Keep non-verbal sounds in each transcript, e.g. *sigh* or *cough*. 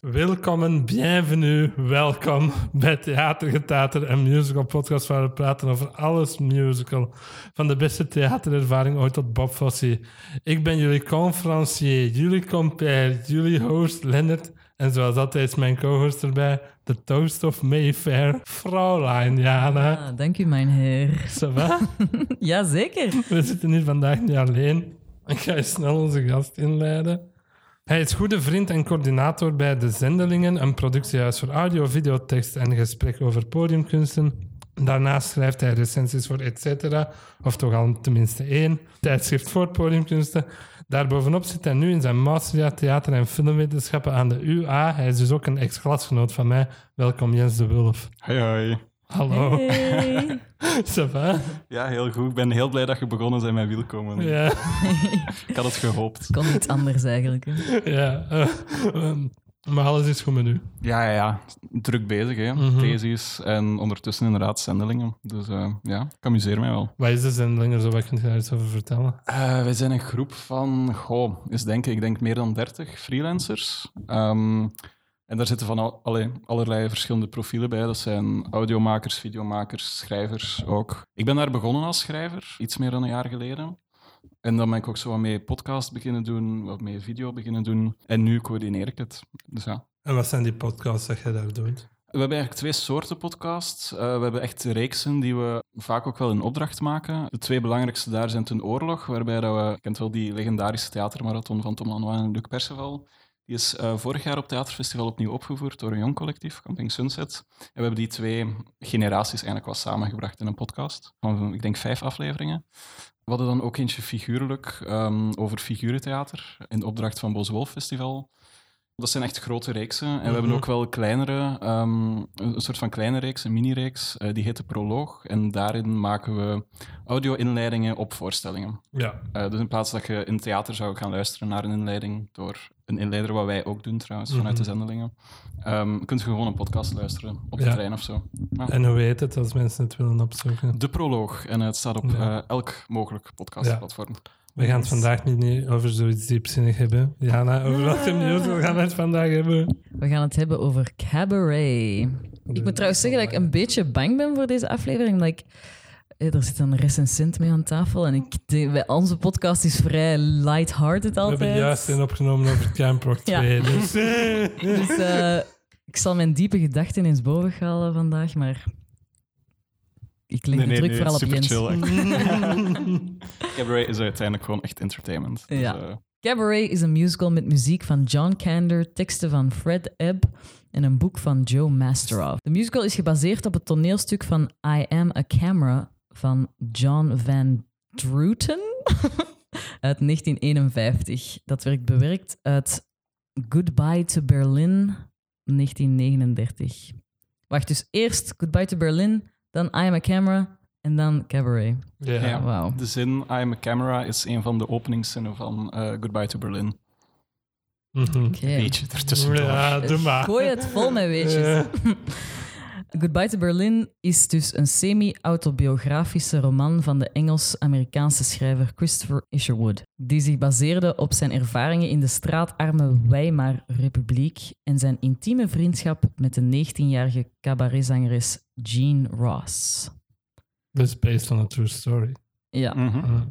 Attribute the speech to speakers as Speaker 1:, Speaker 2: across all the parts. Speaker 1: Welkom, bienvenue, welkom bij Theatergetater en Musical Podcast, waar we praten over alles musical. Van de beste theaterervaring ooit tot Bob Fosse. Ik ben jullie confrancier, jullie compère, jullie host Lennart. En zoals altijd is mijn co-host erbij, de toast of Mayfair, Fraulein Jana.
Speaker 2: Ah, dank u, mijn heer. *laughs*
Speaker 1: Ça va?
Speaker 2: Jazeker.
Speaker 1: We zitten hier vandaag niet alleen. Ik ga snel onze gast inleiden. Hij is goede vriend en coördinator bij De Zendelingen, een productiehuis voor audio, video, tekst en gesprek over podiumkunsten. Daarnaast schrijft hij recensies voor etcetera, of toch al tenminste één, tijdschrift voor podiumkunsten. Daarbovenop zit hij nu in zijn masterjaar theater- en filmwetenschappen aan de UA. Hij is dus ook een ex-klasgenoot van mij. Welkom Jens de Wulf.
Speaker 3: Hoi hoi.
Speaker 1: Hallo.
Speaker 2: Hey.
Speaker 1: Ça va?
Speaker 3: Ja, heel goed. Ik ben heel blij dat je begonnen bent met wielkomen.
Speaker 1: Ja.
Speaker 3: Ik had het gehoopt.
Speaker 2: Kon niet anders eigenlijk. hè.
Speaker 1: ja. *laughs* eh, ehm, maar alles is goed met u.
Speaker 3: Ja, ja, ja. Druk bezig, hè.
Speaker 1: Mhm.
Speaker 3: Thesis en ondertussen inderdaad zendelingen. Dus eh, ja, ik amuseer mij wel.
Speaker 1: Wat is De Zendelingen? Zo, wat kun je daar iets over vertellen?
Speaker 3: Eh, wij zijn een groep van, goh, is denk ik, ik denk meer dan 30 freelancers. Ehm, en daar zitten van al, allee, allerlei verschillende profielen bij. Dat zijn audiomakers, videomakers, schrijvers ook. Ik ben daar begonnen als schrijver, iets meer dan een jaar geleden. En dan ben ik ook zo wat mee podcast beginnen doen, wat mee video beginnen doen. En nu coördineer ik het. Dus ja,
Speaker 1: En wat zijn die podcasts dat je daar doet?
Speaker 3: we hebben eigenlijk twee soorten podcasts. Eh, we hebben echt reeksen die we vaak ook wel in opdracht maken. De twee belangrijkste daar zijn Ten Oorlog, waarbij dat we, je kent wel die legendarische theatermarathon van Tom Lanois en Luc Perceval. Die is eh, vorig jaar op Theaterfestival opnieuw opgevoerd door een jong collectief, Camping Sunset. En we hebben die twee generaties eigenlijk wel samengebracht in een podcast van, ik denk, vijf afleveringen. We hadden dan ook eentje figuurlijk ehm, over figurentheater in opdracht van Bos Wolf Festival. Dat zijn echt grote reeksen. En we hebben
Speaker 1: Mhm.
Speaker 3: ook wel kleinere, ehm, een- een soort van kleine reeks, een mini-reeks. eh, die heet de Proloog. En daarin maken we audio-inleidingen op voorstellingen.
Speaker 1: Ja.
Speaker 3: Eh, dus in plaats dat je in theater zou gaan luisteren naar een inleiding door een inleider, wat wij ook doen trouwens, vanuit
Speaker 1: Mhm.
Speaker 3: de zendelingen, ehm kun je gewoon een podcast luisteren op de
Speaker 1: Ja.
Speaker 3: trein of zo. Ja.
Speaker 1: En hoe heet het als mensen het willen opzoeken?
Speaker 3: De proloog. En het staat op
Speaker 1: Ja.
Speaker 3: eh, elk mogelijk podcastplatform.
Speaker 1: We gaan het vandaag niet meer over zoiets diepzinnig hebben. Jana, over
Speaker 2: Nee.
Speaker 1: wat in musical gaan we het vandaag hebben?
Speaker 2: We gaan het hebben over cabaret. Ik moet trouwens zeggen dat ik een beetje bang ben voor deze aflevering. Omdat ik, eh, er zit een recensent mee aan tafel. En ik, denk- bij onze podcast is vrij lighthearted
Speaker 1: We
Speaker 2: altijd.
Speaker 1: hebben juist een opgenomen over Camp Rock
Speaker 2: *laughs* Ja.
Speaker 1: 2. Dus,
Speaker 2: Dus eh, ik zal mijn diepe gedachten eens boven halen vandaag. Maar ik leg
Speaker 3: Nee,
Speaker 2: de
Speaker 3: nee,
Speaker 2: druk
Speaker 3: nee,
Speaker 2: vooral op
Speaker 3: super
Speaker 2: Jens.
Speaker 3: chill, echt. *laughs* Cabaret is uiteindelijk gewoon echt entertainment. Dus,
Speaker 2: Ja.
Speaker 3: eh,
Speaker 2: Cabaret is een musical met muziek van John Kander, teksten van Fred Ebb en een boek van Joe Masteroff. De musical is gebaseerd op het toneelstuk van I Am a Camera van John Van Druten *laughs* uit 1951. Dat werd bewerkt uit Goodbye to Berlin 1939. Wacht, dus eerst Goodbye to Berlin, dan I Am a Camera en dan Cabaret.
Speaker 1: ja.
Speaker 3: Ja.
Speaker 2: Wauw.
Speaker 3: de zin I am a camera is een van de openingszinnen van eh, Goodbye to Berlin.
Speaker 1: Mhm.
Speaker 2: Oké.
Speaker 3: Beetje ertussen.
Speaker 1: Ja, doe maar.
Speaker 2: Gooi het vol met weetjes.
Speaker 1: Eh.
Speaker 2: *laughs* Goodbye to Berlin is dus een semi-autobiografische roman van de Engels-Amerikaanse schrijver Christopher Isherwood, die zich baseerde op zijn ervaringen in de straatarme Weimar Republiek en zijn intieme vriendschap met de 19-jarige cabaretzangeres Jean Ross.
Speaker 1: Dat is based on a true story.
Speaker 2: Ja,
Speaker 3: Mhm.
Speaker 1: Mm.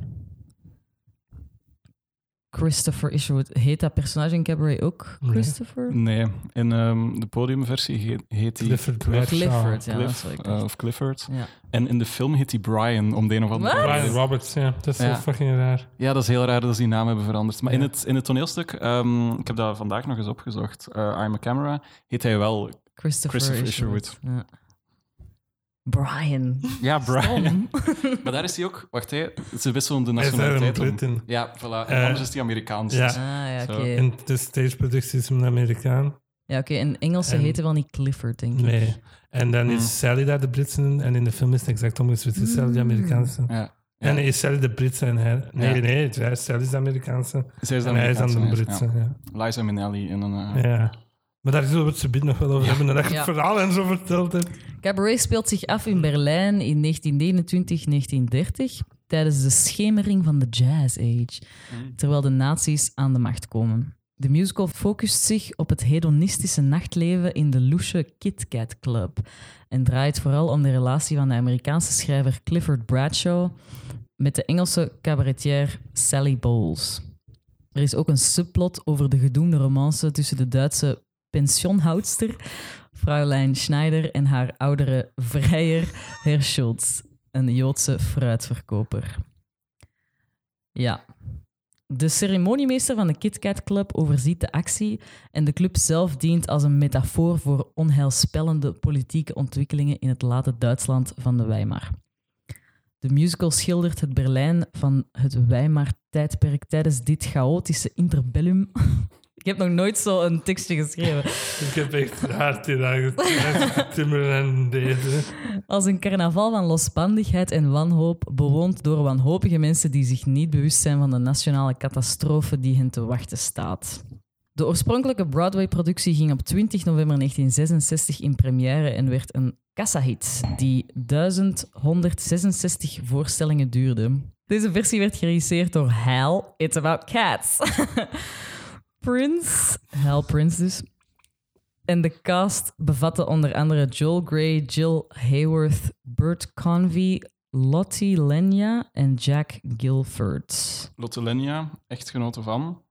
Speaker 2: Christopher Isherwood heet dat personage in Cabaret ook
Speaker 1: Nee.
Speaker 2: Christopher?
Speaker 3: Nee, in ehm, de podiumversie heet, heet die
Speaker 1: Clifford
Speaker 2: Clifford, Oh.
Speaker 1: Bradshaw.
Speaker 2: ja, dat is wat ik
Speaker 3: Cliff,
Speaker 2: dacht.
Speaker 3: eh, of Clifford.
Speaker 2: Ja.
Speaker 3: En in de film heet hij Brian, om de een of andere
Speaker 2: What?
Speaker 1: Brian
Speaker 3: reden.
Speaker 1: Roberts, ja. Dat is zo
Speaker 3: Ja.
Speaker 1: fucking raar.
Speaker 3: Ja, dat is heel raar dat ze die naam hebben veranderd. Maar in,
Speaker 1: Ja.
Speaker 3: het, in het toneelstuk, ehm, ik heb dat vandaag nog eens opgezocht, eh I'm a Camera, heet hij wel...
Speaker 2: Christopher,
Speaker 3: Christopher
Speaker 2: Isherwood. Ja. Brian.
Speaker 3: Ja, Brian.
Speaker 2: Tom.
Speaker 3: *laughs* maar daar is hij ook... Wacht, hè, ze wisselen de
Speaker 1: Hij is daar een
Speaker 3: nationaliteit om.
Speaker 1: Brit in.
Speaker 3: Ja, voilà. En
Speaker 1: Eh,
Speaker 3: anders is hij Amerikaans.
Speaker 1: ja.
Speaker 3: dus-
Speaker 2: Ah, ja, oké.
Speaker 3: Zo.
Speaker 1: In de stageproductie is een Amerikaan.
Speaker 2: Ja, oké. En Engelsen
Speaker 1: En-
Speaker 2: heten wel niet Clifford, denk ik.
Speaker 1: Nee. En dan
Speaker 3: Hmm.
Speaker 1: is Sally daar de Britse in, en in de film is het exact omgekeerd. Is Sally de Amerikaanse?
Speaker 3: ja. Ja.
Speaker 1: En is Sally de Britse en hij... Nee,
Speaker 3: Ja.
Speaker 1: nee, het is- Sally is de Amerikaanse
Speaker 3: Zij is
Speaker 1: en hij is dan de
Speaker 3: Amerikaans, ja.
Speaker 1: Britse. Ja.
Speaker 3: Liza Minnelli in een... eh,
Speaker 1: Ja. Maar daar zullen we het zo nog wel over hebben, dat je het
Speaker 2: Ja.
Speaker 1: verhaal en zo verteld hebt.
Speaker 2: Cabaret speelt zich af in Berlijn in 1929, 1930, tijdens de schemering van de Jazz Age, terwijl de nazi's aan de macht komen. De musical focust zich op het hedonistische nachtleven in de loesje Kit Kat Club en draait vooral om de relatie van de Amerikaanse schrijver Clifford Bradshaw met de Engelse cabaretier Sally Bowles. Er is ook een subplot over de gedoemde romance tussen de Duitse pensionhoudster Fräulein Schneider en haar oudere vrijer Herr Schultz, een Joodse fruitverkoper. Ja. De ceremoniemeester van de Kit Kat Club overziet de actie en de club zelf dient als een metafoor voor onheilspellende politieke ontwikkelingen in het late Duitsland van de Weimar. De musical schildert het Berlijn van het Weimar-tijdperk tijdens dit chaotische interbellum. *laughs* Ik heb nog nooit zo'n tekstje geschreven.
Speaker 1: Ik heb echt hard in aangetrokken. Timmer en deze.
Speaker 2: Als een carnaval van losbandigheid en wanhoop, bewoond door wanhopige mensen die zich niet bewust zijn van de nationale catastrofe die hen te wachten staat. De oorspronkelijke Broadway-productie ging op 20 november 1966 in première en werd een kassahit die 1166 voorstellingen duurde. Deze versie werd geregisseerd door Hal It's About Cats. *laughs* Prince, Hal Prince dus, en de cast bevatte onder andere Joel Grey, Jill Hayworth, Bert Convey, Lottie Lenya en Jack Gilford.
Speaker 3: Lotte Lenya, echtgenote van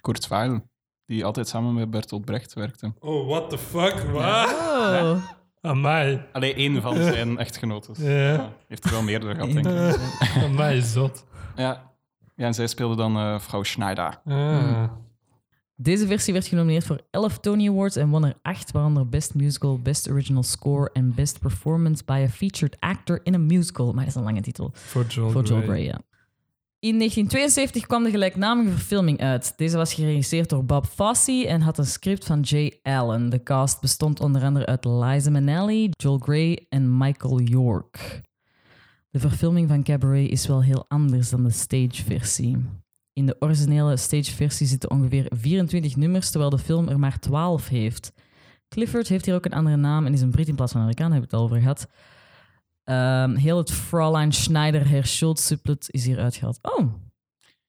Speaker 3: Kurt Weill, die altijd samen met Bertolt Brecht werkte.
Speaker 1: Oh, what the fuck? Wat?
Speaker 2: Oh.
Speaker 1: Amai.
Speaker 3: Alleen
Speaker 1: *laughs*
Speaker 3: één van zijn echtgenoten.
Speaker 1: Ja. Eh,
Speaker 3: *laughs* Ja, heeft er wel meerdere gehad, denk ik.
Speaker 1: Amai, zot.
Speaker 3: Ja. ja, en zij speelde dan eh vrouw Schneider.
Speaker 1: Ah.
Speaker 2: Deze versie werd genomineerd voor 11 Tony Awards en won er 8, waaronder Best Musical, Best Original Score en Best Performance by a Featured Actor in a Musical. Maar dat is een lange titel.
Speaker 1: Voor Joel
Speaker 2: Voor Joel
Speaker 1: Grey.
Speaker 2: Grey, ja. In 1972 kwam de gelijknamige verfilming uit. Deze was geregisseerd door Bob Fosse en had een script van Jay Allen. De cast bestond onder andere uit Liza Minnelli, Joel Grey en Michael York. De verfilming van Cabaret is wel heel anders dan de stageversie. In de originele stageversie zitten ongeveer 24 nummers, terwijl de film er maar 12 heeft. Clifford heeft hier ook een andere naam en is een Brit in plaats van een Amerikaan, daar hebben we het al over gehad. Ehm, heel het Fräulein Schneider Herr Schultz subplot is hier uitgehaald. Oh,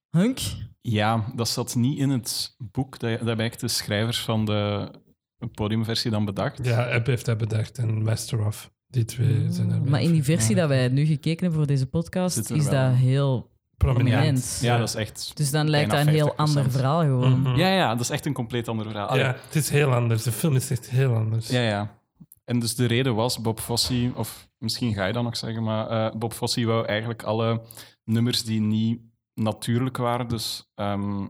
Speaker 1: Eh,
Speaker 2: Hunk.
Speaker 3: Ja, dat zat niet in het boek. Dat, dat hebben eigenlijk de schrijvers van de podiumversie dan bedacht.
Speaker 1: Ja, Ebb heeft dat bedacht en Westerof. Die twee zijn er.
Speaker 2: Mm, Maar in die versie dat wij nu gekeken hebben voor deze podcast,
Speaker 3: Zit er
Speaker 2: is
Speaker 3: wel.
Speaker 2: dat heel...
Speaker 1: Prominent.
Speaker 2: Prominent.
Speaker 3: Ja, dat is echt...
Speaker 2: Dus dan lijkt dat
Speaker 3: Bijna
Speaker 2: een heel
Speaker 3: 50%.
Speaker 2: ander verhaal gewoon.
Speaker 1: Mhm.
Speaker 3: Ja, ja, dat is echt een compleet ander verhaal. Allee,
Speaker 1: Ja, het is heel anders. De film is echt heel anders.
Speaker 3: Ja, ja. En dus de reden was, Bob Fosse, of misschien ga je dat nog zeggen, maar eh, Bob Fosse wou eigenlijk alle nummers die niet natuurlijk waren, dus ehm,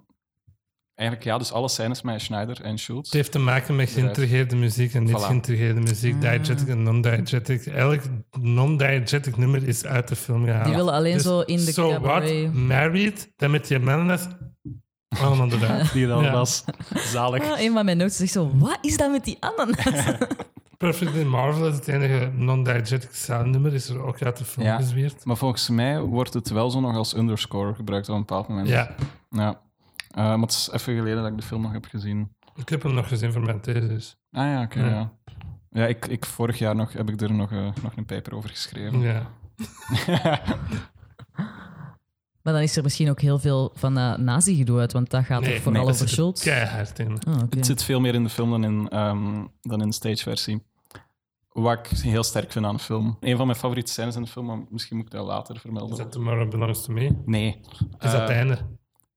Speaker 3: eigenlijk ja, dus alle scènes met Schneider en Schultz.
Speaker 1: Het heeft te maken met geïntegreerde muziek en niet
Speaker 3: Voilà.
Speaker 1: geïntegreerde
Speaker 2: Mm.
Speaker 1: muziek, diegetic en non-diegetic. Elk non-diegetic nummer is uit de film gehaald.
Speaker 2: Die willen alleen
Speaker 1: Dus
Speaker 2: zo in de
Speaker 1: so
Speaker 2: cabaret...
Speaker 1: what? Married? Dan met je mannes? Allemaal
Speaker 2: *laughs*
Speaker 1: eruit.
Speaker 3: Die dan
Speaker 1: Ja.
Speaker 3: was zalig.
Speaker 2: Ah, een van mijn notes zegt zo, wat is dat met die
Speaker 1: *laughs*
Speaker 2: ananas?
Speaker 1: Perfectly Marvelous, het enige non-diegetic soundnummer, is er ook uit de film
Speaker 3: Ja.
Speaker 1: gezweerd.
Speaker 3: Maar volgens mij wordt het wel zo nog als underscore gebruikt op een bepaald moment.
Speaker 1: Ja,
Speaker 3: Ja. Eh, maar het is even geleden dat ik de film nog heb gezien.
Speaker 1: ik heb hem nog gezien voor mijn thesis.
Speaker 3: Ah ja, oké,
Speaker 1: Ja.
Speaker 3: ja. Ja, ik, ik, vorig jaar nog, heb ik er nog, eh, nog een paper over geschreven.
Speaker 1: Ja.
Speaker 2: maar dan is er misschien ook heel veel van eh, nazi-gedoe uit, want dat gaat
Speaker 1: Nee,
Speaker 2: er vooral
Speaker 3: nee,
Speaker 1: dat zit
Speaker 2: over
Speaker 1: er
Speaker 2: Schultz.
Speaker 1: Keihard in.
Speaker 2: Ah, oké.
Speaker 3: Het zit veel meer in de film dan in, ehm, dan in de stageversie. Wat ik heel sterk vind aan de film. Een van mijn favoriete scènes in de film, maar misschien moet ik dat later
Speaker 1: Is
Speaker 3: vermelden.
Speaker 1: dat Tomorrow Belongs to Me?
Speaker 3: Nee.
Speaker 1: Is dat het
Speaker 3: Eh,
Speaker 1: einde?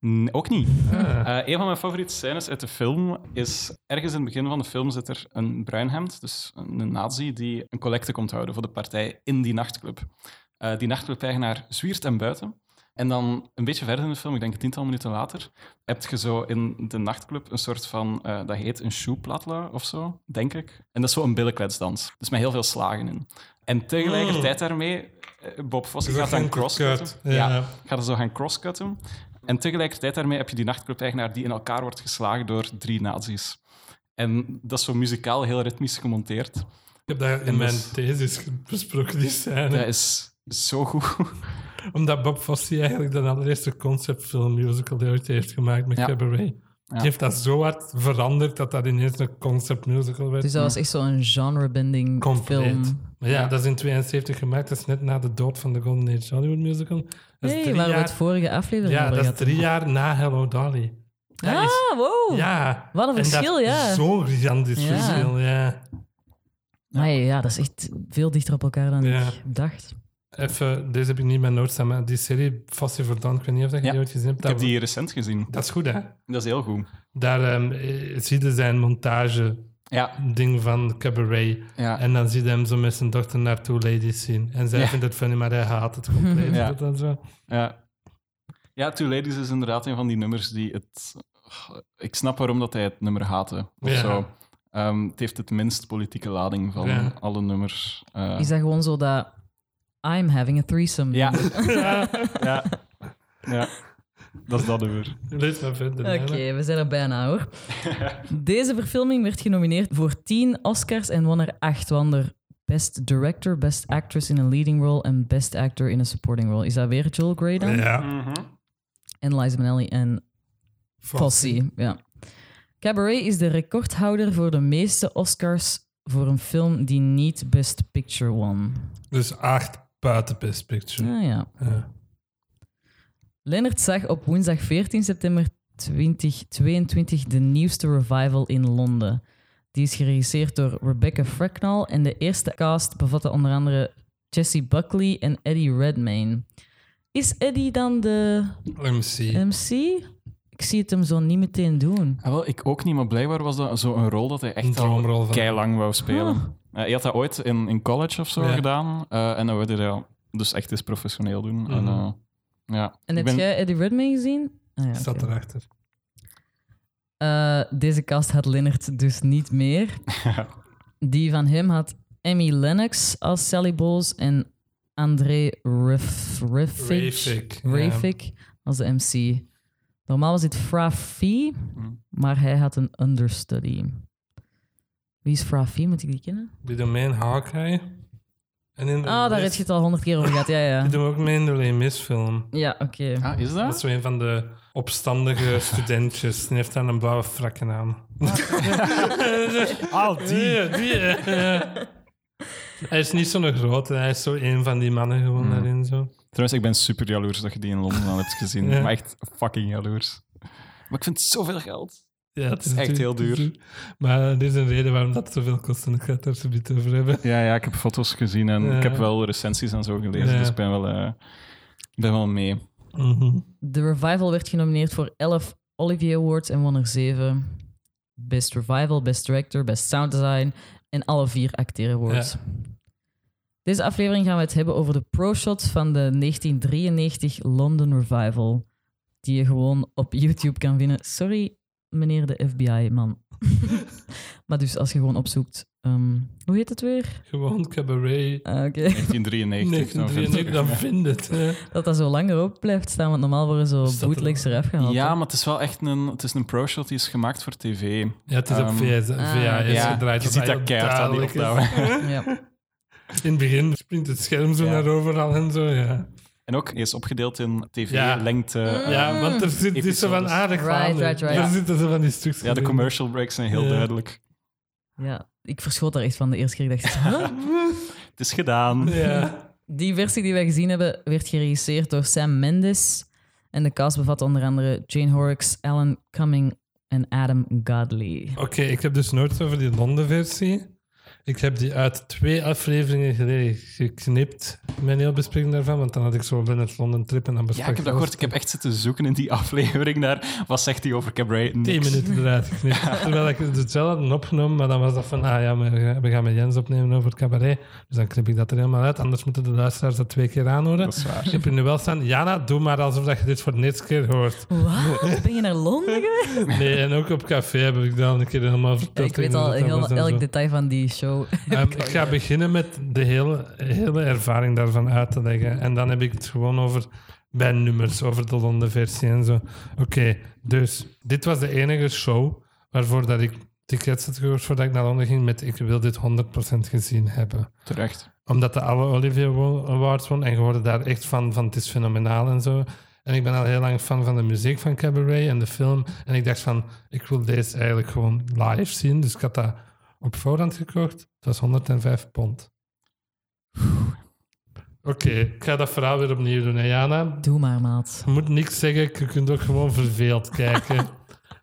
Speaker 3: n- ook niet.
Speaker 1: Ah.
Speaker 3: Eh, een van mijn favoriete scènes uit de film is... Ergens in het begin van de film zit er een bruinhemd, dus een nazi, die een collecte komt houden voor de partij in die nachtclub. Eh, die nachtclub-eigenaar zwiert hem buiten. En dan een beetje verder in de film, ik denk een tiental minuten later, heb je zo in de nachtclub een soort van, eh, dat heet een shoeplatla of zo, denk ik. En dat is zo een billenkletsdans. Dus met heel veel slagen in. En tegelijkertijd daarmee, eh, Bob Fosse gaat dan crosscutten.
Speaker 1: Ja. ja.
Speaker 3: Gaat ze zo gaan crosscutten. En tegelijkertijd daarmee heb je die nachtclub-eigenaar die in elkaar wordt geslagen door drie nazi's. En dat is zo muzikaal heel ritmisch gemonteerd.
Speaker 1: Ik heb dat in
Speaker 3: En
Speaker 1: mijn
Speaker 3: dus-
Speaker 1: thesis besproken, die scène.
Speaker 3: Dat is zo goed.
Speaker 1: Omdat Bob Fosse eigenlijk de allereerste conceptfilm musical die ooit heeft gemaakt met
Speaker 3: Ja.
Speaker 1: Cabaret. Die heeft dat zo hard veranderd dat dat ineens een concept musical werd.
Speaker 2: Dus dat was echt zo'n genre-bending
Speaker 1: Compleet.
Speaker 2: film.
Speaker 1: Maar ja, dat is in 72 gemaakt. Dat is net na de dood van de Golden Age Hollywood musical. Dat is
Speaker 2: Nee,
Speaker 1: drie
Speaker 2: waar we
Speaker 1: jaar-
Speaker 2: het vorige aflevering
Speaker 1: ja,
Speaker 2: over
Speaker 1: dat is
Speaker 2: hadden.
Speaker 1: drie jaar na Hello Dolly. Dat is-
Speaker 2: Ah,
Speaker 3: Oh!
Speaker 2: wow.
Speaker 1: ja.
Speaker 2: Wat een
Speaker 1: En dat
Speaker 2: verschil,
Speaker 1: is
Speaker 2: ja.
Speaker 1: Zo'n gigantisch
Speaker 2: Ja.
Speaker 1: verschil, ja.
Speaker 2: Maar ja, dat is echt veel dichter op elkaar dan
Speaker 1: Ja.
Speaker 2: ik dacht.
Speaker 1: Even, deze heb ik niet meer noord staan, maar die serie Fast Verdant, ik weet niet of dat je
Speaker 3: Ja.
Speaker 1: die ooit gezien hebt.
Speaker 3: Ik
Speaker 1: Dat,
Speaker 3: heb die recent gezien.
Speaker 1: dat is goed, hè?
Speaker 3: Dat is heel goed.
Speaker 1: Daar ehm, eh, zie je zijn montage-ding
Speaker 3: Ja,
Speaker 1: van Cabaret.
Speaker 3: ja.
Speaker 1: En dan ziet hij hem zo met zijn dochter naar Two Ladies zien. En zij
Speaker 3: Ja.
Speaker 1: vindt het funny, maar hij haat het compleet.
Speaker 3: Ja.
Speaker 1: Dat dan zo.
Speaker 3: Ja. ja, Two Ladies is inderdaad een van die nummers die het... Ik snap waarom dat hij het nummer haatte. Of
Speaker 1: Ja.
Speaker 3: zo. Ehm, het heeft het minst politieke lading van
Speaker 1: Ja.
Speaker 3: alle nummers. Eh,
Speaker 2: Is dat gewoon zo dat... I'm having a threesome.
Speaker 3: Ja.
Speaker 1: ja,
Speaker 3: ja. ja. Dat is dat nummer.
Speaker 1: lees maar verder.
Speaker 2: Oké,
Speaker 1: Nana.
Speaker 2: we zijn er bijna hoor. Deze verfilming werd genomineerd voor 10 Oscars en won er 8. Won er Best Director, Best Actress in a Leading Role en Best Actor in a Supporting Role. Is dat weer Joel Grey dan?
Speaker 1: Ja.
Speaker 3: Mhm.
Speaker 2: En Liza Minnelli en Fosse. Ja. Cabaret is de recordhouder voor de meeste Oscars voor een film die niet Best Picture won.
Speaker 1: Dus acht buiten Best Picture.
Speaker 2: Ah, ja.
Speaker 1: Ja.
Speaker 2: Lennart zag op woensdag 14 september 2022 de nieuwste revival in Londen. Die is geregisseerd door Rebecca Frecknell en de eerste cast bevatte onder andere Jesse Buckley en Eddie Redmayne. Is Eddie dan de
Speaker 1: MC.
Speaker 2: MC? Ik zie het hem zo niet meteen doen.
Speaker 3: Ah, wel, ik ook niet, maar blijkbaar was dat zo'n rol dat hij
Speaker 1: Een
Speaker 3: echt al
Speaker 1: droomrol van...
Speaker 3: lang wou spelen.
Speaker 2: Ah,
Speaker 3: Eh, hij had dat ooit in, in college of zo
Speaker 1: Ja.
Speaker 3: gedaan. eh, en dan wilde hij dat dus echt eens professioneel doen. En,
Speaker 1: Mhm.
Speaker 3: eh, ja.
Speaker 2: En
Speaker 3: Ik
Speaker 2: heb
Speaker 3: ben-
Speaker 2: jij Eddie Redmayne gezien? Ah, ja,
Speaker 1: Staat
Speaker 2: oké.
Speaker 1: erachter.
Speaker 2: Eh, deze cast had Lennart dus niet meer.
Speaker 3: *laughs*
Speaker 2: Die van hem had Emmy Lennox als Sally Bowles en André Rif- Riffic
Speaker 1: Rafik.
Speaker 2: Rafik als de MC. Normaal was dit Frafi,
Speaker 3: Mm.
Speaker 2: maar hij had een understudy. Wie is Frafi? Moet ik die kennen?
Speaker 1: Die doen mee in Hawkeye. En in de
Speaker 2: Ah, daar
Speaker 1: Miss-
Speaker 2: heb je het al honderd keer over gehad. Ja, ja.
Speaker 1: Die doen ook mee in de Les Mis film.
Speaker 2: Ja, oké.
Speaker 3: Ah, is
Speaker 1: Dat is zo een van de
Speaker 3: *laughs*
Speaker 1: opstandige studentjes. Die heeft dan een blauwe frakken aan.
Speaker 3: Al
Speaker 1: Ja, die. ja. Hij is niet zo'n grote, hij is zo een van die mannen gewoon
Speaker 3: Hmm.
Speaker 1: daarin. Zo.
Speaker 3: Trouwens, ik ben super jaloers dat je die in Londen al hebt gezien.
Speaker 1: Ja.
Speaker 3: Maar echt fucking jaloers. Maar ik vind het zoveel geld.
Speaker 1: Ja,
Speaker 3: Dat is echt heel duur.
Speaker 1: Maar er is een reden waarom dat zoveel kost en ik ga het er zo niet over hebben.
Speaker 3: Ja, ja, ik heb foto's gezien en
Speaker 1: Ja.
Speaker 3: ik heb wel recensies en zo gelezen.
Speaker 1: Ja.
Speaker 3: Dus ik ben wel, eh, ik ben wel
Speaker 1: *laughs*
Speaker 3: mee.
Speaker 1: Mhm.
Speaker 2: De revival werd genomineerd voor 11 Olivier Awards en won er 7. Best Revival, Best Director, Best Sound Design en alle vier acteren awards. Deze aflevering gaan we het hebben over de pro-shots van de 1993 London Revival. Die je gewoon op YouTube kan vinden. Sorry, meneer de FBI-man. maar dus als je gewoon opzoekt... ehm, hoe heet het weer?
Speaker 1: Gewoon cabaret.
Speaker 2: Ah, Oké.
Speaker 3: 1993. dan nou, vind
Speaker 1: 1993,
Speaker 3: ik.
Speaker 1: dan vind het. hè.
Speaker 2: Dat dat zo lang erop blijft staan, want normaal worden zo
Speaker 1: Staat er-
Speaker 2: bootlegs eraf gehaald.
Speaker 3: Ja,
Speaker 2: hè?
Speaker 3: maar het is wel echt een, het is een pro-shot die is gemaakt voor tv.
Speaker 1: Ja, het is op
Speaker 3: Ehm,
Speaker 1: VS,
Speaker 2: ah.
Speaker 1: VHS
Speaker 3: Ja,
Speaker 1: gedraaid.
Speaker 3: je ziet dat
Speaker 1: heel
Speaker 3: keihard aan die
Speaker 1: duidelijk is.
Speaker 3: opname. *laughs*
Speaker 2: ja.
Speaker 1: *laughs* In het begin springt het scherm zo
Speaker 3: Ja.
Speaker 1: naar overal en zo, ja.
Speaker 3: En ook, hij is opgedeeld in
Speaker 1: Ja.
Speaker 3: tv-lengte. Ja.
Speaker 1: Ja, want er zit dit zo van
Speaker 3: Episodes.
Speaker 1: aardig
Speaker 2: Mm. Right, right, right.
Speaker 1: Daar
Speaker 2: Ja.
Speaker 1: zitten ze van die stukjes
Speaker 3: de
Speaker 1: in.
Speaker 3: commercial breaks zijn heel
Speaker 1: Ja.
Speaker 3: duidelijk.
Speaker 2: Ja, ik verschoot daar echt van de eerste keer. Ik dacht, huh? *laughs*
Speaker 3: Het is gedaan.
Speaker 1: Ja. *laughs*
Speaker 2: Die versie die wij gezien hebben, werd geregisseerd door Sam Mendes. En de cast bevat onder andere Jane Horrocks, Alan Cumming en Adam Godley.
Speaker 1: Oké, ik heb dus nooit over die Londen-versie. Ik heb die uit twee afleveringen geleden geknipt. Mijn heel bespreking daarvan, want dan had ik zo Leonard London trip en dan
Speaker 3: Ja,
Speaker 1: besprak
Speaker 3: ik heb dat
Speaker 1: alles.
Speaker 3: gehoord. Ik heb echt zitten zoeken in die *laughs* aflevering daar. Wat zegt hij over Cabaret?
Speaker 1: Tien
Speaker 3: Niks.
Speaker 1: minuten
Speaker 3: *laughs*
Speaker 1: eruit geknipt. Terwijl ik het wel had opgenomen, maar dan was dat van, ah ja, maar we gaan- we gaan met Jens opnemen over het cabaret. Dus dan knip ik dat er helemaal uit, anders moeten de luisteraars dat twee keer aanhoren.
Speaker 3: Dat is waar.
Speaker 1: Ik heb er nu wel staan, Jana, doe maar alsof dat je dit voor de eerste keer
Speaker 3: *laughs*
Speaker 1: hoort. *laughs*
Speaker 2: Wat? Ben je naar Londen geweest?
Speaker 1: Nee, en ook op café heb ik dan een keer helemaal verteld.
Speaker 2: Ja, ik weet
Speaker 1: hoe
Speaker 2: al
Speaker 1: dat dat
Speaker 2: heel,
Speaker 1: was en zo.
Speaker 2: elk detail van die show. *laughs*
Speaker 1: Ehm, ik ga beginnen met de hele, hele ervaring daarvan uit te leggen. En dan heb ik het gewoon over bij nummers, over de Londen versie en zo. Oké, dus dit was de enige show waarvoor dat ik tickets had gekocht voordat ik naar Londen ging met ik wil dit 100% gezien hebben.
Speaker 3: Terecht.
Speaker 1: Omdat de alle Olivier Wo- Awards won en je hoorde daar echt van, van het is fenomenaal en zo. En ik ben al heel lang fan van de muziek van Cabaret en de film. En ik dacht van, ik wil deze eigenlijk gewoon live zien. Dus ik had dat op voorhand gekocht. Het was 105 pond. Oké, ik ga dat verhaal weer opnieuw doen, hè, Jana.
Speaker 2: Doe maar, maat.
Speaker 1: *laughs* Je moet niks zeggen, je kunt ook gewoon verveeld kijken.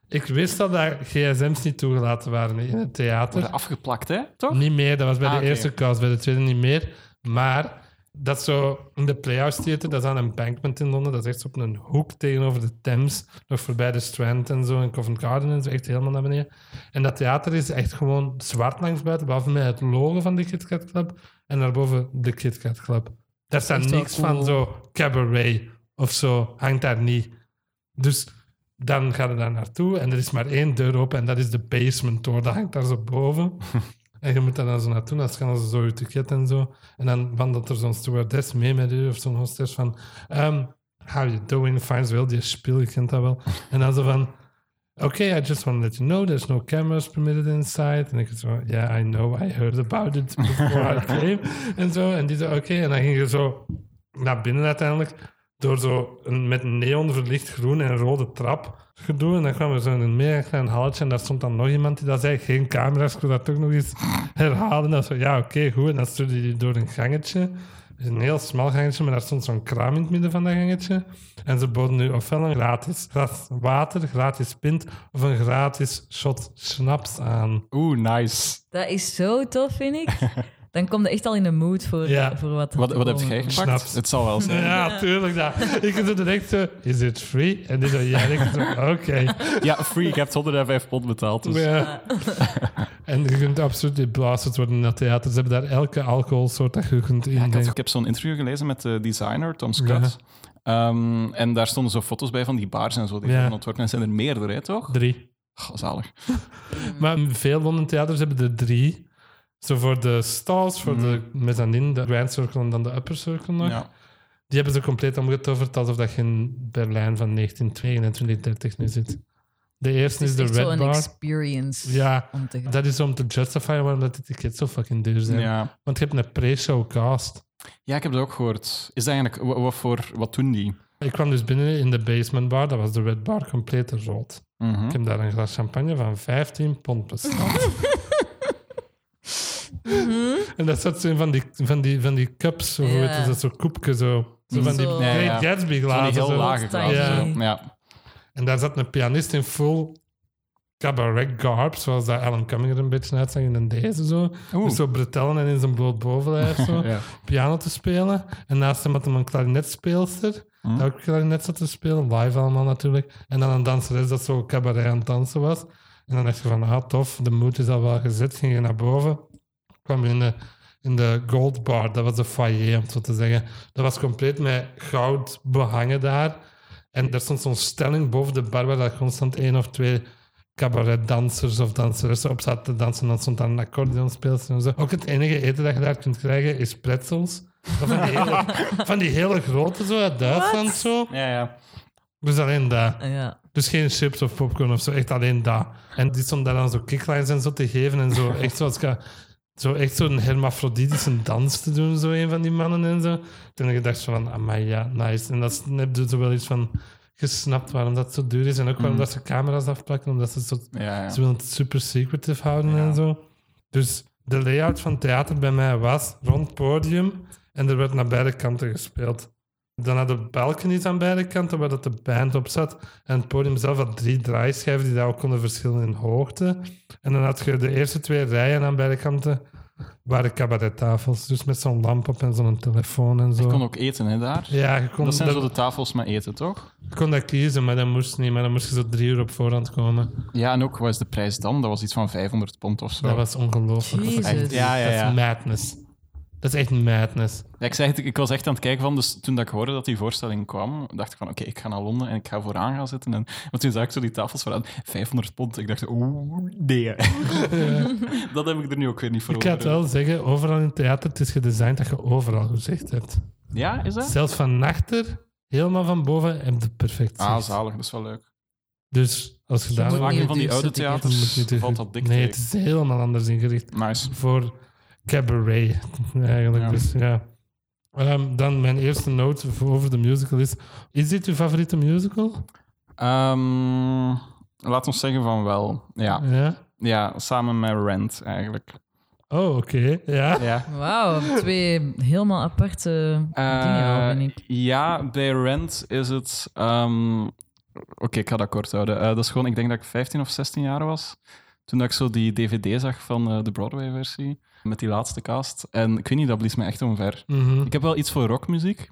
Speaker 1: Ik wist dat daar gsm's niet toegelaten waren in het theater.
Speaker 3: Worden afgeplakt, hè? Toch?
Speaker 1: Niet meer, dat was bij
Speaker 3: Ah,
Speaker 1: de
Speaker 3: oké.
Speaker 1: eerste kast, bij de tweede niet meer. Maar dat is zo in de Playhouse Theater, dat is aan een bankment in Londen, dat is echt op een hoek tegenover de Thames, nog voorbij de Strand en zo, in Covent Garden en zo, echt helemaal naar beneden. En dat theater is echt gewoon zwart langs buiten, behalve met het logo van de Kit Kat Club en daarboven de Kit Kat Club. Daar staat
Speaker 2: Echt wel
Speaker 1: niks
Speaker 2: cool.
Speaker 1: van zo cabaret of zo, hangt daar niet. Dus dan ga je daar naartoe en er is maar één deur open en dat is de basement door. Dat hangt daar zo
Speaker 2: *laughs*
Speaker 1: boven. en je moet daar dan zo naartoe, dan scannen ze zo je ticket en zo. En dan wandelt er zo'n stewardess mee met u of zo'n hostess van... ehm, how you doing? Fine, wel die speel, je kent dat wel.
Speaker 2: *laughs*
Speaker 1: en dan zo van... Okay, I just want to let you know there's no cameras permitted inside. En ik zo, yeah, I know, I heard about it *laughs* before I came. En zo, en die zo, oké. En dan ging je zo naar binnen uiteindelijk, door zo een met neon verlicht groen en rode trap gedoe. En dan kwam er zo in een mega klein halletje en daar stond dan nog iemand die dat zei, geen camera's, ik wil dat toch nog eens herhalen. En dan zo, ja, oké, goed. En dan stuurde die door een gangetje. Het is een heel smal gangetje, maar daar stond zo'n kraam in het midden van dat gangetje. En ze boden nu ofwel een gratis glas water, gratis pint of een gratis shot snaps aan.
Speaker 3: Oeh, nice.
Speaker 2: Dat is zo tof, vind
Speaker 1: *laughs*
Speaker 2: ik. Dan kom je echt al in de mood voor,
Speaker 1: Ja.
Speaker 2: voor wat er
Speaker 3: Wat,
Speaker 2: te
Speaker 3: wat heb
Speaker 2: komen
Speaker 3: jij
Speaker 2: komt.
Speaker 3: gepakt?
Speaker 1: Snaps.
Speaker 3: Het zal wel zijn.
Speaker 1: Ja, tuurlijk. Dat. Ik zit direct zo, is it free? En die zo, ja. En ik zo, oké.
Speaker 3: Ja, free. Ik heb 105 pond betaald. Dus.
Speaker 1: Ja. *laughs* En je kunt absoluut niet blazend worden in dat theater. Ze hebben daar elke alcoholsoort dat je kunt
Speaker 3: Ja, ik, had-
Speaker 1: indenken.
Speaker 3: ik heb zo'n interview gelezen met de designer, Tom Scott. Ehm, en daar stonden zo foto's bij van die baars en zo die
Speaker 1: Ja.
Speaker 3: ja. ontworpen. En zijn er meerdere, hè, toch?
Speaker 1: Drie.
Speaker 3: Goh, zalig.
Speaker 1: Maar veel Londen theaters hebben er drie. Zo voor de stalls, voor de mezzanine, de grand circle en dan de upper circle nog.
Speaker 3: Ja.
Speaker 1: Die hebben ze compleet omgetoverd alsof dat je in Berlijn van 1929, 30 nu zit. De eerste
Speaker 2: Het is
Speaker 1: is de
Speaker 2: echt
Speaker 1: Red
Speaker 2: zo'n
Speaker 1: Bar.
Speaker 2: experience
Speaker 1: Ja,
Speaker 2: om te
Speaker 1: dat is om te justify waarom dat die tickets zo fucking duur zijn.
Speaker 3: Ja.
Speaker 1: Want je hebt een pre-show cast.
Speaker 3: ja, ik heb dat ook gehoord. Is dat eigenlijk... wa- Wat, voor, wat doen die?
Speaker 1: Ik kwam dus binnen in de basement bar, dat was de Red Bar, compleet rood.
Speaker 3: Mhm.
Speaker 1: Ik heb daar een glas champagne van 15 pond besteld. En dat zat zo in van die, van die, van die cups, of hoe
Speaker 2: Mhm. Ja.
Speaker 1: heet het, dat zo koepje zo. Zo van die
Speaker 2: Zo.
Speaker 3: Ja, ja.
Speaker 1: Great Gatsby
Speaker 3: Van die
Speaker 1: glazen.
Speaker 3: heel
Speaker 1: zo.
Speaker 3: lage glazen.
Speaker 1: Ja.
Speaker 3: zo. Ja.
Speaker 1: En daar zat een pianist in full cabaret garb, zoals dat Alan Cumming er een beetje uitzag in een deze zo.
Speaker 3: Oeh.
Speaker 1: Met zo bretellen en in zijn bloot bovenlijf zo.
Speaker 3: *laughs* Ja.
Speaker 1: Piano te spelen. En naast hem had hem een klarinetspeelster.
Speaker 3: Hm.
Speaker 1: Die ook klarinet zat te spelen, live allemaal natuurlijk. En dan een danseres dat zo cabaret aan het dansen was. En dan dacht je van, ah tof, de moed is al wel gezet. Ging je naar boven, kwam je in de, in de gold bar. Dat was de foyer, om het zo te zeggen. Dat was compleet met goud behangen daar. En daar stond zo'n stelling boven de bar waar daar constant één of twee cabaretdansers of danseressen op zaten te dansen. Dan stond daar een accordeonspeelster en zo. Ook het enige eten dat je daar kunt krijgen is pretzels. Van die hele, van die hele grote zo uit Duitsland zo.
Speaker 3: Ja, ja.
Speaker 1: Dus alleen dat.
Speaker 2: Ja.
Speaker 1: Dus geen chips of popcorn of zo, echt alleen dat. En die stond daar dan zo kicklines en zo te geven en zo. Echt zoals ik, zo echt zo'n hermafroditische dans te doen, zo een van die mannen en zo. Toen heb ik gedacht van, amai, ja, nice. En dat is- dan heb je zo wel iets van gesnapt waarom dat zo duur is. En ook waarom
Speaker 3: Mm.
Speaker 1: dat ze camera's afplakken, omdat ze zo
Speaker 3: ja, ja.
Speaker 1: ze willen het super secretive houden
Speaker 3: Ja.
Speaker 1: en zo. Dus de layout van het theater bij mij was rond het podium en er werd naar beide kanten gespeeld. Dan hadden we balconies aan beide kanten waar dat de band op zat. En het podium zelf had drie draaischijven die daar ook konden verschillen in hoogte. En dan had je de eerste twee rijen aan beide kanten waren cabarettafels. Dus met zo'n lamp op en zo'n telefoon en
Speaker 3: Je
Speaker 1: zo.
Speaker 3: kon ook eten, hè, daar?
Speaker 1: Ja, je kon
Speaker 3: Dat
Speaker 1: dat,
Speaker 3: zijn zo de tafels met eten, toch?
Speaker 1: je kon dat kiezen, maar dat moest niet. Maar dan moest je zo drie uur op voorhand komen.
Speaker 3: Ja, en ook, wat is de prijs dan? Dat was iets van 500 pond of zo.
Speaker 1: Dat was ongelooflijk.
Speaker 2: Jezus.
Speaker 3: Echt, ja, ja,
Speaker 1: Dat is
Speaker 3: ja.
Speaker 1: madness. Dat is echt madness.
Speaker 3: Ja, ik, zei het, ik was echt aan het kijken van, dus toen dat ik hoorde dat die voorstelling kwam, dacht ik van, oké, ik ga naar Londen en ik ga vooraan gaan zitten. En, want toen zag ik zo die tafels vooraan, 500 pond. Ik dacht, oeh, nee. *laughs* dat heb ik er nu ook weer niet voor
Speaker 1: Ik ga het wel zeggen, overal in het theater, het is gedesigned dat je overal gezicht hebt.
Speaker 3: Ja, is dat?
Speaker 1: Zelfs van achter, helemaal van boven, heb je perfect
Speaker 3: Ah,
Speaker 1: zicht.
Speaker 3: zalig, dat is wel leuk.
Speaker 1: Dus als je
Speaker 2: Je
Speaker 1: daar...
Speaker 2: moet
Speaker 3: Vaak
Speaker 2: niet
Speaker 3: in
Speaker 2: het
Speaker 3: van die
Speaker 2: duurste
Speaker 3: oude
Speaker 2: ticket.
Speaker 1: Je moet
Speaker 3: theaters
Speaker 1: niet te
Speaker 3: valt
Speaker 1: goed-
Speaker 3: dat dik
Speaker 1: Nee,
Speaker 3: tegen.
Speaker 1: het is helemaal anders ingericht.
Speaker 3: Nice.
Speaker 1: Voor cabaret, *laughs* eigenlijk.
Speaker 3: Ja.
Speaker 1: Dus, ja. Ehm, dan mijn eerste note voor- over de musical is... Is dit uw favoriete musical?
Speaker 3: Ehm, laat ons zeggen van wel. Ja,
Speaker 1: Ja?
Speaker 3: ja samen met Rent eigenlijk.
Speaker 1: Oh, oké. Ja.
Speaker 3: Ja.
Speaker 2: Wauw, twee helemaal aparte
Speaker 3: Eh,
Speaker 2: dingen al, vind ik.
Speaker 3: Ja, bij Rent is het. ehm, Oké, ik ga dat kort houden. Eh, dat is gewoon, ik denk dat ik 15 of 16 jaar was. Toen dat ik zo die DVD zag van eh, de Broadway-versie. Met die laatste cast. En ik weet niet, dat blies me echt omver.
Speaker 1: Mhm.
Speaker 3: Ik heb wel iets voor rockmuziek.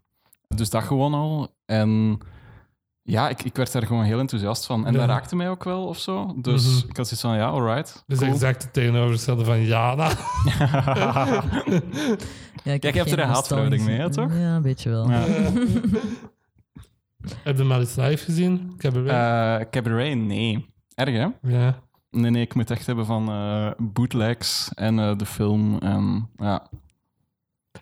Speaker 3: Dus dat gewoon al. En ja, ik, ik werd daar gewoon heel enthousiast van. En
Speaker 1: Ja.
Speaker 3: dat raakte mij ook wel of zo. Dus
Speaker 1: Mhm.
Speaker 3: ik had zoiets van, ja, alright.
Speaker 1: Dus
Speaker 3: *laughs* cool.
Speaker 1: exact het tegenovergestelde van Jana.
Speaker 2: Ja, ik
Speaker 3: Kijk, je hebt er
Speaker 2: geen
Speaker 3: een haatverhouding mee,
Speaker 2: nostalgische-
Speaker 3: hè,
Speaker 2: Ja, een beetje wel.
Speaker 3: Ja.
Speaker 1: heb je hem al eens live gezien? Ik heb er wel-
Speaker 3: Eh, cabaret, nee. Erg, hè?
Speaker 1: ja.
Speaker 3: Nee, nee, ik moet echt hebben van eh, bootlegs en eh, de film. En, ja.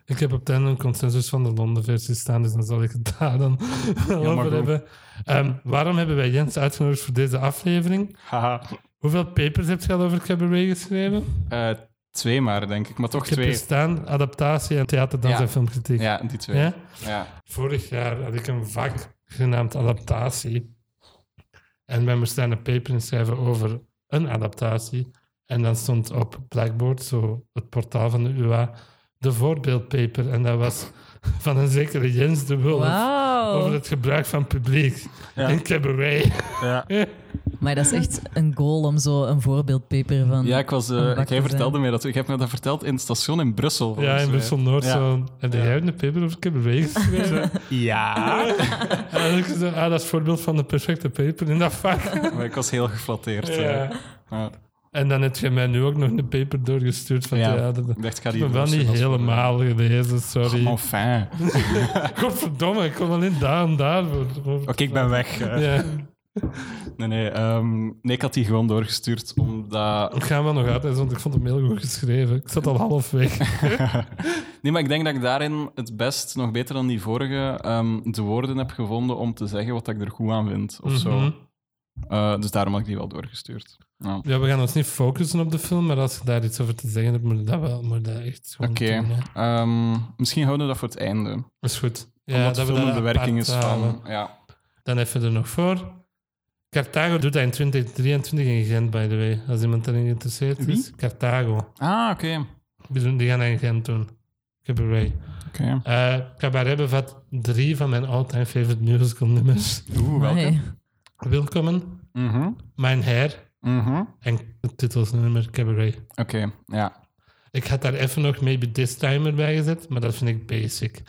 Speaker 1: Ik heb op het einde een consensus van de Londen-versie staan, dus dan zal ik het *laughs* daar dan wel
Speaker 3: maar
Speaker 1: over
Speaker 3: goed.
Speaker 1: hebben. Ehm, waarom hebben wij Jens uitgenodigd voor deze aflevering?
Speaker 3: Haha.
Speaker 1: Hoeveel papers heb je al over Cabaret geschreven?
Speaker 3: Eh, twee maar, denk ik. Maar toch
Speaker 1: Ik heb
Speaker 3: twee.
Speaker 1: er staan adaptatie en theater, dans
Speaker 3: Ja.
Speaker 1: en filmkritiek.
Speaker 3: Ja, die twee.
Speaker 1: Ja?
Speaker 3: Ja.
Speaker 1: Vorig jaar had ik een vak genaamd adaptatie. En wij moesten een paper inschrijven over een adaptatie. En dan stond op Blackboard, zo het portaal van de UA, de voorbeeldpaper. En dat was van een zekere Jens de Wulf. Over
Speaker 2: Wauw.
Speaker 1: het gebruik van publiek
Speaker 3: Ja.
Speaker 1: in cabaret.
Speaker 3: Ja.
Speaker 2: Maar dat is echt een goal om zo een voorbeeldpaper van...
Speaker 3: Ja, ik was, eh,
Speaker 2: Om bak te
Speaker 3: jij vertelde
Speaker 2: zijn.
Speaker 3: mij dat. Ik heb me dat verteld in het station in Brussel.
Speaker 1: Ja,
Speaker 3: volgens
Speaker 1: in
Speaker 3: mij.
Speaker 1: Brussel-Noord.
Speaker 3: Ja.
Speaker 1: zo. Heb jij een paper over cabaret
Speaker 3: *laughs*
Speaker 1: geschreven?
Speaker 2: *laughs*
Speaker 3: Ja.
Speaker 1: En dan heb ik zo, ah, dat is voorbeeld van de perfecte paper in dat vak.
Speaker 3: maar ik was heel geflatteerd. eh.
Speaker 1: Ja.
Speaker 3: Ja.
Speaker 1: En dan heb je mij nu ook nog een paper doorgestuurd van
Speaker 3: Ja.
Speaker 1: ja, dat,
Speaker 3: Ik dacht, ik ga
Speaker 1: ik
Speaker 3: die
Speaker 1: ben wel
Speaker 3: verrassen
Speaker 1: niet
Speaker 3: als we- Oh,
Speaker 1: helemaal gelezen, sorry.
Speaker 3: Maar Enfin. Oké,
Speaker 1: *laughs* Godverdomme, ik kom alleen daar en daar. voor- voor-
Speaker 3: ik ben weg. eh.
Speaker 1: Ja.
Speaker 3: Nee, nee, ehm, nee, ik had die gewoon doorgestuurd omdat
Speaker 1: Ik ga hem wel nog uit, want ik vond hem heel goed geschreven. Ik zat al half weg.
Speaker 3: Nee, maar ik denk dat ik daarin het best, nog beter dan die vorige, ehm, de woorden heb gevonden om te zeggen wat ik er goed aan vind. Of *laughs* zo.
Speaker 1: Mhm.
Speaker 3: Eh, dus daarom had ik die wel doorgestuurd. Ja. Oké,
Speaker 1: Ja, we gaan ons niet focussen op de film, maar als je daar iets over te zeggen hebt, moet je dat wel, moet je dat echt gewoon doen, hè.
Speaker 3: ehm, misschien houden we dat voor het einde.
Speaker 1: is goed.
Speaker 3: omdat de
Speaker 1: we
Speaker 3: film
Speaker 1: dat
Speaker 3: de werking
Speaker 1: apart
Speaker 3: is
Speaker 1: halen.
Speaker 3: van... Ja.
Speaker 1: Dan even er nog voor. Carthago doet dat in 2023 in Gent, by the way. Als iemand daarin geïnteresseerd
Speaker 3: Wie?
Speaker 1: is. Carthago.
Speaker 3: Ah, oké. oké
Speaker 1: Die doen- die gaan dat in Gent doen. Cabaret. Eh cabaret bevat drie van mijn all-time favorite musical nummers. *laughs*
Speaker 3: Oeh, welke?
Speaker 2: Nee.
Speaker 1: Willkommen,
Speaker 3: Mhm,
Speaker 1: Mijn Hair
Speaker 3: mhm.
Speaker 1: en het titelsnummer Cabaret.
Speaker 3: Oké, ja.
Speaker 1: Ik had daar even nog Maybe This Time erbij gezet, maar dat vind ik basic.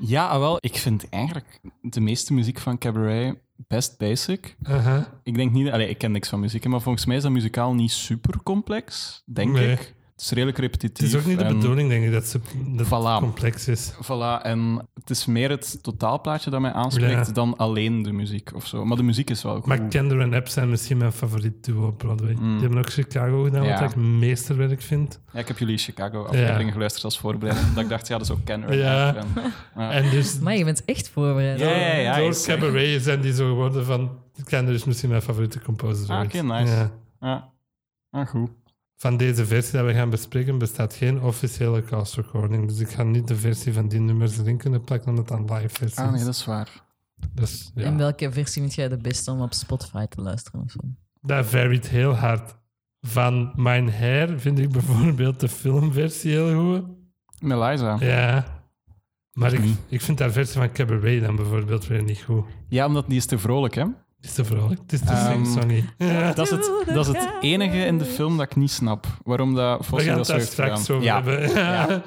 Speaker 3: Ja, ah, wel, ik vind eigenlijk de meeste muziek van Cabaret best basic.
Speaker 1: Aha.
Speaker 3: Ik denk niet, allee, ik ken niks van muziek, hè, maar volgens mij is dat muzikaal niet super complex, denk
Speaker 1: Nee.
Speaker 3: ik. Het is redelijk
Speaker 1: Het
Speaker 3: repetitief.
Speaker 1: is ook niet de
Speaker 3: en-
Speaker 1: bedoeling, denk ik, dat ze dat het
Speaker 3: Voilà.
Speaker 1: complex is.
Speaker 3: Voilà, en het is meer het totaalplaatje dat mij aanspreekt
Speaker 1: Ja.
Speaker 3: dan alleen de muziek of zo. Maar de muziek is wel goed.
Speaker 1: Maar Kendra en App zijn misschien mijn favoriet duo op Broadway. Die hebben ook Chicago gedaan, wat
Speaker 3: Mm. Ja.
Speaker 1: ik meesterwerk vind.
Speaker 3: Ja, ik heb jullie Chicago-aflevering
Speaker 1: Ja.
Speaker 3: geluisterd als voorbereiding, omdat ik dacht, ja, dat is ook Ken
Speaker 1: Ja.
Speaker 3: Redknapp. En- Ja.
Speaker 1: En dus
Speaker 2: Maar je bent echt voorbereid.
Speaker 3: Ja, ja, ja.
Speaker 1: door
Speaker 3: is-
Speaker 1: Cabaret zijn die zo geworden van... Kendra is misschien mijn favoriete composer.
Speaker 3: Ah,
Speaker 1: ooit.
Speaker 3: oké, nice.
Speaker 1: Ja.
Speaker 3: ja. Ah, goed.
Speaker 1: Van deze versie dat we gaan bespreken bestaat geen officiële cast recording. Dus ik ga niet de versie van die nummers erin kunnen plakken, omdat het een live versie
Speaker 3: Ah, nee,
Speaker 1: is.
Speaker 3: dat is waar.
Speaker 1: Dus ja,
Speaker 2: In welke versie vind jij de beste om op Spotify te luisteren? Of zo?
Speaker 1: dat varied heel hard. Van Mijn Hair vind ik *laughs* bijvoorbeeld de filmversie heel goed.
Speaker 3: Melisa. Ja.
Speaker 1: Ja. Maar
Speaker 3: Mm.
Speaker 1: ik, ik vind haar versie van Cabaret dan bijvoorbeeld weer niet goed.
Speaker 3: omdat die is te vrolijk, hè?
Speaker 1: Het is te vrolijk. Het is te
Speaker 3: Ehm,
Speaker 1: sing-songy. Ja.
Speaker 3: Dat is, het, dat is het enige in de film dat ik niet snap. Waarom dat
Speaker 1: We
Speaker 3: Fossi
Speaker 1: gaan het
Speaker 3: dat zo
Speaker 1: daar
Speaker 3: heeft gedaan.
Speaker 1: straks over
Speaker 3: ja.
Speaker 1: hebben.
Speaker 3: Ja.
Speaker 1: *laughs*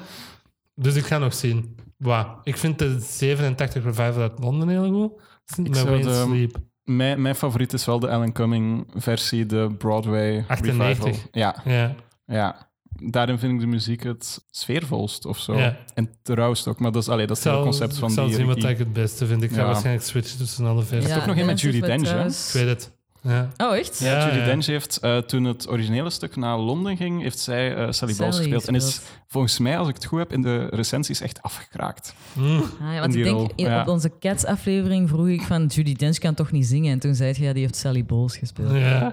Speaker 1: Dus ik ga nog zien. Wauw. Ik vind de 87 revival uit Londen heel goed.
Speaker 3: Ik
Speaker 1: Met
Speaker 3: zou
Speaker 1: Wayne
Speaker 3: de-
Speaker 1: Sleep.
Speaker 3: Mijn, mijn favoriet is wel de Alan Cumming-versie, de Broadway
Speaker 1: 98.
Speaker 3: revival. Ja.
Speaker 1: Ja.
Speaker 3: Ja, daarin vind ik de muziek het sfeervolst of zo.
Speaker 1: Ja.
Speaker 3: En trouwens ook, maar dat is, allee, dat
Speaker 1: Ik
Speaker 3: is
Speaker 1: zal-
Speaker 3: het concept van
Speaker 1: ik zal
Speaker 3: die
Speaker 1: zien wat
Speaker 3: regie.
Speaker 1: ik het beste vind. Ik ga
Speaker 3: Ja.
Speaker 1: waarschijnlijk switchen tussen alle versies.
Speaker 3: Ja. toch nog een met
Speaker 2: dat is
Speaker 3: Judi Dench, hè?
Speaker 1: Ik
Speaker 2: thuis.
Speaker 1: weet het. Ja.
Speaker 2: Oh, echt?
Speaker 1: Ja.
Speaker 3: Judy Dench heeft, eh, toen het originele stuk naar Londen ging, heeft zij eh, Sally Bowles
Speaker 2: Sally
Speaker 3: gespeeld. En is
Speaker 2: gespeeld.
Speaker 3: volgens mij, als ik het goed heb, in de recensies echt afgekraakt.
Speaker 1: Mm.
Speaker 2: Ah, ja,
Speaker 3: in
Speaker 2: want
Speaker 3: die
Speaker 2: ik denk,
Speaker 3: rol,
Speaker 2: in-
Speaker 3: ja.
Speaker 2: op onze Cats-aflevering vroeg ik van Judy Dench kan toch niet zingen? En toen zei je, ja, die heeft Sally Bowles gespeeld.
Speaker 1: Ja.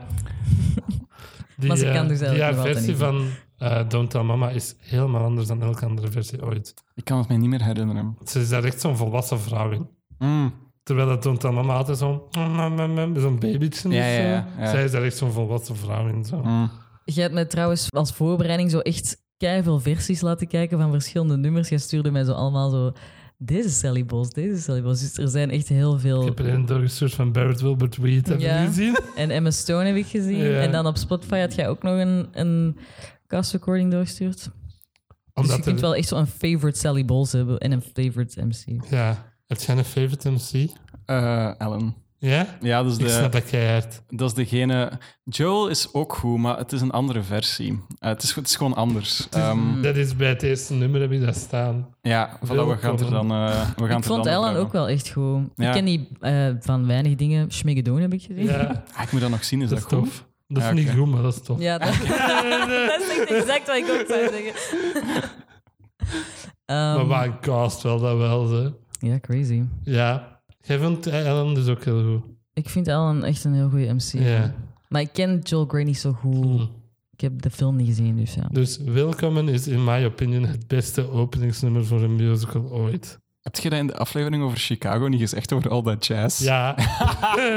Speaker 1: Die,
Speaker 2: Maar ze
Speaker 1: eh,
Speaker 2: kan dus
Speaker 1: die
Speaker 2: eigenlijk
Speaker 1: haar
Speaker 2: nog altijd
Speaker 1: versie
Speaker 2: niet.
Speaker 1: van eh, Don't Tell Mama is helemaal anders dan elke andere versie ooit.
Speaker 3: Ik kan het mij niet meer herinneren.
Speaker 1: Ze is daar echt zo'n volwassen vrouw in.
Speaker 3: Mm,
Speaker 1: Terwijl dat Don't Tell Mama altijd zo'n zo'n babytje mm, is.
Speaker 3: Ja, ja, ja,
Speaker 1: zo.
Speaker 3: ja.
Speaker 1: Zij is daar echt zo'n volwassen vrouw in. Zo.
Speaker 3: mm.
Speaker 2: Je hebt me trouwens als voorbereiding zo echt keiveel versies laten kijken van verschillende nummers. Je stuurde mij zo allemaal zo Deze is Sally Bos, deze is Sally Bos. Dus er zijn echt heel
Speaker 1: Ik
Speaker 2: veel.
Speaker 1: heb er een doorgestuurd van Barrett Wilbert Weed. Heb je
Speaker 2: Ja. Dus
Speaker 1: die
Speaker 2: *laughs*
Speaker 1: gezien?
Speaker 2: En Emma Stone heb ik gezien.
Speaker 1: Ja.
Speaker 2: En dan op Spotify had jij ook nog een, een cast recording doorgestuurd. dus je
Speaker 1: Omdat
Speaker 2: kunt
Speaker 1: er-
Speaker 2: wel echt zo'n favorite Sally Bowles hebben en een favorite MC.
Speaker 1: Ja. Heb jij een favorite MC?
Speaker 3: Eh, Ellen.
Speaker 1: Ja?
Speaker 3: Ja, dat is,
Speaker 1: Ik snap
Speaker 3: Dus de,
Speaker 1: dat keihard.
Speaker 3: dat is degene... Joel is ook goed, maar het is een andere versie. Eh, het, is, het is gewoon anders. Ehm,
Speaker 1: Dus Dat is bij het eerste nummer heb je dat
Speaker 2: *laughs*
Speaker 1: staan.
Speaker 3: ja, voilà, we gaan het er dan... eh, we gaan
Speaker 2: Ik vond Ellen ook wel echt goed.
Speaker 3: Ja.
Speaker 2: Ik ken die eh, van weinig dingen. Schmigedoon heb ik gezien.
Speaker 1: Ja,
Speaker 3: Ah, ik moet dat nog zien, is
Speaker 1: dat
Speaker 3: dat,
Speaker 1: is
Speaker 3: goed?
Speaker 1: tof. Dat
Speaker 3: Ja,
Speaker 1: is niet
Speaker 3: oké.
Speaker 1: goed, maar dat is tof. *laughs*
Speaker 2: Ja, dat, *laughs* dat is echt exact wat ik ook zou zeggen. Ehm,
Speaker 1: maar wat een cast wel, dat wel. Zo.
Speaker 2: ja, crazy.
Speaker 1: Ja. Jij vond Ellen dus ook heel goed.
Speaker 2: Ik vind Ellen echt een heel goede MC.
Speaker 1: Ja. Hmm.
Speaker 2: Maar ik ken Joel Grey niet zo goed. Ik heb de film niet gezien, dus ja.
Speaker 1: Dus Welcome is in my opinion het beste openingsnummer voor een musical ooit.
Speaker 3: Heb je dat in de aflevering over Chicago niet gezegd, over al dat jazz?
Speaker 1: Ja.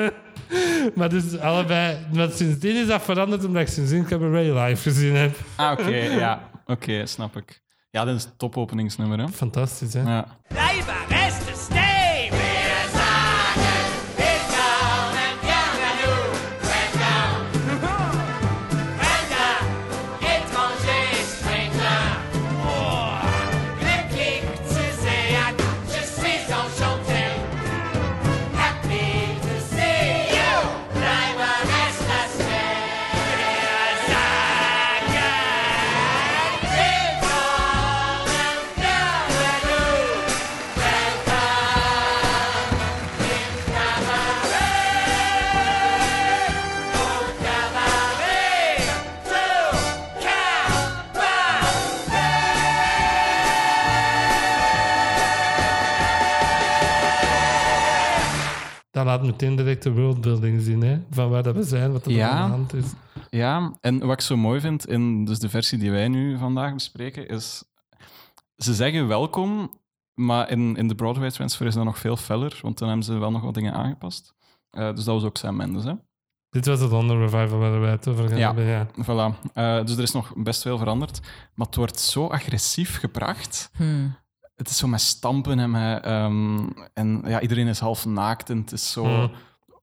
Speaker 1: *laughs* maar dus allebei... Maar sindsdien is dat veranderd omdat ik sindsdien Cabaret live gezien heb.
Speaker 3: Ah, oké, ja. Oké, snap ik. Ja, dat is het topopeningsnummer, hè?
Speaker 1: Fantastisch, hè?
Speaker 3: Ja.
Speaker 4: Labour has to stay. We're sergeant. It's down and young and new. We're down. Brenda, étranger, stranger. Oh, réplique, Suzanne, je suis enchanté. Happy to see you. Labour has to stay. We're sergeant. It's down and young and new.
Speaker 1: Dat laat meteen direct de worldbuilding zien, hè? Van waar dat we zijn, wat er
Speaker 3: Ja.
Speaker 1: aan de hand is.
Speaker 3: ja, en wat ik zo mooi vind in dus de versie die wij nu vandaag bespreken, is... Ze zeggen welkom, maar in, in de Broadway-transfer is dat nog veel feller, want dan hebben ze wel nog wat dingen aangepast. Eh, dus dat was ook Sam Mendes, hè?
Speaker 1: Dit was het onder revival waar we het over gaan
Speaker 3: Ja.
Speaker 1: hebben, ja.
Speaker 3: Voilà. Eh, dus er is nog best veel veranderd. Maar het wordt zo agressief gebracht.
Speaker 2: Hmm.
Speaker 3: Het is zo met stampen en met... ehm, en ja, iedereen is half naakt en het is zo
Speaker 1: Hmm.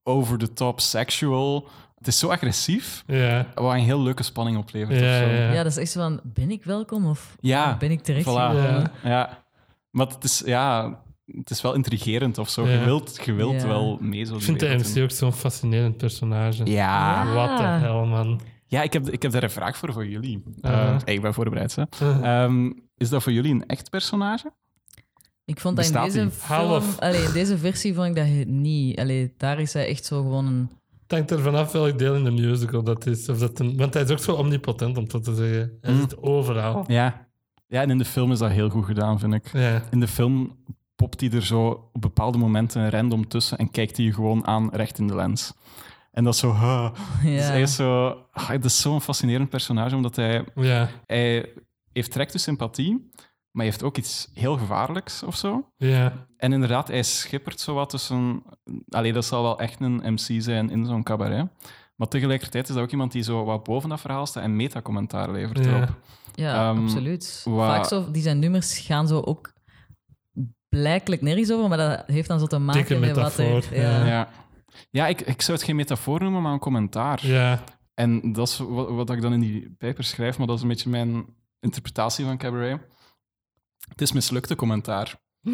Speaker 3: over the top sexual. Het is zo agressief.
Speaker 1: Ja.
Speaker 3: Wat een heel leuke spanning oplevert.
Speaker 1: Ja,
Speaker 3: of zo.
Speaker 1: ja.
Speaker 2: Ja, dat is echt zo van, ben ik welkom of
Speaker 3: Ja,
Speaker 2: of ben ik terecht?
Speaker 3: Voilà.
Speaker 1: Ja.
Speaker 3: *laughs* Ja. Maar het is, ja, het is wel intrigerend of zo.
Speaker 1: Ja.
Speaker 3: Je wilt, je wilt
Speaker 2: Ja.
Speaker 3: wel mee zo.
Speaker 1: Ik vind de MC ook zo'n fascinerend personage.
Speaker 3: Ja.
Speaker 2: Ja.
Speaker 1: Wat de hel,
Speaker 3: *laughs*
Speaker 1: man.
Speaker 3: ja ik, heb, ik heb daar een vraag voor voor jullie. Eh,
Speaker 1: Uh-huh.
Speaker 3: hey, ik ben voorbereid. Hè. Ehm, is dat voor jullie een echt personage?
Speaker 2: Ik vond dat in
Speaker 3: Bestaat
Speaker 2: deze,
Speaker 3: die?
Speaker 2: film,
Speaker 1: Half.
Speaker 2: allee, in deze versie vond ik dat he- niet. Allee, daar is hij echt zo gewoon een...
Speaker 1: Het hangt er vanaf welk deel in de musical dat is. Of dat een- want hij is ook zo omnipotent, om dat te zeggen. Hij
Speaker 3: Mm.
Speaker 1: zit overal.
Speaker 3: Ja. Ja, en in de film is dat heel goed gedaan, vind ik.
Speaker 1: Ja.
Speaker 3: In de film popt hij er zo op bepaalde momenten random tussen en kijkt hij je gewoon aan recht in de lens. En dat is zo... huh.
Speaker 2: Ja.
Speaker 3: *laughs* Het is echt zo... ah, Het is zo'n fascinerend personage, omdat hij
Speaker 1: Ja.
Speaker 3: hij heeft direct de sympathie, maar hij heeft ook iets heel gevaarlijks of zo.
Speaker 1: Ja.
Speaker 3: En inderdaad, hij schippert zo wat tussen... Allee, dat zal wel echt een MC zijn in zo'n cabaret. Maar tegelijkertijd is dat ook iemand die zo wat boven dat verhaal staat en metacommentaar levert
Speaker 1: Ja.
Speaker 3: erop.
Speaker 2: Ja,
Speaker 3: Ehm,
Speaker 2: absoluut.
Speaker 3: wa-
Speaker 2: Vaak zo, die zijn nummers gaan zo ook blijkelijk nergens over, maar dat heeft dan zo te maken
Speaker 1: Dikke
Speaker 2: met wat er...
Speaker 1: metafoor,
Speaker 2: Ja.
Speaker 1: ja.
Speaker 3: Ja, ja ik, ik zou het geen metafoor noemen, maar een commentaar.
Speaker 1: Ja.
Speaker 3: En dat is wat, wat ik dan in die pijper schrijf, maar dat is een beetje mijn interpretatie van Cabaret. Het is mislukte commentaar.
Speaker 1: *laughs*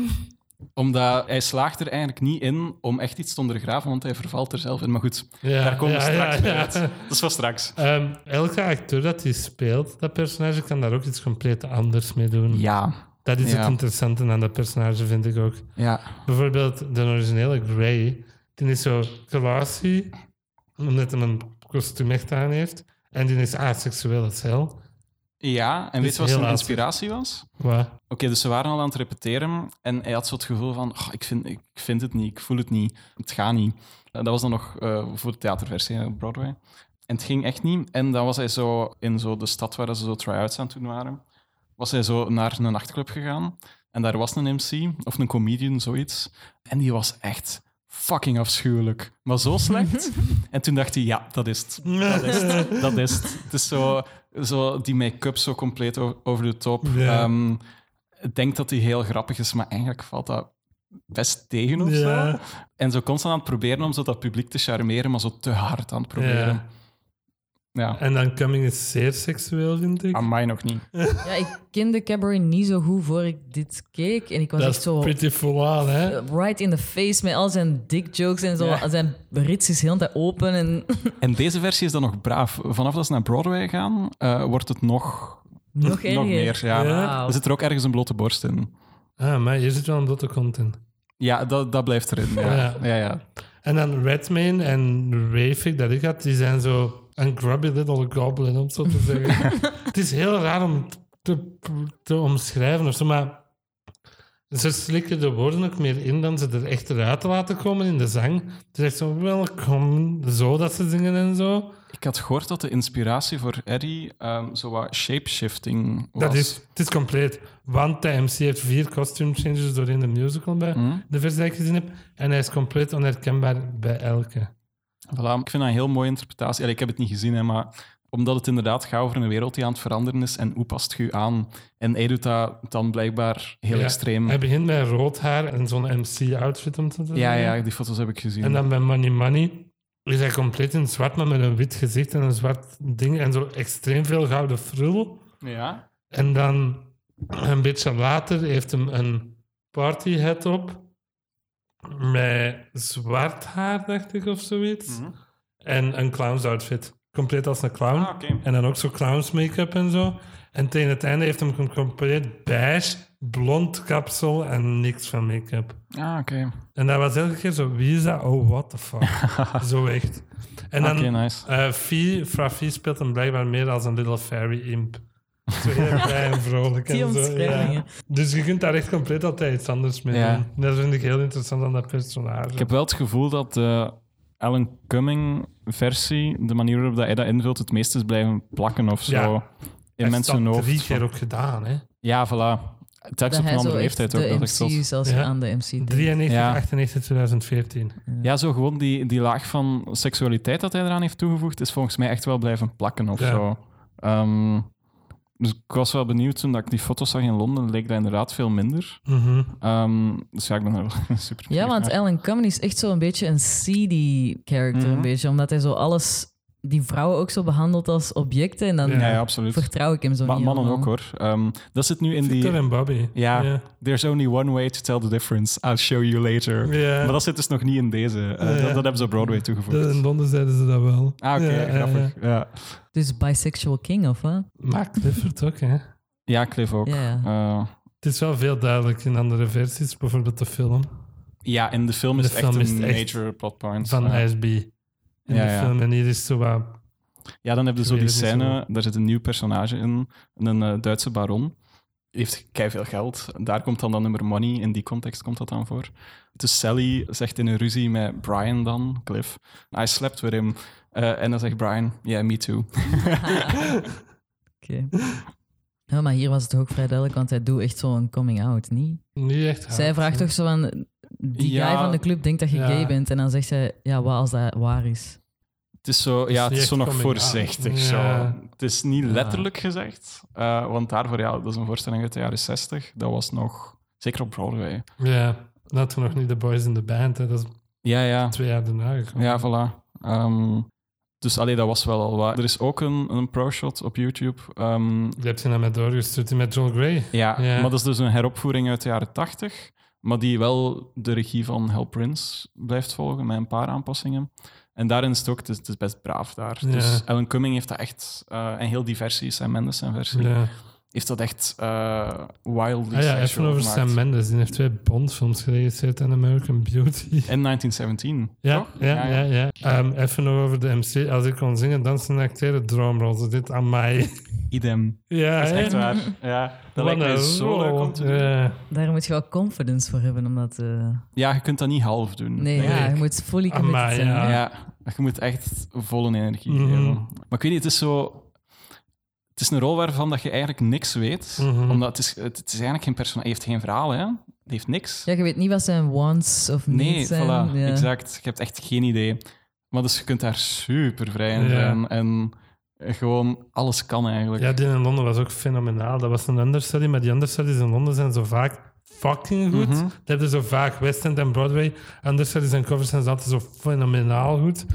Speaker 3: Omdat hij slaagt er eigenlijk niet in om echt iets te ondergraven, want hij vervalt er zelf in. Maar goed,
Speaker 1: Ja,
Speaker 3: daar komen we
Speaker 1: ja,
Speaker 3: straks
Speaker 1: ja,
Speaker 3: bij
Speaker 1: ja.
Speaker 3: uit. Dat is van straks.
Speaker 1: Ehm, elke acteur dat die speelt, dat personage, kan daar ook iets compleet anders mee doen.
Speaker 3: Ja,
Speaker 1: Dat is het
Speaker 3: Ja.
Speaker 1: interessante aan dat personage, vind ik ook.
Speaker 3: ja.
Speaker 1: Bijvoorbeeld de originele Grey, die is zo classy, omdat hij een kostuum echt aan heeft. En die is aseksueel als hel.
Speaker 3: Ja,
Speaker 1: is
Speaker 3: en weet je wat
Speaker 1: heel
Speaker 3: zijn
Speaker 1: laat.
Speaker 3: inspiratie was?
Speaker 1: Wat?
Speaker 3: Oké, dus ze waren al aan het repeteren en hij had zo het gevoel van, "Ah, ik, vind, ik vind het niet, ik voel het niet, het gaat niet. Eh, Dat was dan nog eh, voor de theaterversie hè, op Broadway. En het ging echt niet. En dan was hij zo in zo de stad waar ze zo try-outs aan het doen waren, was hij zo naar een nachtclub gegaan. En daar was een MC of een comedian, zoiets. En die was echt fucking afschuwelijk. Maar zo slecht. en toen dacht hij, ja, dat is het. Dat is het. Dat is het. Het is zo, zo die make-up zo compleet o- over de top.
Speaker 1: Ja.
Speaker 3: Ehm, denkt dat hij heel grappig is, maar eigenlijk valt dat best tegen of
Speaker 1: Ja.
Speaker 3: zo. En zo constant aan het proberen om zo dat publiek te charmeren, maar zo te hard aan het proberen. Ja,
Speaker 1: En dan Cumming is zeer seksueel, vind ik.
Speaker 3: aan mij nog niet.
Speaker 2: Ja, ik kende Cabaret niet zo goed voor ik dit keek. En ik was
Speaker 1: dat
Speaker 2: echt
Speaker 1: is
Speaker 2: zo
Speaker 1: pretty full on, hè?
Speaker 2: eh, right in the face met al zijn dick jokes en zo.
Speaker 3: Ja.
Speaker 2: Zijn rits is heel de tijd open.
Speaker 3: *laughs*
Speaker 2: En
Speaker 3: En deze versie is dan nog braaf. Vanaf dat ze naar Broadway gaan, eh, wordt het nog,
Speaker 2: nog erger.
Speaker 3: nog meer. Ja.
Speaker 2: Wauw.
Speaker 3: Er zit er ook ergens een blote borst in.
Speaker 1: Ah, maar hier zit wel een botte content.
Speaker 3: Ja, dat, dat blijft erin.
Speaker 1: Ja.
Speaker 3: Ja. Ja, ja.
Speaker 1: En dan Redmayne en Ravik, dat ik had, die zijn zo een grubby little goblin, om het zo te zeggen. het is heel raar om te, te omschrijven of zo, maar ze slikken de woorden ook meer in dan ze er echt eruit laten komen in de zang. Het is echt zo, welkom, zo dat ze zingen en zo.
Speaker 3: Ik had gehoord dat de inspiratie voor Eddie ehm zo wat shapeshifting was.
Speaker 1: Dat is, het is compleet. Want de MC heeft vier costume changes doorheen de musical bij de versie die ik gezien heb. En hij is compleet onherkenbaar bij elke.
Speaker 3: Voilà, ik vind dat een heel mooie interpretatie. Allee, ik heb het niet gezien, hè, maar omdat het inderdaad gaat over een wereld die aan het veranderen is en hoe past je je aan? En hij doet dat dan blijkbaar heel
Speaker 1: Ja,
Speaker 3: extreem.
Speaker 1: Hij begint met rood haar en zo'n MC-outfit om te zeggen.
Speaker 3: Ja, ja, die foto's heb ik gezien.
Speaker 1: En dan bij Money Money is hij compleet in zwart, maar met een wit gezicht en een zwart ding. En zo extreem veel gouden frul.
Speaker 3: Ja?
Speaker 1: En dan een beetje later heeft hem een partyhead op. Met zwart haar, dacht ik, of zoiets.
Speaker 3: Mhm.
Speaker 1: En een clowns outfit. Compleet als een clown.
Speaker 3: Ah, oké.
Speaker 1: En dan ook zo clowns make-up en zo. En tegen het einde heeft hem een compleet beige, blond kapsel en niks van make-up.
Speaker 3: Ah, oké.
Speaker 1: En dat was elke keer zo, wie is dat? Oh, what the
Speaker 3: *laughs*
Speaker 1: fuck. zo echt. En dan,
Speaker 3: Oké, nice.
Speaker 1: eh, Fee, Fra Fee speelt hem blijkbaar meer als een little fairy imp. Zo
Speaker 2: *laughs*
Speaker 1: heel blij en vrolijk
Speaker 2: Die
Speaker 1: en zo.
Speaker 2: omschrijvingen.
Speaker 1: Ja. Dus je kunt daar echt compleet altijd iets anders mee
Speaker 3: Ja.
Speaker 1: doen. Dat vind ik heel interessant aan dat personage.
Speaker 3: Ik heb wel het gevoel dat de Alan Cumming-versie, de manier waarop dat hij dat invult, het meest is blijven plakken of zo.
Speaker 1: Ja.
Speaker 3: In mensen
Speaker 1: dat
Speaker 3: hoofd.
Speaker 1: drie keer ook gedaan, hè.
Speaker 3: Ja, voilà. Het is
Speaker 2: Dat
Speaker 3: op een
Speaker 2: hij zo
Speaker 3: andere
Speaker 2: echt
Speaker 3: leeftijd ook.
Speaker 2: de
Speaker 3: Dat
Speaker 2: MC
Speaker 3: is echt zot.
Speaker 2: is als
Speaker 1: Ja.
Speaker 2: je aan de MC denkt.
Speaker 1: 93,
Speaker 3: Ja.
Speaker 1: 98, 2014.
Speaker 3: Ja, zo gewoon die, die laag van seksualiteit dat hij eraan heeft toegevoegd, is volgens mij echt wel blijven plakken of
Speaker 1: Ja.
Speaker 3: zo. Ehm, dus ik was wel benieuwd toen dat ik die foto's zag in Londen, leek dat inderdaad veel minder.
Speaker 1: Mhm.
Speaker 3: Ehm, dus ja, ik ben er wel *laughs* super
Speaker 2: Ja,
Speaker 3: benieuwd
Speaker 2: want
Speaker 3: naar.
Speaker 2: Alan Cumming is echt zo'n beetje een seedy character, een
Speaker 3: Mhm.
Speaker 2: beetje. Omdat hij zo alles, die vrouwen ook zo behandelt als objecten. En dan
Speaker 1: Ja,
Speaker 3: Ja, ja, absoluut.
Speaker 2: vertrouw ik hem zo
Speaker 3: Maar
Speaker 2: niet
Speaker 3: mannen ook
Speaker 2: helemaal.
Speaker 3: hoor. Ehm, dat zit nu in die...
Speaker 1: Victor en Bobby.
Speaker 3: Ja,
Speaker 1: Ja.
Speaker 3: there's only one way to tell the difference. I'll show you later.
Speaker 1: Ja.
Speaker 3: Maar dat zit dus nog niet in deze. Eh,
Speaker 1: Ja.
Speaker 3: dat, dat hebben ze op Broadway toegevoegd.
Speaker 1: De- in Londen zeiden ze dat wel.
Speaker 3: ah, oké,
Speaker 1: Ja, ja,
Speaker 3: grappig.
Speaker 1: ja.
Speaker 3: Ja, ja.
Speaker 2: Dus bisexual king, of wat?
Speaker 1: Maar Clifford ook, hè.
Speaker 3: Cliff ook.
Speaker 2: Ja, ja.
Speaker 3: Eh,
Speaker 1: Het is wel veel duidelijk in andere versies, bijvoorbeeld de film
Speaker 3: Ja, in de film is
Speaker 1: De
Speaker 3: het echt
Speaker 1: film is
Speaker 3: een
Speaker 1: het echt
Speaker 3: major plot point. eh.
Speaker 1: van
Speaker 3: ja.
Speaker 1: ISB. In
Speaker 3: Ja,
Speaker 1: de
Speaker 3: ja.
Speaker 1: film. En hier is zo wat...
Speaker 3: Ja, dan heb je
Speaker 1: Ik
Speaker 3: zo die
Speaker 1: weet het niet
Speaker 3: scène, daar zit een nieuw personage in, een eh, Duitse baron. Die heeft veel geld. Daar komt dan dat nummer money, in die context komt dat dan voor. Dus Sally zegt in een ruzie met Brian dan, Cliff, I slept with him. Eh, en dan zegt Brian, yeah, me too. *laughs*
Speaker 2: Oké. Ja, maar hier was het ook vrij duidelijk, want hij doet echt zo'n coming out, niet?
Speaker 1: Niet echt hard,
Speaker 2: Zij vraagt
Speaker 1: hè.
Speaker 2: toch zo van... Die guy
Speaker 3: Ja.
Speaker 2: van de club denkt dat je
Speaker 1: Ja.
Speaker 2: gay bent. En dan zegt zij, ja, wat als dat waar is?
Speaker 3: Het is zo,
Speaker 1: is
Speaker 3: ja, het
Speaker 1: niet
Speaker 3: is zo
Speaker 1: echt
Speaker 3: nog
Speaker 1: coming out.
Speaker 3: voorzichtig.
Speaker 1: Ja.
Speaker 3: Zo. Het is niet letterlijk gezegd, eh, want daarvoor, ja, dat is een voorstelling uit de jaren 60. Dat was nog, zeker op Broadway.
Speaker 1: Ja, dat we nog niet de boys in de band. Hè. Dat is
Speaker 3: Ja, ja.
Speaker 1: twee jaar daarna gekomen.
Speaker 3: Ja, voilà. Ehm, dus allee, dat was wel al wat. Er is ook een, een pro-shot op YouTube. ehm,
Speaker 1: Je hebt ze naar mij doorgestuurd, die met Joel Grey.
Speaker 3: ja,
Speaker 1: Ja.
Speaker 3: maar dat is dus een heropvoering uit de jaren 80, Maar die wel de regie van Hal Prince blijft volgen met een paar aanpassingen. En daarin is het ook, het is, het is best braaf daar.
Speaker 1: Ja.
Speaker 3: Dus Alan Cumming heeft dat echt, eh, en heel die versie, Sam Mendes zijn versie,
Speaker 1: Ja.
Speaker 3: heeft dat echt eh wildly
Speaker 1: Ah ja, even
Speaker 3: sexual
Speaker 1: over
Speaker 3: gemaakt.
Speaker 1: Sam Mendes. Die heeft twee Bond-films geregisseerd en American Beauty. *laughs*
Speaker 3: En 1917,
Speaker 1: Ja,
Speaker 3: toch?
Speaker 1: ja, ja. ja. Ehm, even nog over de MC. Als ik kon zingen, dansen en acteren, droomrol. Zo Dit aan mij. *laughs*
Speaker 3: Idem.
Speaker 1: ja,
Speaker 3: Dat is
Speaker 1: hè?
Speaker 3: echt waar. Ja, dat
Speaker 1: Wat
Speaker 3: lijkt mij
Speaker 1: een
Speaker 3: zo leuk om
Speaker 1: rol.
Speaker 3: te doen.
Speaker 1: Ja.
Speaker 2: Daar moet je wel confidence voor hebben, omdat... eh,
Speaker 3: Ja, je kunt dat niet half doen.
Speaker 2: Nee,
Speaker 1: Nee.
Speaker 2: ja, je moet fully committed
Speaker 1: Amai,
Speaker 2: zijn.
Speaker 1: ja.
Speaker 3: Ja, je moet echt volle energie
Speaker 1: Ah. Mhm.
Speaker 3: geven. Maar ik weet niet, het is zo... Het is een rol waarvan dat je eigenlijk niks weet.
Speaker 1: Mhm.
Speaker 3: Omdat het is, het, het is eigenlijk geen personage... Hij heeft geen verhaal, hè. Hij heeft niks.
Speaker 2: Ja, je weet niet wat zijn wants of niet
Speaker 3: nee,
Speaker 2: zijn.
Speaker 3: voilà.
Speaker 2: ja.
Speaker 3: Exact. Je hebt echt geen idee. Maar dus je kunt daar super vrij in
Speaker 1: Ja.
Speaker 3: zijn. En gewoon alles kan eigenlijk.
Speaker 1: Ja, die in Londen was ook fenomenaal. Dat was een understudy, maar die understudies in Londen zijn zo vaak fucking goed.
Speaker 3: Mhm.
Speaker 1: Dat hebben zo vaak West End en Broadway. Understudies en covers zijn altijd zo fenomenaal goed.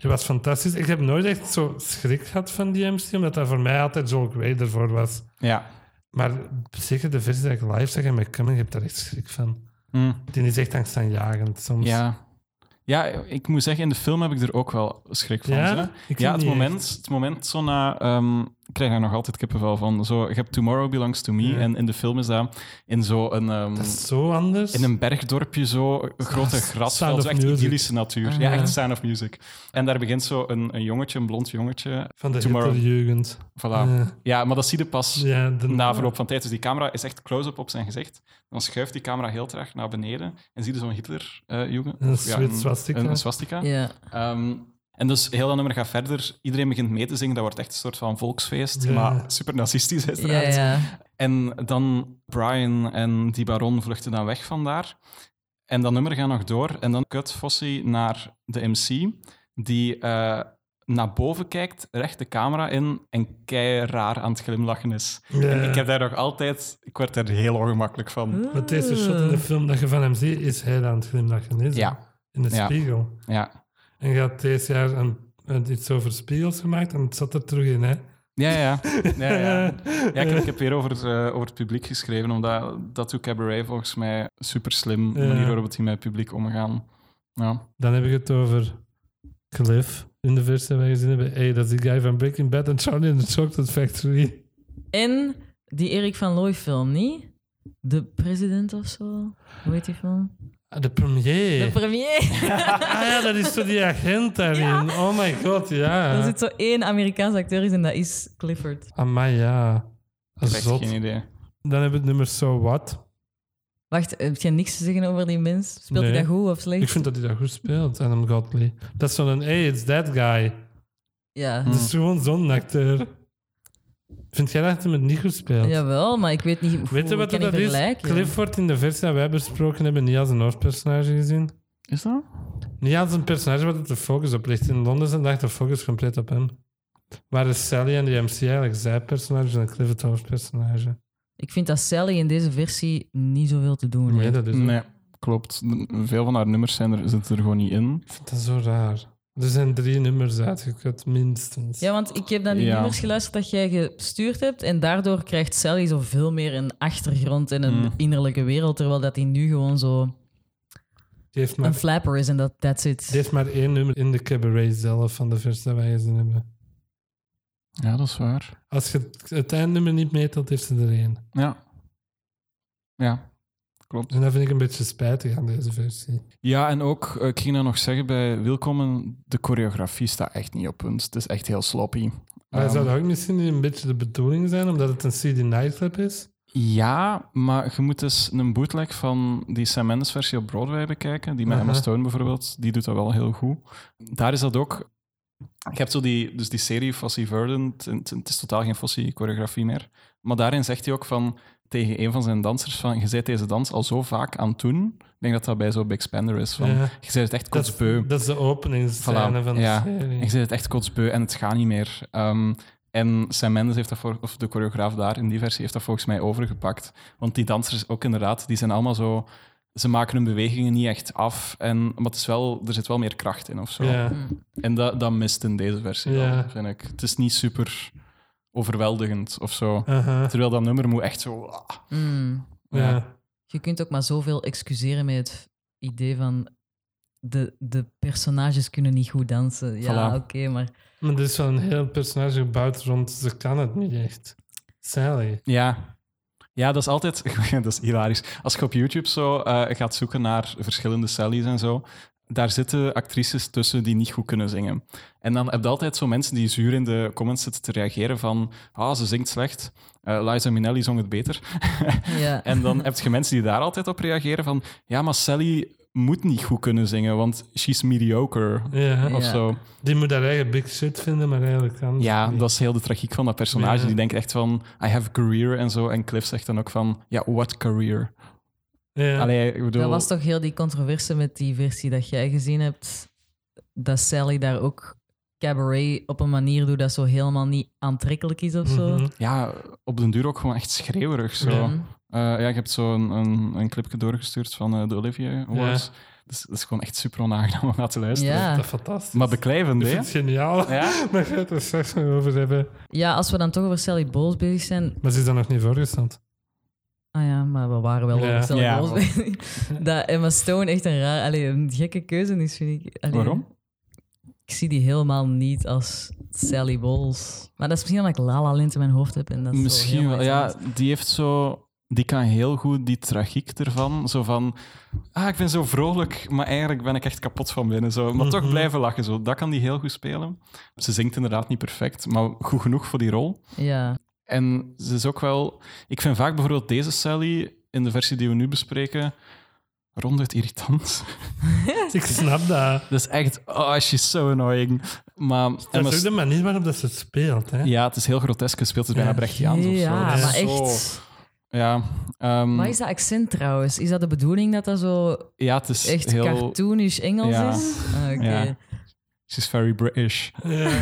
Speaker 1: Die was fantastisch. Ik heb nooit echt zo schrik gehad van die MC, omdat dat voor mij altijd Joel Grey ervoor was.
Speaker 3: Ja.
Speaker 1: Maar zeker de versie dat ik live zeg en met Cumming, ik heb daar echt schrik van.
Speaker 3: Hm.
Speaker 1: Die is echt angstaanjagend soms.
Speaker 3: Ja. Ja, ik moet zeggen, in de film heb ik er ook wel schrik van.
Speaker 1: Ja?
Speaker 3: zo.
Speaker 1: Ik vind
Speaker 3: ja het,
Speaker 1: niet
Speaker 3: moment, het moment zo na... ehm, ik krijg daar nog altijd kippenvel van. Zo, je hebt Tomorrow Belongs to Me
Speaker 1: Ja.
Speaker 3: en in de film is dat in zo'n... ehm,
Speaker 1: Dat is zo anders.
Speaker 3: in een bergdorpje zo, een grote
Speaker 1: *laughs* Sound
Speaker 3: grasveld,
Speaker 1: of
Speaker 3: zo echt
Speaker 1: Music.
Speaker 3: idyllische natuur.
Speaker 2: Ah, ja.
Speaker 3: ja, echt Sound of Music. En daar begint zo een, een jongetje, een blond jongetje.
Speaker 1: van de
Speaker 3: Tomorrow.
Speaker 1: Hitlerjugend.
Speaker 3: Voilà.
Speaker 1: Ja.
Speaker 3: Ja, maar dat zie je pas
Speaker 1: Ja, de-
Speaker 3: na verloop van tijd. Dus die camera is echt close-up op zijn gezicht. Dan schuift die camera heel traag naar beneden en zie je zo'n eh, Hitler-jongen.
Speaker 1: Een Zwitser swastika.
Speaker 3: Een, een swastika.
Speaker 2: Ja.
Speaker 3: Ehm, en dus heel dat nummer gaat verder. Iedereen begint mee te zingen. Dat wordt echt een soort van volksfeest.
Speaker 1: Ja.
Speaker 3: Maar super nazistisch
Speaker 2: Ja,
Speaker 3: uiteraard.
Speaker 2: ja.
Speaker 3: En dan Brian en die baron vluchten dan weg vandaar. En dat nummer gaat nog door. En dan kut Fossi naar de MC, die eh, naar boven kijkt, recht de camera in en kei raar aan het glimlachen is.
Speaker 1: Ja.
Speaker 3: En ik heb daar nog altijd... Ik word er heel ongemakkelijk
Speaker 2: Hm.
Speaker 3: van.
Speaker 1: Want deze shot in de film dat je van hem ziet, is hij aan het glimlachen. Is
Speaker 3: Ja.
Speaker 1: In de
Speaker 3: Ja.
Speaker 1: spiegel.
Speaker 3: Ja,
Speaker 1: En je had deze jaar een, een- iets over spiegels gemaakt en het zat er terug in, hè?
Speaker 3: ja, ja. ja,
Speaker 1: *laughs*
Speaker 3: ja. Ja, ik, ik heb weer over, het, eh, over het publiek geschreven, omdat dat doet Cabaret volgens mij super slim, de
Speaker 1: Ja.
Speaker 3: manier waarop die met het publiek omgaan. Ja.
Speaker 1: Dan heb ik het over Cliff in de versie waar we gezien hebben. Hey, dat is die guy van Breaking Bad en Charlie in the Chocolate Factory.
Speaker 2: En die Erik van Looy film, niet? De president of zo? Hoe heet die film?
Speaker 1: Ah, De premier.
Speaker 2: De premier!
Speaker 1: *laughs* ah ja, dat is zo die agent daarin. Oh my god,
Speaker 2: *laughs* Er
Speaker 1: ja.
Speaker 2: zit zo één Amerikaans acteur in en dat is Clifford.
Speaker 1: Amai, ja.
Speaker 3: Ik heb echt
Speaker 1: Zot.
Speaker 3: geen idee.
Speaker 1: Dan hebben we het nummer So What.
Speaker 2: Wacht, heb je niks te zeggen over die mens? Speelt hij
Speaker 1: Nee.
Speaker 2: dat goed of slecht?
Speaker 1: Ik vind dat hij dat goed speelt, Adam Godley. Dat is zo'n hey, it's that guy.
Speaker 2: Ja.
Speaker 1: Dat is gewoon zo'n acteur. Vind jij dat hij het niet goed speelt?
Speaker 2: Jawel, maar ik weet niet hoe
Speaker 1: Weet je wat
Speaker 2: kan ik
Speaker 1: dat is?
Speaker 2: vergelijken.
Speaker 1: Cliff wordt in de versie dat wij besproken hebben niet als een hoofdpersonage gezien.
Speaker 3: Is dat?
Speaker 1: Niet als een personage waar het de focus op ligt. In Londen zijn lag de focus compleet op hem. Waren Sally en de MC eigenlijk zijn personages en Cliff het hoofdpersonage?
Speaker 2: Ik vind dat Sally in deze versie niet zoveel te doen
Speaker 1: Nee,
Speaker 2: heeft.
Speaker 1: dat is ook-
Speaker 3: Nee, klopt. Veel van haar nummers zijn er, zitten er gewoon niet in.
Speaker 1: Ik vind dat zo raar. Er zijn drie nummers uitgekut, minstens.
Speaker 2: Ja, want ik heb dan die
Speaker 3: Ja.
Speaker 2: nummers geluisterd dat jij gestuurd hebt. En daardoor krijgt Sally zo veel meer een achtergrond en een
Speaker 3: Mm.
Speaker 2: innerlijke wereld. Terwijl dat hij nu gewoon zo
Speaker 1: die, heeft
Speaker 2: een
Speaker 1: maar,
Speaker 2: flapper is en dat that's it.
Speaker 1: die heeft maar één nummer in de cabaret zelf van de versie dat wij gezien hebben.
Speaker 3: Ja, dat is waar.
Speaker 1: Als je het- het eindnummer niet meetelt, heeft ze er één.
Speaker 3: Ja. Ja, klopt.
Speaker 1: En Dus dat vind ik een beetje spijtig aan deze versie.
Speaker 3: Ja, en ook, eh, ik ging dat nog zeggen bij Wilkomen, de choreografie staat echt niet op punt. Het is echt heel sloppy.
Speaker 1: Maar
Speaker 3: Ehm,
Speaker 1: zou dat ook misschien niet een beetje de bedoeling zijn, omdat het een CD Nightclub is?
Speaker 3: Ja, maar je moet dus een bootleg van die Sam Mendes versie op Broadway bekijken. Die met Emma
Speaker 1: Aha.
Speaker 3: Stone bijvoorbeeld, die doet dat wel heel goed. Daar is dat ook. Je hebt zo die, dus die serie Fossey Verdant. en Het het is totaal geen Fossey choreografie meer. Maar daarin zegt hij ook van, tegen een van zijn dansers van... Je zei deze dans al zo vaak aan het doen. Ik denk dat dat bij zo'n Big Spender is. Van,
Speaker 1: Ja.
Speaker 3: Je zei het echt
Speaker 1: Dat is,
Speaker 3: kotsbeu.
Speaker 1: dat is de openingsscène
Speaker 3: Voilà,
Speaker 1: van de
Speaker 3: ja.
Speaker 1: serie.
Speaker 3: Ik zei het echt kotsbeu en het gaat niet meer. Ehm, en Sam Mendes heeft dat voor, of de choreograaf daar in die versie heeft dat volgens mij overgepakt. Want die dansers ook inderdaad, die zijn allemaal zo. Ze maken hun bewegingen niet echt af. En, maar het is wel, er zit wel meer kracht in of zo.
Speaker 1: Ja.
Speaker 3: En dat, dat mist in deze versie
Speaker 1: Ja.
Speaker 3: wel, vind ik. Het is niet super overweldigend of zo.
Speaker 1: Aha.
Speaker 3: Terwijl dat nummer moet echt zo. ah,
Speaker 2: Mm.
Speaker 1: Ja.
Speaker 2: Je kunt ook maar zoveel excuseren met het idee van de, de personages kunnen niet goed dansen. Ja,
Speaker 3: Voilà.
Speaker 2: oké, maar
Speaker 1: Maar er is wel een heel personage gebouwd rond ze kan het niet echt. Sally.
Speaker 3: Ja. *laughs* Ja, dat is altijd... dat is hilarisch. Als je op YouTube zo eh, gaat zoeken naar verschillende Sally's en zo, daar zitten actrices tussen die niet goed kunnen zingen. En dan heb je altijd zo mensen die zuur in de comments zitten te reageren van ah, ze zingt slecht, Eh, Liza Minnelli zong het beter. *laughs*
Speaker 2: ja.
Speaker 3: en dan heb je mensen die daar altijd op reageren van ja, maar Sally moet niet goed kunnen zingen, want she's mediocre.
Speaker 1: Ja.
Speaker 2: Ja.
Speaker 3: Of zo.
Speaker 1: Die moet haar eigen big shit vinden, maar eigenlijk kan ze
Speaker 3: Ja,
Speaker 1: niet.
Speaker 3: dat is heel de tragiek van dat personage.
Speaker 1: Ja.
Speaker 3: Die denkt echt van, I have a career en zo. En Cliff zegt dan ook van, ja, what career?
Speaker 1: Ja.
Speaker 3: Allee, ik bedoel...
Speaker 2: Dat was toch heel die controverse met die versie dat jij gezien hebt, dat Sally daar ook cabaret op een manier doet dat zo helemaal niet aantrekkelijk is of zo. Hm.
Speaker 1: Mhm.
Speaker 3: Ja, op den duur ook gewoon echt schreeuwerig. Zo.
Speaker 1: Ja.
Speaker 3: Eh, Ja. ik heb zo een, een, een clipje doorgestuurd van eh, de Olivier Awards. Dus dat is gewoon echt super onaangenaam om naar te luisteren.
Speaker 2: Ja.
Speaker 1: Dat is fantastisch.
Speaker 3: Maar
Speaker 1: ik
Speaker 3: beklijvend,
Speaker 1: vind
Speaker 3: hè?
Speaker 1: het geniaal. *laughs*
Speaker 3: Ja?
Speaker 1: Maar ga het er straks nog over hebben.
Speaker 2: Ja, als we dan toch over Sally Bowles bezig zijn.
Speaker 1: Maar ze is daar nog niet voorgesteld.
Speaker 2: Ah ja, maar we waren wel
Speaker 1: Ja.
Speaker 2: over Sally
Speaker 3: Ja.
Speaker 2: Bowles bezig. *laughs* Dat Emma Stone echt een raar, allee, een gekke keuze is, vind ik. Allee,
Speaker 3: Waarom?
Speaker 2: Ik zie die helemaal niet als Sally Bowles. Maar dat is misschien omdat ik La La Land in mijn hoofd heb. En dat is zo
Speaker 3: Misschien
Speaker 2: helemaal
Speaker 3: wel.
Speaker 2: iets
Speaker 3: Ja,
Speaker 2: anders.
Speaker 3: die heeft zo. Die kan heel goed die tragiek ervan. Zo van. Ah, ik ben zo vrolijk, maar eigenlijk ben ik echt kapot van binnen. Zo. Maar toch
Speaker 1: Mhm.
Speaker 3: blijven lachen. Zo. Dat kan die heel goed spelen. Ze zingt inderdaad niet perfect, maar goed genoeg voor die rol.
Speaker 2: Ja.
Speaker 3: En ze is ook wel. Ik vind vaak bijvoorbeeld deze Sally in de versie die we nu bespreken. Ronduit irritant. *laughs*
Speaker 1: Ik snap dat.
Speaker 3: Dat is echt. Oh, she's so annoying. Maar.
Speaker 1: Dat
Speaker 3: Emma
Speaker 1: is ook de manier waarop dat ze het speelt. Hè?
Speaker 3: Ja, het is heel grotesk gespeeld. Het is bijna
Speaker 1: Ja.
Speaker 3: Brechtiaans of zo.
Speaker 2: Ja,
Speaker 3: Dat is
Speaker 2: maar
Speaker 3: zo-
Speaker 2: echt.
Speaker 3: Ja, ehm,
Speaker 2: Wat is dat accent trouwens? Is dat de bedoeling dat dat zo
Speaker 3: ja, het is
Speaker 2: echt
Speaker 3: heel...
Speaker 2: cartoonish Engels
Speaker 3: Ja.
Speaker 2: is? Ah, Oké.
Speaker 3: Ja. She's very British.
Speaker 1: Ja.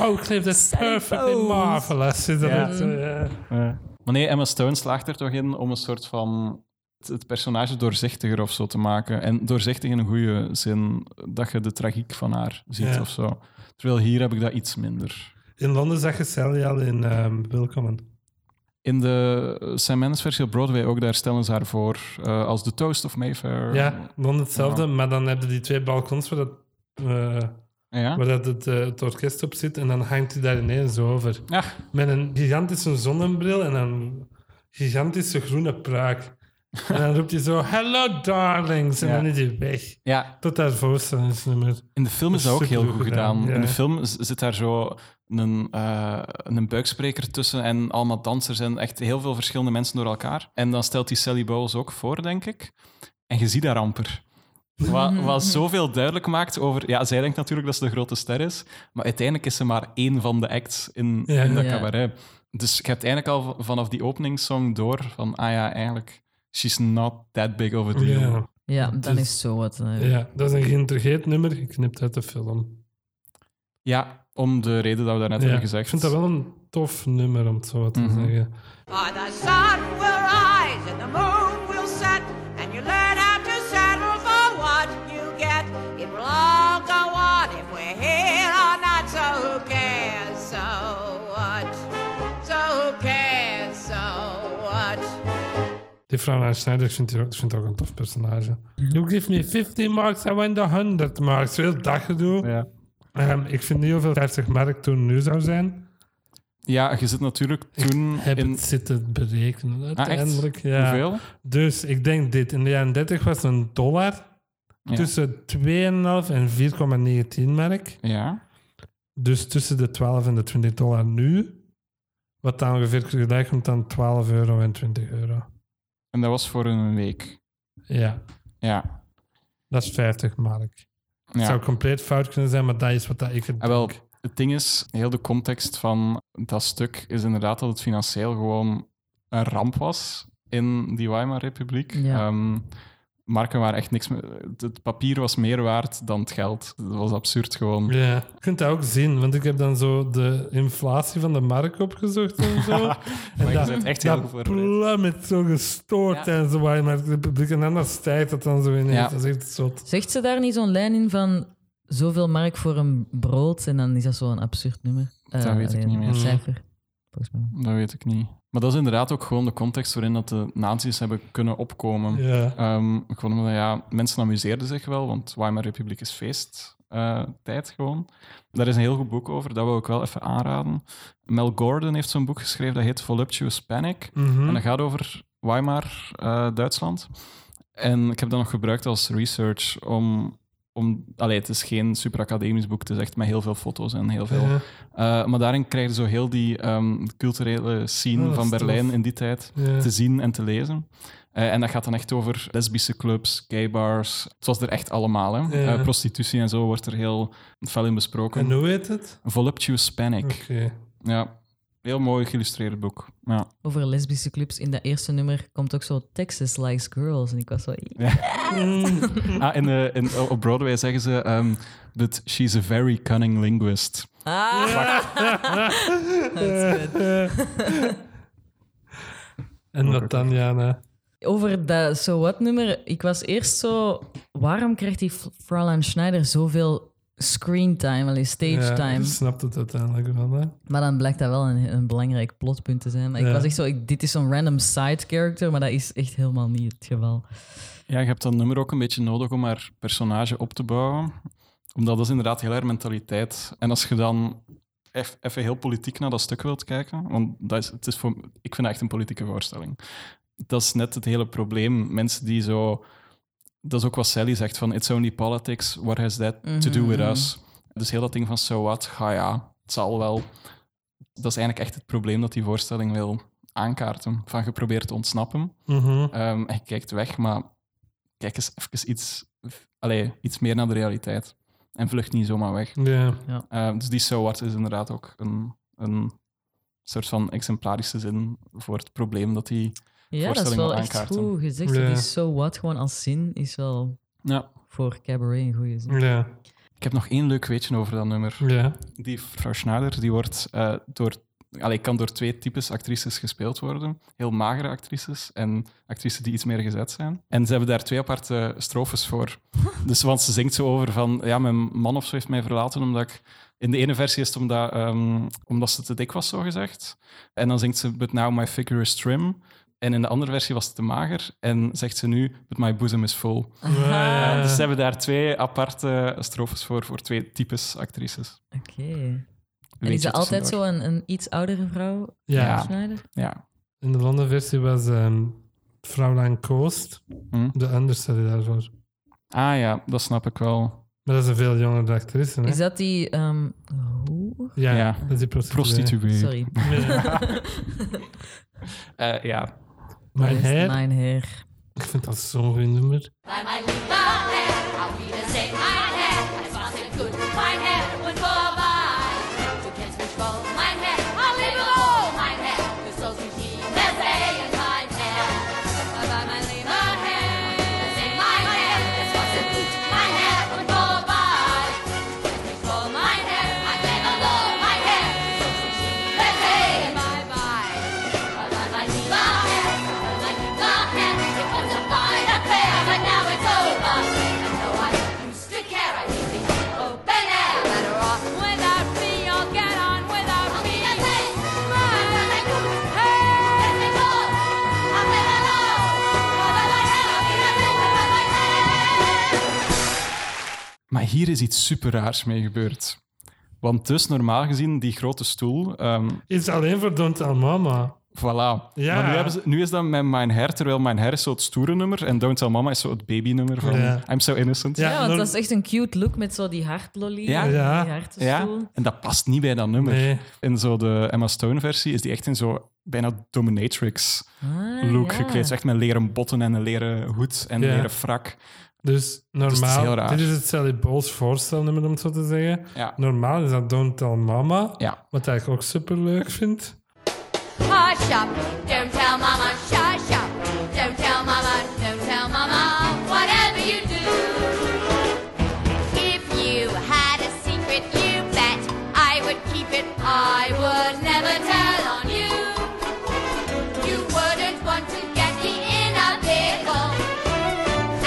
Speaker 1: Oh, ik neem dat
Speaker 2: Sally
Speaker 1: perfectly
Speaker 2: Bowles.
Speaker 1: marvelous. Is dat
Speaker 3: Ja.
Speaker 1: het, eh, ja.
Speaker 3: Maar nee, Emma Stone slaagt er toch in om een soort van het- het personage doorzichtiger of zo te maken. En doorzichtig in een goede zin, dat je de tragiek van haar ziet
Speaker 1: Ja.
Speaker 3: of zo. Terwijl hier heb ik dat iets minder.
Speaker 1: In Londen zag je Sally al in ehm Willkommen.
Speaker 3: In de eh, Sam Mendes versie op Broadway ook, daar stellen ze haar voor eh, als de Toast of Mayfair.
Speaker 1: Ja, Londen hetzelfde, maar dan hebben die twee balkons waar dat, eh,
Speaker 3: Ja?
Speaker 1: waar dat het, eh, het orkest op zit en dan hangt hij daar ineens over.
Speaker 3: Ja.
Speaker 1: Met een gigantische zonnebril en een gigantische groene pruik. En dan roept hij zo, hello darlings, en
Speaker 3: Ja.
Speaker 1: dan is hij weg.
Speaker 3: ja,
Speaker 1: Tot haar voorstellingsnummer.
Speaker 3: In de film is
Speaker 1: Dat
Speaker 3: dat
Speaker 1: is
Speaker 3: ook heel
Speaker 1: supergoed
Speaker 3: goed gedaan.
Speaker 1: gedaan, ja.
Speaker 3: In de film z- zit daar zo een, eh, een buikspreker tussen en allemaal dansers en echt heel veel verschillende mensen door elkaar. En dan stelt die Sally Bowles ook voor, denk ik. En je ziet daar amper. Wat, wat zoveel duidelijk maakt over... Ja, zij denkt natuurlijk dat ze de grote ster is, maar uiteindelijk is ze maar één van de acts in,
Speaker 1: Ja.
Speaker 3: in dat
Speaker 2: Ja.
Speaker 3: cabaret. Dus je hebt eigenlijk al v- vanaf die openingssong door van... Ah ja, eigenlijk, she's not that big of a deal.
Speaker 1: Ja.
Speaker 2: Ja, dan
Speaker 1: Dus-
Speaker 2: is zo wat. eh.
Speaker 1: ja, dat is een geïntegreerd nummer, geknipt uit de film.
Speaker 3: Ja, om de reden dat we daarnet net
Speaker 1: Ja.
Speaker 3: hebben
Speaker 1: Ik
Speaker 3: gezegd.
Speaker 1: vind dat wel een tof nummer, om het zo te
Speaker 3: Mhm.
Speaker 1: zeggen.
Speaker 5: By the sun will rise and the moon will set, and you learn how to settle for what you get. It will all go on if we're here or not, so who cares? So what? So who cares? So what?
Speaker 1: Die Frana Schneider, ik vind die ook, ik vind die ook een tof personage.
Speaker 3: Mhm.
Speaker 1: You give me 50 marks, I win the 100 marks. Veel dat gedoe.
Speaker 3: Ja.
Speaker 1: Ehm, ik vind niet hoeveel 50 mark toen nu zou zijn.
Speaker 3: Ja, je zit natuurlijk toen
Speaker 1: Heb
Speaker 3: Mhm. in...
Speaker 1: het zitten berekenen
Speaker 3: Ah, echt?
Speaker 1: uiteindelijk. ja.
Speaker 3: Hoeveel?
Speaker 1: Dus ik denk dit. In de jaren 30 was een dollar
Speaker 3: Ja.
Speaker 1: tussen 2,5 en 4,19 merk.
Speaker 3: Ja.
Speaker 1: Dus tussen de 12 en de 20 dollar nu. Wat dan ongeveer gelijk komt aan 12 euro en 20 euro.
Speaker 3: En dat was voor een week.
Speaker 1: Ja,
Speaker 3: Ja.
Speaker 1: dat is 50 mark. Het
Speaker 3: ja.
Speaker 1: zou compleet fout kunnen zijn, maar dat is wat dat ik het
Speaker 3: Ah, wel, het ding is, heel de context van dat stuk is inderdaad dat het financieel gewoon een ramp was in die Weimar-republiek.
Speaker 2: Ja.
Speaker 3: Ehm, marken waren echt niks meer... Het papier was meer waard dan het geld. Dat was absurd gewoon.
Speaker 1: Ja, je kunt dat ook zien, want ik heb dan zo de inflatie van de markt opgezocht
Speaker 3: *laughs*
Speaker 1: en zo. en
Speaker 3: je bent echt heel goed
Speaker 1: dat
Speaker 3: voorbereid.
Speaker 1: plummet zo gestoord
Speaker 3: Ja.
Speaker 1: en zo, maar maar de publiek en dan dat stijgt dat dan zo ineens.
Speaker 3: Ja.
Speaker 1: Dat is echt zot.
Speaker 2: Zegt ze daar niet zo'n lijn in van zoveel mark voor een brood en dan is dat zo'n absurd nummer? Eh,
Speaker 3: Dat weet ik
Speaker 2: alleen
Speaker 3: niet meer.
Speaker 2: Een cijfer. Volgens mij.
Speaker 3: Dat weet ik niet. Maar dat is inderdaad ook gewoon de context waarin dat de nazi's hebben kunnen opkomen.
Speaker 1: Ja.
Speaker 3: Ehm, gewoon omdat, ja, mensen amuseerden zich wel, want Weimar Republiek is feesttijd gewoon. Daar is een heel goed boek over, dat wil ik wel even aanraden. Mel Gordon heeft zo'n boek geschreven, dat heet Voluptuous Panic.
Speaker 1: Mhm.
Speaker 3: En dat gaat over Weimar, eh, Duitsland. En ik heb dat nog gebruikt als research om... om allee, het is geen superacademisch boek, het is echt met heel veel foto's en heel veel...
Speaker 1: Ja.
Speaker 3: Eh, maar daarin krijg je zo heel die ehm, culturele scene
Speaker 1: Oh, dat
Speaker 3: van
Speaker 1: is
Speaker 3: Berlijn
Speaker 1: tof.
Speaker 3: in die tijd
Speaker 1: Ja.
Speaker 3: te zien en te lezen. Eh, en dat gaat dan echt over lesbische clubs, gay bars. Het was er echt allemaal. Hè?
Speaker 1: Ja.
Speaker 3: Eh, prostitutie en zo wordt er heel fel in besproken.
Speaker 1: En hoe heet het?
Speaker 3: *laughs* Voluptuous Panic.
Speaker 1: Oké.
Speaker 3: Ja. Heel mooi geïllustreerd boek. Ja.
Speaker 2: Over lesbische clubs. In dat eerste nummer komt ook zo Texas Likes Girls. En ik was zo...
Speaker 3: Ah, en, eh, en op Broadway zeggen ze... ehm, But she's a very cunning linguist.
Speaker 1: *laughs* En wat dan, Jana?
Speaker 2: Over dat zo wat nummer. Ik was eerst zo. Waarom krijgt die F- Fräulein Schneider zoveel screentime, allee, stage
Speaker 1: Ja,
Speaker 2: time?
Speaker 1: je snapt het uiteindelijk wel, hè?
Speaker 2: Maar dan blijkt dat wel een, een belangrijk plotpunt te zijn. Maar ik
Speaker 1: Ja.
Speaker 2: was echt zo. ik- dit is zo'n random side character, maar dat is echt helemaal niet het geval.
Speaker 3: Ja, je hebt dat nummer ook een beetje nodig om haar personage op te bouwen. Omdat dat is inderdaad heel haar mentaliteit. En als je dan eff- even heel politiek naar dat stuk wilt kijken, want dat is, het is voor, ik vind dat echt een politieke voorstelling. Dat is net het hele probleem. Mensen die zo... Dat is ook wat Sally zegt, van it's only politics, what has that to do with us? Dus heel dat ding van so what, ga ja, het zal wel. Dat is eigenlijk echt het probleem dat die voorstelling wil aankaarten. Van geprobeerd te ontsnappen.
Speaker 1: Mhm.
Speaker 3: Ehm, en je kijkt weg, maar kijk eens even iets, allee, iets meer naar de realiteit. En vlucht niet zomaar weg.
Speaker 1: Ja.
Speaker 3: Ehm, dus die so what is inderdaad ook een, een soort van exemplarische zin voor het probleem dat die...
Speaker 2: Ja, dat is
Speaker 3: Voorstelling
Speaker 2: wel
Speaker 3: wil
Speaker 2: echt
Speaker 3: aankaarten.
Speaker 2: goed gezegd.
Speaker 1: Ja.
Speaker 2: Die so what gewoon als zin is wel
Speaker 3: Ja.
Speaker 2: voor cabaret een goede zin.
Speaker 1: Ja.
Speaker 3: Ik heb nog één leuk weetje over dat nummer.
Speaker 1: Ja.
Speaker 3: Die vrouw Schneider die wordt, eh, door, allee, kan door twee types actrices gespeeld worden. Heel magere actrices en actrices die iets meer gezet zijn. En ze hebben daar twee aparte strofes
Speaker 2: *laughs*
Speaker 3: voor. dus want ze zingt zo over van... Ja, mijn man of zo heeft mij verlaten omdat ik... In de ene versie is het omdat, ehm, omdat ze te dik was, zo gezegd. En dan zingt ze But now my figure is trim. En in de andere versie was het te mager. En zegt ze nu But my bosom is full.
Speaker 1: Ja.
Speaker 2: Ah.
Speaker 3: Dus ze hebben daar twee aparte strofes voor, voor twee types actrices.
Speaker 2: Oké. En
Speaker 3: Weetje
Speaker 2: is dat altijd
Speaker 3: tussendoor.
Speaker 2: zo een, een iets oudere vrouw,
Speaker 3: Ah.
Speaker 1: Ja.
Speaker 2: Schneider?
Speaker 3: Ja.
Speaker 1: In de Londen-versie was ehm Fraulein Koost
Speaker 3: Hm.
Speaker 1: de understudy daarvoor.
Speaker 3: Ah ja, dat snap ik wel.
Speaker 1: Maar dat is een veel jongere actrice, hè?
Speaker 2: Is dat die... ehm, hoe?
Speaker 1: Ja,
Speaker 3: Ja.
Speaker 1: dat is die prostituee.
Speaker 3: Prostituee.
Speaker 2: Sorry.
Speaker 3: Eh, ja.
Speaker 1: Mijn
Speaker 2: Yes,
Speaker 1: hair,
Speaker 2: Mijn hair.
Speaker 1: ik vind dat zo'n goed nummer.
Speaker 6: I might leave my hair, I'll be the same. My hair, as fast and good. My hair would go by. Who can switch for my hair? I'll leave it all. My hair, the souls you keep, they're saying my hair. Bye bye, my leave my hair. The same, my hair, as fast and good. My hair would go by. Who can switch for my hair? I leave it all. My hair, the souls you keep, they're saying bye bye. Bye bye, my leave my hair. Bye bye, my leave my hair. It was a fine affair, but now it's over. And though I used to care, I need the open air. Better off without me, I'll get on without I'll me. I'll be the same. Right. I'll be the same. Hey. Yes, I'll live alone. Bye bye, my hair. I'll be the same. Bye bye, my hair.
Speaker 3: Maar hier is iets super raars mee gebeurd. Want dus normaal gezien, die grote stoel, ehm,
Speaker 1: Is alleen voor Don't Tell Mama.
Speaker 3: voilà.
Speaker 1: Ja.
Speaker 3: Maar nu, hebben ze, nu is dat met Mijn Hair, terwijl Mijn Hair is zo het stoere nummer en Don't Tell Mama is zo het babynummer van
Speaker 1: Ja.
Speaker 3: I'm So Innocent.
Speaker 1: Ja,
Speaker 2: Ja, want
Speaker 1: dan-
Speaker 2: dat is echt een cute look met zo die hartlolly.
Speaker 3: Ja.
Speaker 2: en die
Speaker 1: Ja.
Speaker 2: hartenstoel.
Speaker 3: Ja, en dat past niet bij dat nummer.
Speaker 1: Nee.
Speaker 3: In zo de Emma Stone-versie is die echt in zo bijna dominatrix-look
Speaker 2: Ah, ja.
Speaker 3: gekleed. Zo Echt met leren botten en een leren hoed en een
Speaker 1: Ja.
Speaker 3: leren frak.
Speaker 1: Dus
Speaker 3: het is
Speaker 1: normaal,
Speaker 3: heel raar.
Speaker 1: dit is het Sally Bowles voorstelnummer, om het zo te zeggen.
Speaker 3: Ja.
Speaker 1: Normaal is dat Don't Tell Mama,
Speaker 3: Ja.
Speaker 1: wat ik ook superleuk vind.
Speaker 6: Hush up, don't tell mama, shush up. Don't tell mama, don't tell mama, whatever you do. If you had a secret, you bet I would keep it. I would never tell on you. You wouldn't want to get me in a pickle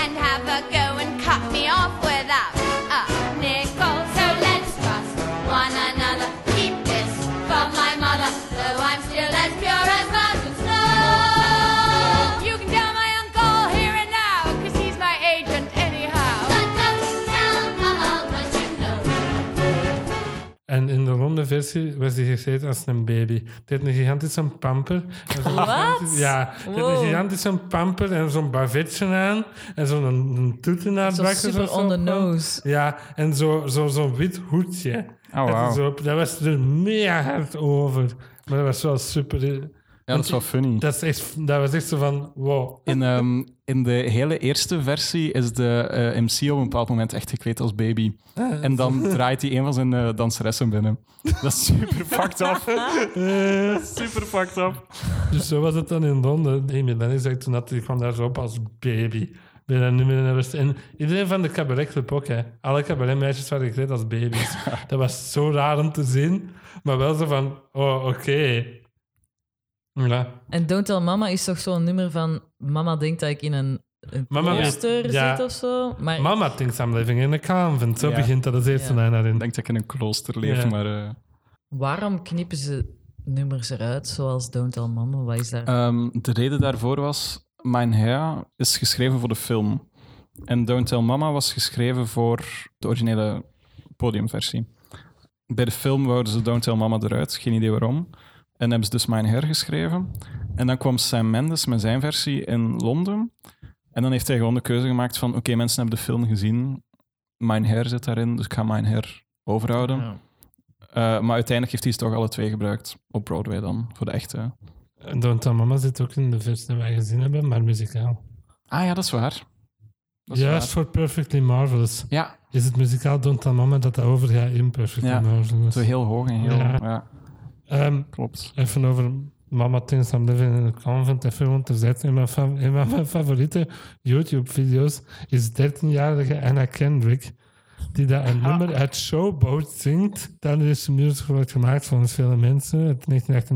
Speaker 6: and have her go and cut me off without a nickel. So let's trust one another. Keep this from my mother, though I'm still as pure as mountain snow. You can tell my uncle here and now, 'cause he's my agent anyhow. But don't tell Mama what you know.
Speaker 1: En in de ronde versie was die gezeten als een baby. Die had een gigantische pamper. en zo'n gigantisch- Ja, die had
Speaker 2: Wow.
Speaker 1: een gigantische pamper en zo'n bavetje aan. En zo'n een, een toet in haar
Speaker 2: Zo
Speaker 1: bakjes
Speaker 2: super
Speaker 1: of zo.
Speaker 2: on the nose.
Speaker 1: Ja, en zo'n zo, zo'n wit hoedje.
Speaker 3: Oh,
Speaker 1: En
Speaker 3: wauw.
Speaker 1: zo, dat was er mega hard over. Maar dat was wel super...
Speaker 3: dat is wel funny.
Speaker 1: Dat, is echt, dat was echt zo van, wow.
Speaker 3: In, ehm, in de hele eerste versie is de eh, MC op een bepaald moment echt gekleed als baby. En dan draait hij een van zijn eh, danseressen binnen. Dat is super fucked *laughs* up.
Speaker 1: Eh,
Speaker 3: super fucked up.
Speaker 1: dus zo was het dan in Londen. Amy Lennox zei toen dat hij kwam daar zo op als baby. Bij dat nummer en dat was- En iedereen van de cabaretclub ook, hè. Alle cabaretmeisjes waren gekleed als baby's.
Speaker 3: *laughs*
Speaker 1: dat was zo raar om te zien. Maar wel zo van, oh, oké. Ja.
Speaker 2: En Don't Tell Mama is toch zo'n nummer van... Mama denkt dat ik in een, een
Speaker 1: Mama weet-
Speaker 2: klooster
Speaker 1: ja.
Speaker 2: zit of zo. Maar
Speaker 1: Mama thinks I'm living in a convent. Zo
Speaker 3: Ja.
Speaker 1: begint dat als eerste
Speaker 2: Ja.
Speaker 1: lijn daarin.
Speaker 3: Ik denk dat ik in een klooster leef,
Speaker 1: Ja.
Speaker 3: maar... eh,
Speaker 2: waarom knippen ze nummers eruit, zoals Don't Tell Mama? Wat is daar...
Speaker 3: Ehm, de reden daarvoor was: Mein Hair is geschreven voor de film. En Don't Tell Mama was geschreven voor de originele podiumversie. Bij de film wouden ze Don't Tell Mama eruit, geen idee waarom. En hebben ze dus Mein Hair geschreven. En dan kwam Sam Mendes met zijn versie in Londen. En dan heeft hij gewoon de keuze gemaakt van... Oké, mensen hebben de film gezien. Mijn Hair zit daarin, dus ik ga Mijn Hair overhouden.
Speaker 2: Ja.
Speaker 3: Eh, maar uiteindelijk heeft hij ze toch alle twee gebruikt. Op Broadway dan, voor de echte.
Speaker 1: Don't Tell Mama zit ook in de versie die wij gezien hebben, maar muzikaal.
Speaker 3: Ah ja, dat is waar. Dat is
Speaker 1: Juist voor Perfectly Marvelous
Speaker 3: waar. Ja,
Speaker 1: is het muzikaal Don't Tell Mama dat dat overgaat in Perfectly
Speaker 3: Ja,
Speaker 1: Marvelous.
Speaker 3: zo heel hoog en heel...
Speaker 1: Ja.
Speaker 3: Ja,
Speaker 1: Ehm,
Speaker 3: klopt.
Speaker 1: even over Mama Tins I'm Living in a Convent, even want er zijn een van mijn fa- een van mijn favoriete YouTube-video's is 13-jarige Anna Kendrick, die daar een nummer uit Showboat zingt. Daar is een musical wordt gemaakt volgens vele mensen, uit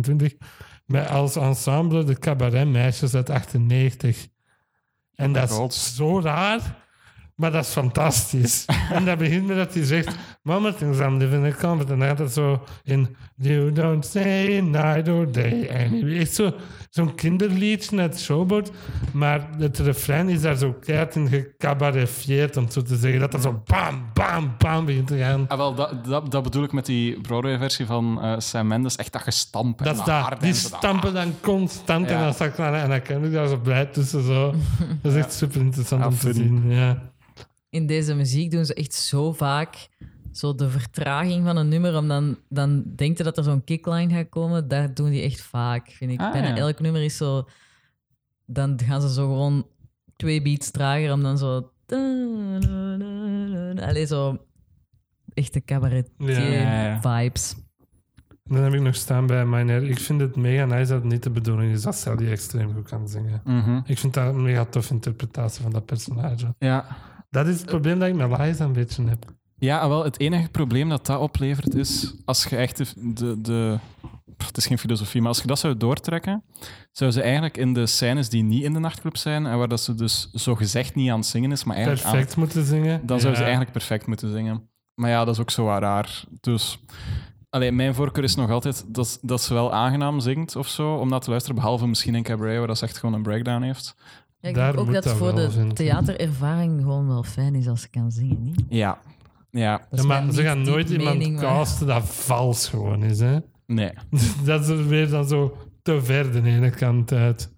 Speaker 1: 1928, met als ensemble de cabaretmeisjes uit 98. En dat
Speaker 3: God.
Speaker 1: is zo raar, maar dat is fantastisch. en dat begint met dat hij zegt, Mama thinks I'm living in a convent. En dan gaat het zo in, you don't say night or day. En echt zo- zo'n kinderliedje uit Showboat, maar het refrein is daar zo keihard in gecabarefieerd, om het zo te zeggen, dat dat zo bam, bam, bam begint te gaan.
Speaker 3: Ah, wel, dat, dat, dat bedoel ik met die Broadway-versie van eh, Sam Mendes. Echt dat gestamp. en
Speaker 1: Dat is
Speaker 3: harde
Speaker 1: daar. Die
Speaker 3: en zo dat-
Speaker 1: stampen dan constant
Speaker 3: Ja.
Speaker 1: en dan staat klaar en dan ken ik daar zo blij tussen. Zo. Dat is echt super interessant
Speaker 3: Ja,
Speaker 1: om te
Speaker 3: funny.
Speaker 1: zien. Ja.
Speaker 2: in deze muziek doen ze echt zo vaak zo de vertraging van een nummer, om dan, dan denk je dat er zo'n kickline gaat komen. Dat doen die echt vaak, vind ik.
Speaker 3: Ah,
Speaker 2: Bijna
Speaker 3: ja.
Speaker 2: elk nummer is zo... Dan gaan ze zo gewoon twee beats trager, om dan zo... Allee, zo... Echte cabaretier
Speaker 1: Ja,
Speaker 3: ja, ja.
Speaker 2: vibes.
Speaker 1: En dan heb ik nog staan bij Miner. Ik vind het mega nice dat het niet de bedoeling is dat Sally extreem goed kan zingen.
Speaker 3: Mhm.
Speaker 1: Ik vind dat een mega tof interpretatie van dat personage.
Speaker 3: Ja,
Speaker 1: Dat
Speaker 2: Eh,
Speaker 1: is het probleem dat ik met Liza een beetje heb.
Speaker 3: Ja, ah, wel, het enige probleem dat dat oplevert is als je echt de. de, de- pff, het is geen filosofie, maar als je dat zou doortrekken, zou ze eigenlijk in de scènes die niet in de nachtclub zijn en waar dat ze dus zo gezegd niet aan het zingen is, maar eigenlijk aan
Speaker 1: Perfect moeten zingen.
Speaker 3: dan zou ze
Speaker 1: Ja.
Speaker 3: eigenlijk perfect moeten zingen. Maar ja, dat is ook zo wat raar. Dus, alleen mijn voorkeur is nog altijd dat, dat ze wel aangenaam zingt of zo, om naar te luisteren, behalve misschien in Cabaret, waar dat ze echt gewoon een breakdown heeft.
Speaker 2: Ja, ik
Speaker 1: Daar
Speaker 2: denk ook
Speaker 1: moet
Speaker 2: dat,
Speaker 1: dat
Speaker 2: voor
Speaker 1: wel,
Speaker 2: de
Speaker 1: vind ik.
Speaker 2: theaterervaring gewoon wel fijn is als ze kan zingen, niet?
Speaker 3: Ja. Ja.
Speaker 2: Dat
Speaker 1: Ja,
Speaker 2: is
Speaker 1: maar
Speaker 2: mijn
Speaker 1: ze gaan
Speaker 2: diep-
Speaker 1: nooit
Speaker 2: diep
Speaker 1: iemand
Speaker 2: mening, maar-
Speaker 1: casten dat vals gewoon is. Hè?
Speaker 3: Nee.
Speaker 1: dat is er weer dan zo te ver de ene kant uit.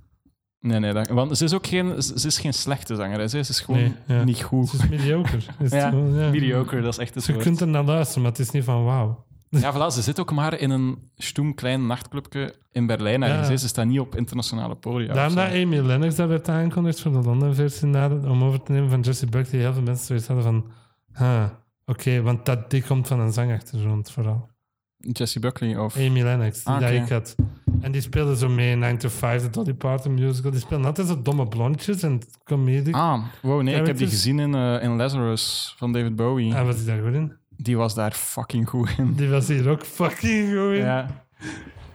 Speaker 3: Nee, nee. dat- want ze is ook geen, ze ze is geen slechte zangeres. hè. Ze is gewoon
Speaker 1: Nee, ja.
Speaker 3: niet goed.
Speaker 1: Het is mediocre. Is het
Speaker 3: Ja,
Speaker 1: gewoon, ja.
Speaker 3: mediocre, dat is echt het
Speaker 1: Je
Speaker 3: woord.
Speaker 1: kunt er naar luisteren, maar het is niet van wauw.
Speaker 3: Ja, voilà, ze zit ook maar in een stoem klein nachtclubje in Berlijn. ergens,
Speaker 1: Ja.
Speaker 3: hè. Ze staat niet op internationale podia.
Speaker 1: Daarom
Speaker 3: of
Speaker 1: dat
Speaker 3: zo.
Speaker 1: Amy Lennox dat werd aangekondigd voor de London-versie na de- om over te nemen van Jesse Buckley. Heel veel mensen zoiets hadden van, huh, oké, want dat, die komt van een zangachtergrond vooral.
Speaker 3: Jessie Buckley of...
Speaker 1: Amy Lennox, die
Speaker 3: Ah,
Speaker 1: dat
Speaker 3: oké.
Speaker 1: ik had. En die speelde zo mee in 9 to 5, de Dolly Parton musical. Die speelden altijd zo domme blondjes en comedic.
Speaker 3: Ah, wow, nee, ik heb die
Speaker 1: Characters.
Speaker 3: gezien in, eh, in Lazarus van David Bowie.
Speaker 1: En Ah, was hij daar goed in?
Speaker 3: Die was daar fucking goed in.
Speaker 1: Die was hier ook fucking goed in. Ja,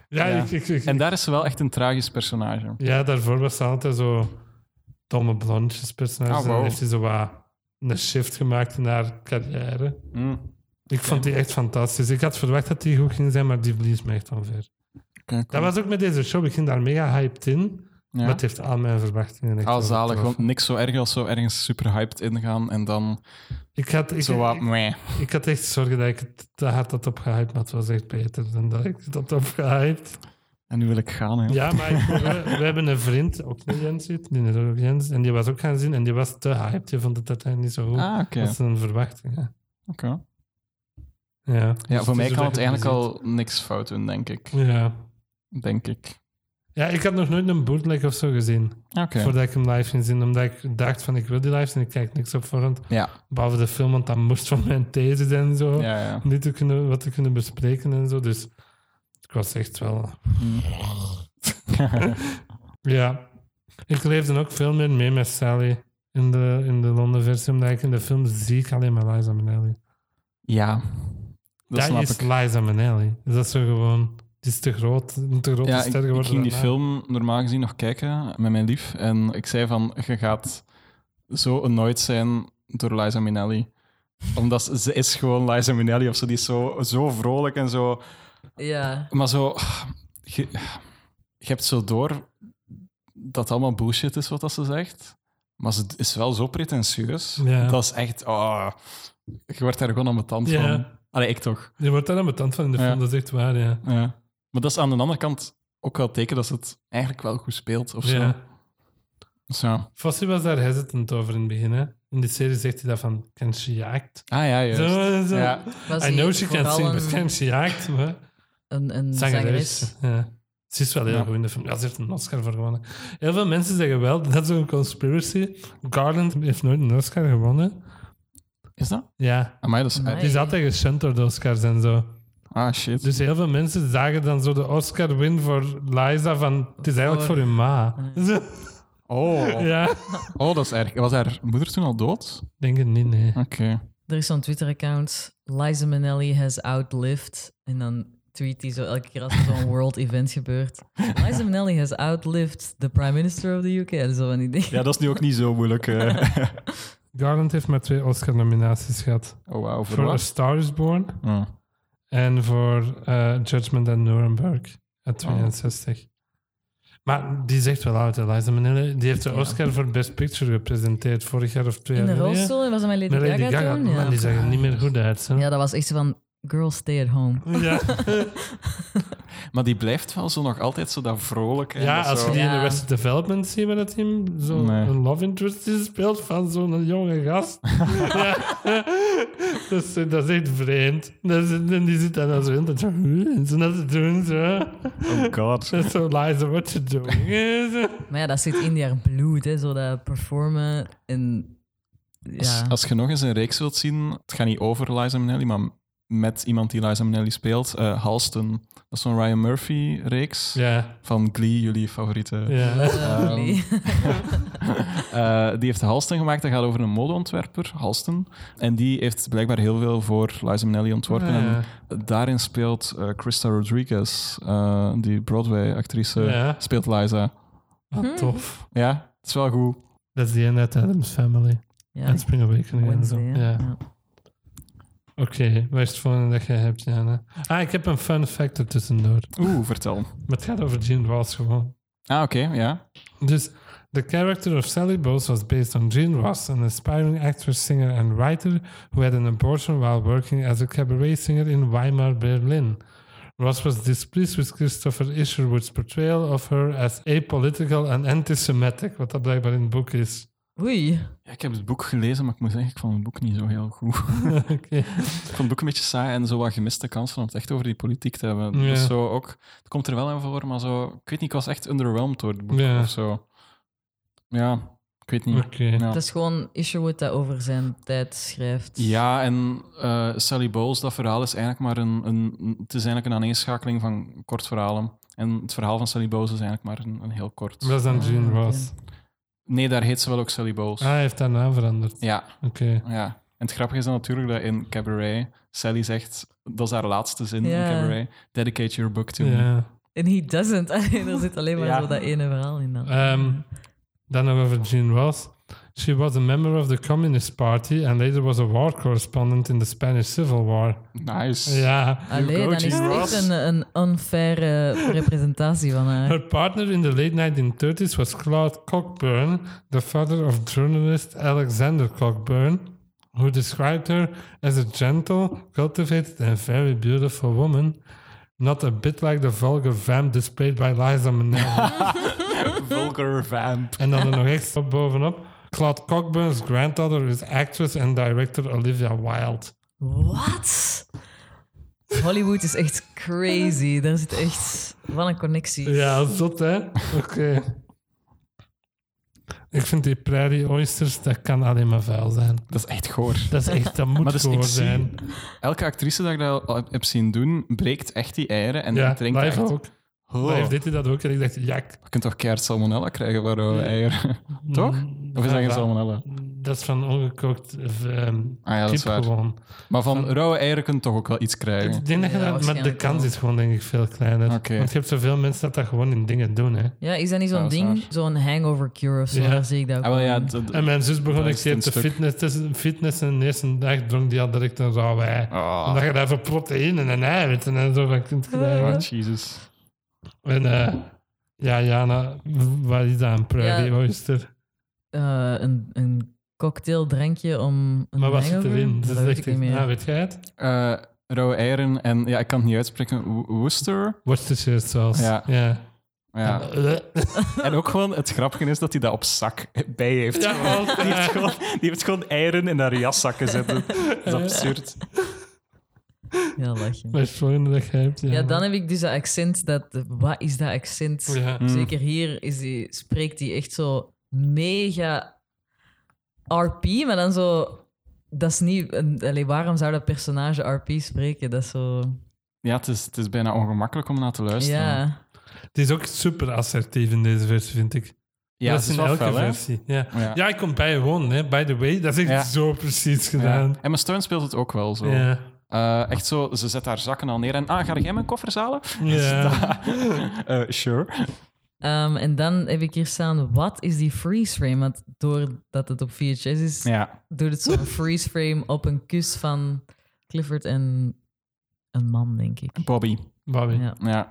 Speaker 3: Ja. ja.
Speaker 1: Ik, ik, ik-
Speaker 3: En daar is ze wel echt een tragisch personage.
Speaker 1: Ja, daarvoor was ze altijd zo domme blondjes personage.
Speaker 3: Ah,
Speaker 1: En dan
Speaker 3: wow.
Speaker 1: heeft ze zo wat een shift gemaakt in haar carrière.
Speaker 3: Mm.
Speaker 1: Ik vond die echt fantastisch. Ik had verwacht dat die goed ging zijn, maar die verlies me echt onver.
Speaker 3: Oké, cool.
Speaker 1: Dat was ook met deze show. Ik ging daar mega hyped in. Maar het heeft al mijn verwachtingen. echt
Speaker 3: Ah, zalig.
Speaker 1: overtroffen.
Speaker 3: Want niks zo erg als zo ergens super hyped ingaan en dan
Speaker 1: Ik had, ik,
Speaker 3: zo wat
Speaker 1: ik,
Speaker 3: meh.
Speaker 1: ik had echt zorgen dat ik het te hard had opgehyped, maar het was echt beter dan dat ik het had opgehyped.
Speaker 3: En nu wil ik gaan, hè.
Speaker 1: Ja, maar ik- we, we hebben een vriend, ook niet Jens, zit, die net ook Jens, en die was ook gaan zien en die was te hyped. Die vond het uiteindelijk niet zo goed.
Speaker 3: Ah, oké.
Speaker 1: Dat is een verwachting. hè. Dus
Speaker 3: Oké.
Speaker 1: Ja,
Speaker 3: Ja, voor mij kan het eigenlijk
Speaker 1: al
Speaker 3: al niks fout doen, denk ik.
Speaker 1: Ja.
Speaker 3: Denk ik.
Speaker 1: Ja, ik had nog nooit een bootleg of zo gezien.
Speaker 3: Oké.
Speaker 1: Voordat ik hem live ging zien. Omdat ik dacht van, ik wil die live zien. Ik kijk niks op voorhand.
Speaker 3: Ja.
Speaker 1: Behalve de film, want dat moest van mijn thesis en zo.
Speaker 3: Ja,
Speaker 1: *laughs*
Speaker 3: ja.
Speaker 1: Om dit te kunnen, wat te kunnen bespreken en zo. Dus ik was echt wel... ja. Ik leefde ook veel meer mee met Sally in de, in de Londen versie. Omdat ik in de film zie ik alleen maar Liza Minnelli.
Speaker 3: ja. Dat
Speaker 1: Dat,
Speaker 3: snap
Speaker 1: is
Speaker 3: ik.
Speaker 1: Liza Minnelli. Dat is zo gewoon... Het is te groot, een te grote
Speaker 3: Ja, ik,
Speaker 1: ster geworden.
Speaker 3: ik ging die
Speaker 1: daarna.
Speaker 3: film normaal gezien nog kijken met mijn lief. En ik zei van, je gaat zo annoyed zijn door Liza Minnelli. Omdat ze, ze is gewoon Liza Minnelli of ze die is zo, zo vrolijk en zo...
Speaker 2: Ja.
Speaker 3: Maar zo... Je, je hebt zo door dat het allemaal bullshit is wat dat ze zegt. Maar ze is wel zo pretentieus.
Speaker 1: Ja.
Speaker 3: Dat is echt... ah, je wordt daar gewoon aan mijn tand
Speaker 1: Ja.
Speaker 3: van. Allee, ik toch.
Speaker 1: Je wordt daar aan mijn tand van in de
Speaker 3: Ja.
Speaker 1: film, dat is echt waar, ja.
Speaker 3: Ja. Maar dat is aan de andere kant ook wel teken dat ze het eigenlijk wel goed speelt of zo.
Speaker 1: ja.
Speaker 3: Zo. Ah
Speaker 1: Fossey was daar hesitant over in het begin, hè. In de serie zegt hij dat van, can she act?
Speaker 3: Ah, ja, juist.
Speaker 1: Zo, zo.
Speaker 3: Ja.
Speaker 2: Was
Speaker 1: I
Speaker 2: hij
Speaker 1: know she can
Speaker 2: vooral
Speaker 1: sing, but
Speaker 2: een-
Speaker 1: can she act? Maar
Speaker 2: Een, een zangeres.
Speaker 1: zangeres. Ja. Ze is wel heel
Speaker 3: Ja.
Speaker 1: goed in de film. Ja, ze heeft een Oscar voor gewonnen. Heel veel mensen zeggen wel, dat is ook een conspiracy. Garland heeft nooit een Oscar gewonnen.
Speaker 3: Is dat?
Speaker 1: Ja.
Speaker 3: Amai, dat is...
Speaker 1: Het is
Speaker 2: Nee.
Speaker 1: altijd geshunt door de Oscars en zo.
Speaker 3: Ah, shit.
Speaker 1: Dus heel veel mensen zagen dan zo de Oscar-win voor Liza van... Het is eigenlijk voor
Speaker 2: Voor-
Speaker 1: hun ma. Zo, *laughs*
Speaker 3: Oh.
Speaker 1: ja.
Speaker 3: oh, dat is erg. Was haar moeder toen al dood?
Speaker 1: Denk het niet, nee.
Speaker 3: Oké.
Speaker 2: Er is zo'n Twitter-account, Liza Minnelli has outlived. En dan tweet hij zo elke keer als er
Speaker 1: *laughs*
Speaker 2: zo'n world event gebeurt. Liza Minnelli has outlived the prime minister of the UK. En zo van die dingen.
Speaker 3: Ja, dat is nu ook niet zo moeilijk. eh.
Speaker 1: Garland heeft maar twee Oscar-nominaties gehad.
Speaker 3: *laughs* Oh, wauw. Voor
Speaker 1: Voor A
Speaker 3: wat?
Speaker 1: Star is Born
Speaker 3: Oh.
Speaker 1: en voor eh, Judgment at Nuremberg uit
Speaker 2: Oh.
Speaker 1: 62. Maar die is echt wel oud, Eliza Minnelli. Die heeft de Oscar voor Best Picture gepresenteerd vorig jaar of twee
Speaker 2: In de
Speaker 1: jaar geleden.
Speaker 2: rolstoel, en was dat mijn Lady,
Speaker 1: Met Lady
Speaker 2: Gaga,
Speaker 1: Gaga.
Speaker 2: toen?
Speaker 1: Maar die
Speaker 2: Ja.
Speaker 1: zag er niet meer goed uit. Hè?
Speaker 2: ja, dat was echt zo van, girl, stay at home. *laughs*
Speaker 1: Ja.
Speaker 3: Maar die blijft wel zo nog altijd zo dat vrolijk. en
Speaker 1: Ja,
Speaker 3: dat
Speaker 1: als
Speaker 3: zo-
Speaker 1: je die in de
Speaker 2: Ja.
Speaker 1: West Development ziet, waar dat team zo'n
Speaker 3: Nee.
Speaker 1: een love interest is, speelt van zo'n jonge
Speaker 2: *laughs*
Speaker 1: gast. ja. dus, eh, dat is echt vreemd. Dat is, en die zit dan zo in dat zo, "Huh?" en zo dat te *laughs* doen. Zo.
Speaker 3: Oh, god.
Speaker 1: Dat is zo Liza, what you doing? Eh, zo.
Speaker 2: Maar ja, dat zit in haar bloed, hè. Zo dat performen en... Ja.
Speaker 3: Als, als je nog eens een reeks wilt zien, het gaat niet over Liza Minnelli, maar met iemand die Liza Minnelli speelt, eh Halston. Dat is zo'n Ryan Murphy-reeks
Speaker 1: Ja,
Speaker 3: van Glee, jullie favoriete.
Speaker 1: ja.
Speaker 2: Lovely.
Speaker 3: Eh, die heeft Halston gemaakt. Dat gaat over een modeontwerper, Halston. En die heeft blijkbaar heel veel voor Liza Minnelli ontworpen.
Speaker 1: Ja.
Speaker 3: En daarin speelt eh Krista Rodriguez, eh, die Broadway-actrice,
Speaker 1: Ja.
Speaker 3: speelt Liza.
Speaker 1: Wat tof.
Speaker 3: Ja, het is wel goed.
Speaker 1: Dat is die ene uit Adam's Family.
Speaker 2: Ja,
Speaker 1: En Spring Awakening en zo.
Speaker 2: Wednesday, hè.
Speaker 1: Ja. Oké, waar is het volgende dat je hebt, Jana? Ah, ik heb een fun fact er tussendoor.
Speaker 3: Oeh, vertel.
Speaker 1: Maar het gaat over Gene Walls gewoon.
Speaker 3: Ah, oké, ja.
Speaker 1: Dus the character of Sally Bowles was based on Jean Ross, an aspiring actress, singer, and writer who had an abortion while working as a cabaret singer in Weimar, Berlin. Ross was displeased with Christopher Isherwood's portrayal of her as apolitical and anti-Semitic, wat dat blijkbaar in het boek is.
Speaker 2: Oei.
Speaker 3: Ja, Ik heb het boek gelezen, maar ik moet zeggen, ik vond het boek niet zo heel goed. *laughs*
Speaker 1: Oké.
Speaker 3: ik vond het boek een beetje saai en zo wat gemiste kansen om het echt over die politiek te hebben.
Speaker 1: Ja.
Speaker 3: Dus zo ook, het komt er wel aan voor, maar zo, ik weet niet, ik was echt underwhelmed door het boek
Speaker 1: Ja.
Speaker 3: of zo. Ja, ik weet niet.
Speaker 1: Oké.
Speaker 3: Ja.
Speaker 2: Dat is gewoon Isherwood dat over zijn tijd schrijft.
Speaker 3: Ja, en eh, Sally Bowles, dat verhaal is eigenlijk maar een, een. Het is eigenlijk een aaneenschakeling van kort verhalen. En het verhaal van Sally Bowles is eigenlijk maar een, een heel kort.
Speaker 1: Dat is dan Jean
Speaker 2: Ah,
Speaker 1: Ross.
Speaker 3: Nee, daar heet ze wel ook Sally Bowles.
Speaker 1: Ah, hij heeft haar naam veranderd.
Speaker 3: Ja,
Speaker 1: Oké.
Speaker 3: ja. En het grappige is dan natuurlijk dat in Cabaret Sally zegt. Dat is haar laatste zin
Speaker 2: Ja.
Speaker 3: in Cabaret. Dedicate your book to me.
Speaker 1: Ja.
Speaker 2: En he doesn't. *laughs* er zit alleen maar
Speaker 3: Ja.
Speaker 2: zo dat ene verhaal in dan.
Speaker 1: Um, dan nog over Jean Ross. She was a member of the Communist Party and later was a war correspondent in the Spanish Civil War.
Speaker 3: Nice.
Speaker 1: Ja.
Speaker 2: Allee, dan is
Speaker 3: Jean
Speaker 2: het echt
Speaker 3: Ross.
Speaker 2: een, een unfaire representatie van
Speaker 1: *laughs*
Speaker 2: haar.
Speaker 1: Her partner in the late 1930s was Claude Cockburn, the father of journalist Alexander Cockburn, who described her as a gentle, cultivated, and very beautiful woman, not a bit like the vulgar vamp displayed by Liza Minnelli.
Speaker 3: Vulgar vamp.
Speaker 1: En dan er nog extra bovenop. Claude Cockburn's granddaughter is actress and director Olivia Wilde.
Speaker 2: What? Hollywood is echt crazy. Daar zit echt... Wat een connectie.
Speaker 1: Ja, zot hè? Oké. Ik vind die prairie oysters, dat kan alleen maar vuil zijn.
Speaker 3: Dat is echt goor.
Speaker 1: Dat is echt, dat moet
Speaker 3: Maar dus ik
Speaker 1: gewoon
Speaker 3: zie-
Speaker 1: zijn.
Speaker 3: Elke actrice dat ik dat al heb zien doen, breekt echt die eieren en
Speaker 1: Ja,
Speaker 3: dan drinkt
Speaker 1: live
Speaker 3: echt...
Speaker 1: ook.
Speaker 3: Oh,
Speaker 1: Live deed hij dat ook. En ik dacht, jak,
Speaker 3: Je kunt toch keihard salmonella krijgen van rauwe eieren? *laughs* toch?
Speaker 1: Mm.
Speaker 3: Of is dat
Speaker 1: ja,
Speaker 3: geen
Speaker 1: dat-
Speaker 3: salmonella?
Speaker 1: dat is van ongekookt eh, ehm,
Speaker 3: Ah ja, dat
Speaker 1: kip
Speaker 3: is waar.
Speaker 1: gewoon.
Speaker 3: Maar van rauwe eieren kun je toch ook wel iets krijgen?
Speaker 1: Ik denk dat je
Speaker 2: Ja,
Speaker 1: dat, maar de
Speaker 2: waarschijnlijk
Speaker 1: kans
Speaker 2: wel.
Speaker 1: is gewoon denk ik veel kleiner.
Speaker 3: Oké.
Speaker 1: Want je hebt zoveel mensen dat dat gewoon in dingen doen. Hè.
Speaker 2: Ja, is dat niet zo'n
Speaker 3: Ja, dat is
Speaker 2: ding?
Speaker 3: waar.
Speaker 2: Zo'n hangover cure of zo,
Speaker 1: Ja.
Speaker 2: dan zie ik dat ook.
Speaker 3: Ah, wel ja,
Speaker 2: gewoon.
Speaker 3: dat-
Speaker 1: En mijn zus begon
Speaker 3: Dat
Speaker 1: een
Speaker 3: is
Speaker 1: keer
Speaker 3: een
Speaker 1: te
Speaker 3: stuk.
Speaker 1: fitnessen, fitnessen en de eerste dag dronk die al direct een rauw ei.
Speaker 3: Ah,
Speaker 1: Omdat je daar voor proteïne en eiwitten en zo van kunt krijgen.
Speaker 3: ah, Jesus.
Speaker 1: En eh, ja, Jana, w- wat is dat, een prairie
Speaker 2: Ja.
Speaker 1: oyster?
Speaker 2: Eh, een, een cocktail drankje om een
Speaker 1: Maar wat zit
Speaker 2: hangover?
Speaker 1: erin?
Speaker 2: Dat
Speaker 1: Dat
Speaker 2: weet
Speaker 1: is
Speaker 2: ik
Speaker 1: echt,
Speaker 2: niet meer.
Speaker 1: ah, weet jij het?
Speaker 3: Eh, rauwe eieren en... Ja, ik kan het niet uitspreken. Wo- Worcester?
Speaker 1: Worcestershire sauce.
Speaker 3: Ja.
Speaker 1: ja.
Speaker 3: Ja. En ook gewoon, het grappige is dat hij dat op zak bij
Speaker 1: *laughs*
Speaker 3: heeft.
Speaker 1: Ja, altijd.
Speaker 3: Die, heeft gewoon, die heeft gewoon eieren in haar jaszak gezet. Dat is absurd.
Speaker 2: Ja, lachen.
Speaker 1: Mijn volgende dag hebt.
Speaker 2: Ja, dan heb ik dus dat accent. Dat, wat is dat accent?
Speaker 1: Ja.
Speaker 2: Zeker hier is die, spreekt hij echt zo mega RP, maar dan zo... Dat is niet... Een, allee, waarom zou dat personage RP spreken? Dat is zo...
Speaker 3: Ja, het is, het is bijna ongemakkelijk om naar te luisteren.
Speaker 2: Ja.
Speaker 1: Het is ook super assertief in deze versie, vind ik.
Speaker 3: Ja,
Speaker 1: dat
Speaker 3: het
Speaker 1: is
Speaker 3: is
Speaker 1: in
Speaker 3: wel
Speaker 1: elke
Speaker 3: fel, hè?
Speaker 1: versie. Ja.
Speaker 3: Ja.
Speaker 1: Ja. ik kom bij je gewoon, hè. by the way. Dat is echt
Speaker 3: Ja.
Speaker 1: zo precies
Speaker 3: Ja.
Speaker 1: gedaan.
Speaker 3: Emma Stone speelt het ook wel zo.
Speaker 1: Ja. ja.
Speaker 3: Eh, echt zo, ze zet haar zakken al neer en... Ah, ga jij mijn koffers halen? *laughs* Dus Eh, sure.
Speaker 2: Ehm, en dan heb ik hier staan, wat is die freeze frame? Want doordat het op VHS is,
Speaker 3: Ja.
Speaker 2: doet het zo'n freeze frame op een kus van Clifford en een man, denk ik.
Speaker 3: Bobby.
Speaker 1: Bobby.
Speaker 2: Ja.
Speaker 3: Ja.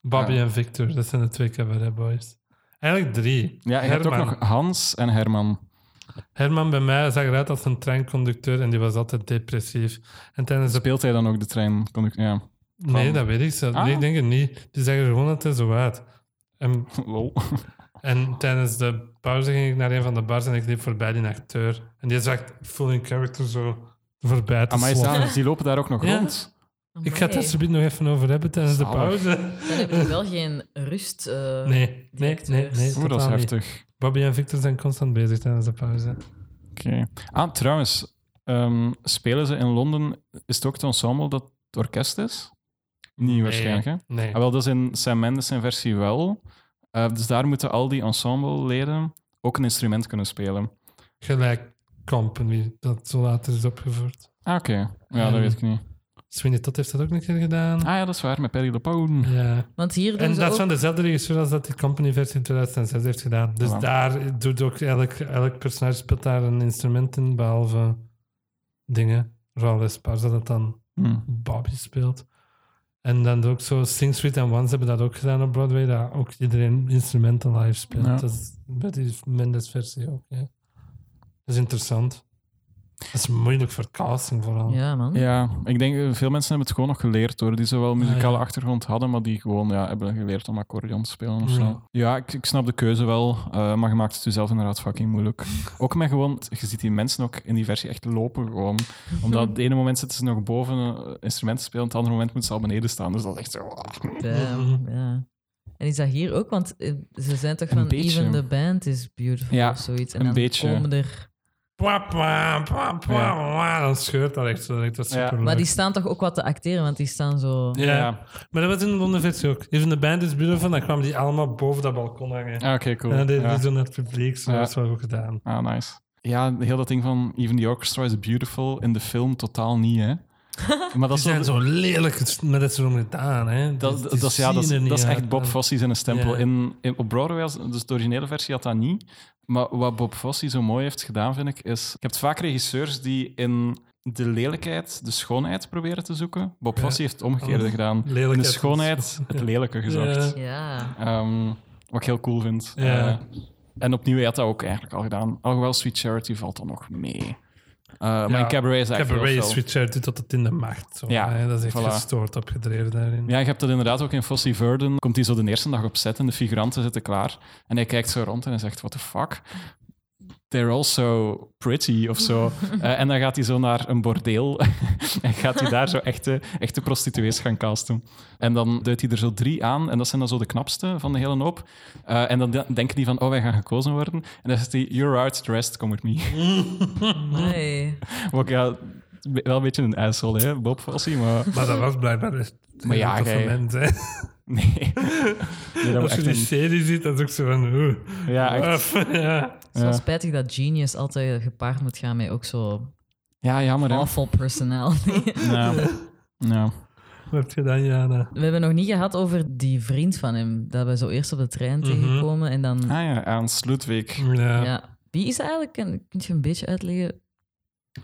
Speaker 1: Bobby
Speaker 3: Ja.
Speaker 1: en Victor, dat zijn de twee cabaret boys. Eigenlijk drie.
Speaker 3: Ja, je hebt ook
Speaker 1: Herman.
Speaker 3: nog Hans en Herman.
Speaker 1: Herman bij mij zag eruit als een treinconducteur en die was altijd depressief. En tijdens de...
Speaker 3: Speelt hij dan ook de trein? Kon ik- Ja.
Speaker 1: Nee, dat weet ik zelf.
Speaker 3: Ah.
Speaker 1: Nee, ik denk het niet. Die zag er gewoon altijd zo uit. En,
Speaker 3: *laughs* *laughs* Lol.
Speaker 1: en tijdens de pauze ging ik naar een van de bars en ik liep voorbij die acteur. En die zag full in character zo voorbij te
Speaker 3: Amai,
Speaker 1: sloffen.
Speaker 3: s'avonds, die lopen daar ook nog
Speaker 1: Ja.
Speaker 3: rond.
Speaker 1: Ik ga het daar zo
Speaker 2: Amai.
Speaker 1: nog even over hebben tijdens de
Speaker 3: Zalig.
Speaker 1: pauze.
Speaker 2: Dan heb je wel geen rust. eh,
Speaker 1: Nee, nee,
Speaker 2: Directeurs.
Speaker 1: nee. nee
Speaker 2: Oeh,
Speaker 3: Oeh, dat is
Speaker 1: totaal niet.
Speaker 3: heftig.
Speaker 1: Bobby en Victor zijn constant bezig tijdens de pauze.
Speaker 3: Oké. Ah, trouwens, ehm, spelen ze in Londen? Is het ook het ensemble dat het orkest is? Niet waarschijnlijk, hè?
Speaker 1: Nee.
Speaker 3: Ah, wel, dat is in Sam Mendes zijn versie wel. Eh, dus daar moeten al die ensembleleden ook een instrument kunnen spelen.
Speaker 1: Gelijk Company, dat zo later is opgevoerd.
Speaker 3: Ah, oké. Ja, dat
Speaker 1: Ehm.
Speaker 3: weet ik niet.
Speaker 1: Sweeney Todd heeft dat ook een keer gedaan.
Speaker 3: Ah ja, dat is waar, met Perry LePone.
Speaker 1: Ja.
Speaker 2: Want hier doen
Speaker 1: En
Speaker 2: ze
Speaker 1: dat is
Speaker 2: ook-
Speaker 1: van dezelfde regisseur als dat die Company-versie in 2006 heeft gedaan. Dus
Speaker 3: Voilà.
Speaker 1: daar doet ook elk, elk personage speelt daar een instrument in, behalve dingen. Raul Esparza dat dan
Speaker 3: Hm.
Speaker 1: Bobby speelt. En dan ook zo Sing Street and Ones hebben dat ook gedaan op Broadway, dat ook iedereen instrumenten live speelt.
Speaker 3: Ja.
Speaker 1: Dat is bij die Mendes-versie ook. Ja. Dat is interessant. Dat is moeilijk voor casting vooral.
Speaker 2: Ja, man.
Speaker 3: Ja, ik denk eh, veel mensen hebben het gewoon nog geleerd hoor. Die zowel een
Speaker 1: Hm? Ah,
Speaker 3: muzikale
Speaker 1: ja.
Speaker 3: achtergrond hadden, maar die gewoon ja, hebben geleerd om accordeon te spelen of
Speaker 1: Ja.
Speaker 3: zo. Ja, ik, ik snap de keuze wel, eh, maar je maakt het jezelf inderdaad
Speaker 1: *laughs*
Speaker 3: fucking moeilijk. Ook met gewoon, je ziet die mensen ook in die versie echt lopen gewoon. Omdat op het ene moment zitten ze nog boven een eh, instrument te spelen, op het andere moment moeten ze al beneden staan. Dus dat is echt zo. *laughs*
Speaker 2: Damn, ja. En is dat hier ook? Want eh, ze zijn toch
Speaker 3: Een
Speaker 2: van
Speaker 3: beetje.
Speaker 2: Even the Band is Beautiful
Speaker 3: Ja,
Speaker 2: of zoiets. En
Speaker 3: een
Speaker 2: dan
Speaker 3: beetje.
Speaker 2: komen er...
Speaker 1: Pwa, pwa, pwa, pwa,
Speaker 3: Ja.
Speaker 1: pwa. Dan scheurt dat echt zo. Dat is
Speaker 3: Ja.
Speaker 1: superleuk.
Speaker 2: Maar die staan toch ook wat te acteren, want die staan zo...
Speaker 1: Ja. maar dat was in de Londen versie ook. Even de band is beautiful, dan kwamen die allemaal boven dat balkon hangen.
Speaker 3: Ah, Oké, cool.
Speaker 1: En dan deden
Speaker 3: Ja.
Speaker 1: die zo naar het publiek, zo
Speaker 3: Ja.
Speaker 1: dat is wel goed gedaan.
Speaker 3: Ah, nice. Ja, heel dat ding van Even the Orchestra is Beautiful in de film totaal niet,
Speaker 1: *laughs*
Speaker 3: hè? Maar dat
Speaker 1: Die
Speaker 3: is wel
Speaker 1: zijn
Speaker 3: de-
Speaker 1: zo lelijk met het erom gedaan. Hè.
Speaker 3: Dat,
Speaker 1: Die-
Speaker 3: dat,
Speaker 1: die
Speaker 3: is- ja, dat, is-
Speaker 1: zien er
Speaker 3: dat is
Speaker 1: niet
Speaker 3: echt
Speaker 1: uit,
Speaker 3: Bob
Speaker 1: man.
Speaker 3: Fosse zijn stempel.
Speaker 1: Ja.
Speaker 3: In, in, op Broadway, was- dus de originele versie had dat niet. Maar wat Bob Fosse zo mooi heeft gedaan, vind ik, is... Ik heb het vaak regisseurs die in de lelijkheid de schoonheid proberen te zoeken. Bob
Speaker 1: Ja.
Speaker 3: Fosse heeft het omgekeerde
Speaker 1: Oh,
Speaker 3: gedaan. In
Speaker 1: lelijkheid
Speaker 3: de
Speaker 1: is-
Speaker 3: schoonheid het lelijke gezocht.
Speaker 2: Ja.
Speaker 3: Ehm, wat ik heel cool vind.
Speaker 1: Ja.
Speaker 3: Eh, en opnieuw hij had dat ook eigenlijk al gedaan. Alhoewel Sweet Charity valt dan nog mee. Eh, maar in Cabaret is eigenlijk
Speaker 1: Cabaret
Speaker 3: heel
Speaker 1: is
Speaker 3: fel.
Speaker 1: Richard doet tot het in de macht. Zo,
Speaker 3: Ja,
Speaker 1: hè. Dat is echt
Speaker 3: voilà.
Speaker 1: gestoord opgedreven daarin.
Speaker 3: Ja, je hebt dat inderdaad ook in Fossey Verden. Komt hij zo de eerste dag op set en de figuranten zitten klaar. En hij kijkt zo rond en hij zegt, what the fuck? they're also pretty of zo. Eh, en dan gaat hij zo naar een bordeel *laughs* en gaat hij daar zo echte, echte prostituees gaan casten. En dan duidt hij er zo drie aan en dat zijn dan zo de knapste van de hele hoop. Eh, en dan de- denken die van, oh, wij gaan gekozen worden. En dan zegt hij, you're out, the rest come with *laughs* me.
Speaker 2: Nee.
Speaker 3: Ook ja, wel een beetje een asshole, hè, Bob Fosse, maar... *laughs*
Speaker 1: Maar dat was blijkbaar echt een
Speaker 3: Maar ja,
Speaker 1: heel toffe
Speaker 3: jij-
Speaker 1: mens, hè.
Speaker 3: Nee. Nee, dat was
Speaker 1: Als je
Speaker 3: echt
Speaker 1: die
Speaker 3: een-
Speaker 1: serie ziet, dat is ook zo van... Oeh.
Speaker 3: ja, echt.
Speaker 1: Af, *laughs* ja.
Speaker 2: Het is wel
Speaker 3: Ja.
Speaker 2: spijtig dat genius altijd gepaard moet gaan met ook zo
Speaker 3: ja, jammer, hè.
Speaker 2: awful
Speaker 3: *laughs*
Speaker 2: personality.
Speaker 3: Ja. Ja. Ah,
Speaker 1: Wat heb je dan, Jana?
Speaker 2: *laughs* We hebben nog niet gehad over die vriend van hem, dat we zo eerst op de trein tegenkomen en dan...
Speaker 3: Mhm. Ah ja, aan Slutwijk.
Speaker 1: Ja.
Speaker 2: Ja. Wie is dat eigenlijk? En Kun je een beetje uitleggen?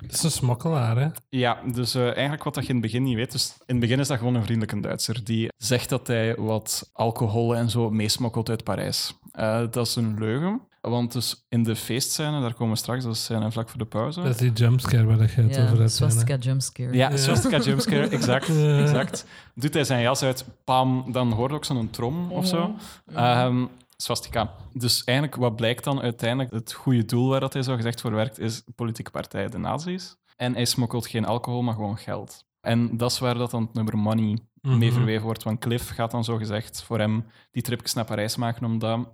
Speaker 1: Dat is een smokkelaar, hè.
Speaker 3: Ja, dus eh, eigenlijk wat dat je in het begin niet weet. Dus in het begin is dat gewoon een vriendelijke Duitser die zegt dat hij wat alcohol en zo meesmokkelt uit Parijs. Eh, dat is een leugen. Want dus in de feestscène, daar komen we straks, dat is scène vlak voor de pauze.
Speaker 1: Dat is die jumpscare waar je het over
Speaker 2: Ja,
Speaker 1: hebt. Jana.
Speaker 2: swastika jumpscare.
Speaker 3: Ja, swastika
Speaker 2: *laughs*
Speaker 3: jumpscare, exact,
Speaker 2: Eh.
Speaker 1: Ja.
Speaker 3: exact. Doet hij zijn jas uit, pam, dan hoorde ook zo'n trom of zo.
Speaker 2: Mhm.
Speaker 3: Ehm, swastika. Dus eigenlijk, wat blijkt dan uiteindelijk? Het goede doel waar dat hij zo gezegd voor werkt, is politieke partij, de nazi's. En hij smokkelt geen alcohol, maar gewoon geld. En dat is waar dat dan het nummer money
Speaker 1: Mhm.
Speaker 2: Mhm.
Speaker 3: mee verweven wordt. Want Cliff gaat dan zo gezegd voor hem die tripjes naar Parijs maken, omdat...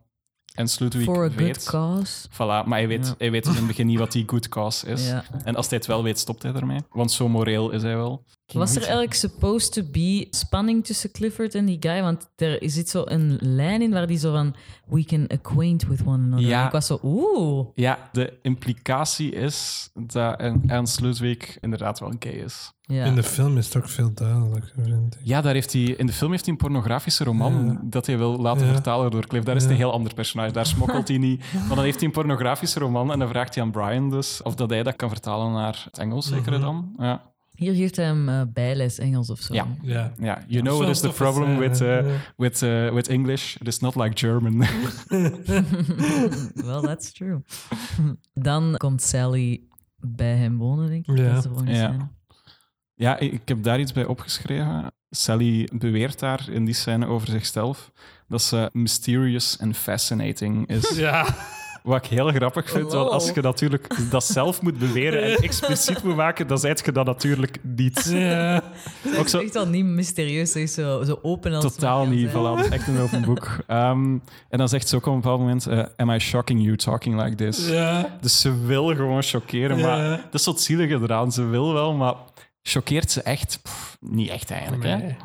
Speaker 3: En Slutwijk
Speaker 2: For a good
Speaker 3: weet...
Speaker 2: cause.
Speaker 3: Voilà, maar hij weet,
Speaker 2: Ja.
Speaker 3: hij weet in het begin niet wat die good cause is.
Speaker 2: Ja.
Speaker 3: En als hij het wel weet, stopt hij ermee. Want zo moreel is hij wel.
Speaker 2: Was er eigenlijk supposed to be spanning tussen Clifford en die guy? Want er zit zo een lijn in waar die zo van... We can acquaint with one another.
Speaker 3: Ja.
Speaker 2: En Ik was zo... Oeh.
Speaker 3: Ja, de implicatie is dat een- Ernst Ludwig inderdaad wel gay is.
Speaker 2: Ja.
Speaker 1: In de film is het ook veel duidelijker, vind ik.
Speaker 3: Ja, daar heeft hij, in de film heeft hij een pornografische roman dat hij wil laten
Speaker 1: Ja.
Speaker 3: vertalen door Cliff. Daar is het een heel ander personage. Daar smokkelt
Speaker 1: *laughs*
Speaker 3: hij niet. Maar dan heeft hij een pornografische roman en dan vraagt hij aan Brian dus of dat hij dat kan vertalen naar het Engels,
Speaker 1: Mhm.
Speaker 3: zeker dan. Ja,
Speaker 2: Hier geeft hij hem eh, bijles Engels of zo.
Speaker 3: ja.
Speaker 1: Ja.
Speaker 3: ja. you know
Speaker 1: Zo'n
Speaker 3: what is the
Speaker 1: toffe
Speaker 3: problem
Speaker 1: scène,
Speaker 3: with, eh,
Speaker 1: ja.
Speaker 3: with, eh, with English? It is not like German.
Speaker 2: Well, that's true. *laughs* Dan komt Sally bij hem wonen, denk ik.
Speaker 1: Ja.
Speaker 2: Dat is de volgende
Speaker 3: Ja.
Speaker 2: scène.
Speaker 3: Ja, ik ik heb daar iets bij opgeschreven. Sally beweert daar in die scène over zichzelf dat ze mysterious and fascinating is.
Speaker 1: Ja.
Speaker 3: Wat ik heel grappig vind, want
Speaker 2: Lol.
Speaker 3: als je natuurlijk dat zelf moet beweren en expliciet moet maken, dan zijt je dat natuurlijk niet.
Speaker 1: ja.
Speaker 2: Dat
Speaker 3: Ook
Speaker 2: is
Speaker 3: zo-
Speaker 2: echt al niet mysterieus. Dat is zo, zo open als... het
Speaker 3: Totaal
Speaker 2: maar kan
Speaker 3: niet, voilà,
Speaker 2: zijn.
Speaker 3: het is echt een open boek. Ehm, en dan zegt ze ook op een bepaald moment, eh, am I shocking you talking like this?
Speaker 1: Ja.
Speaker 3: Dus ze wil gewoon choqueren,
Speaker 1: Ja.
Speaker 3: maar dat is wat zielige eraan. Ze wil wel, maar choqueert ze echt? Pff, niet echt eigenlijk, hè?
Speaker 1: Nee.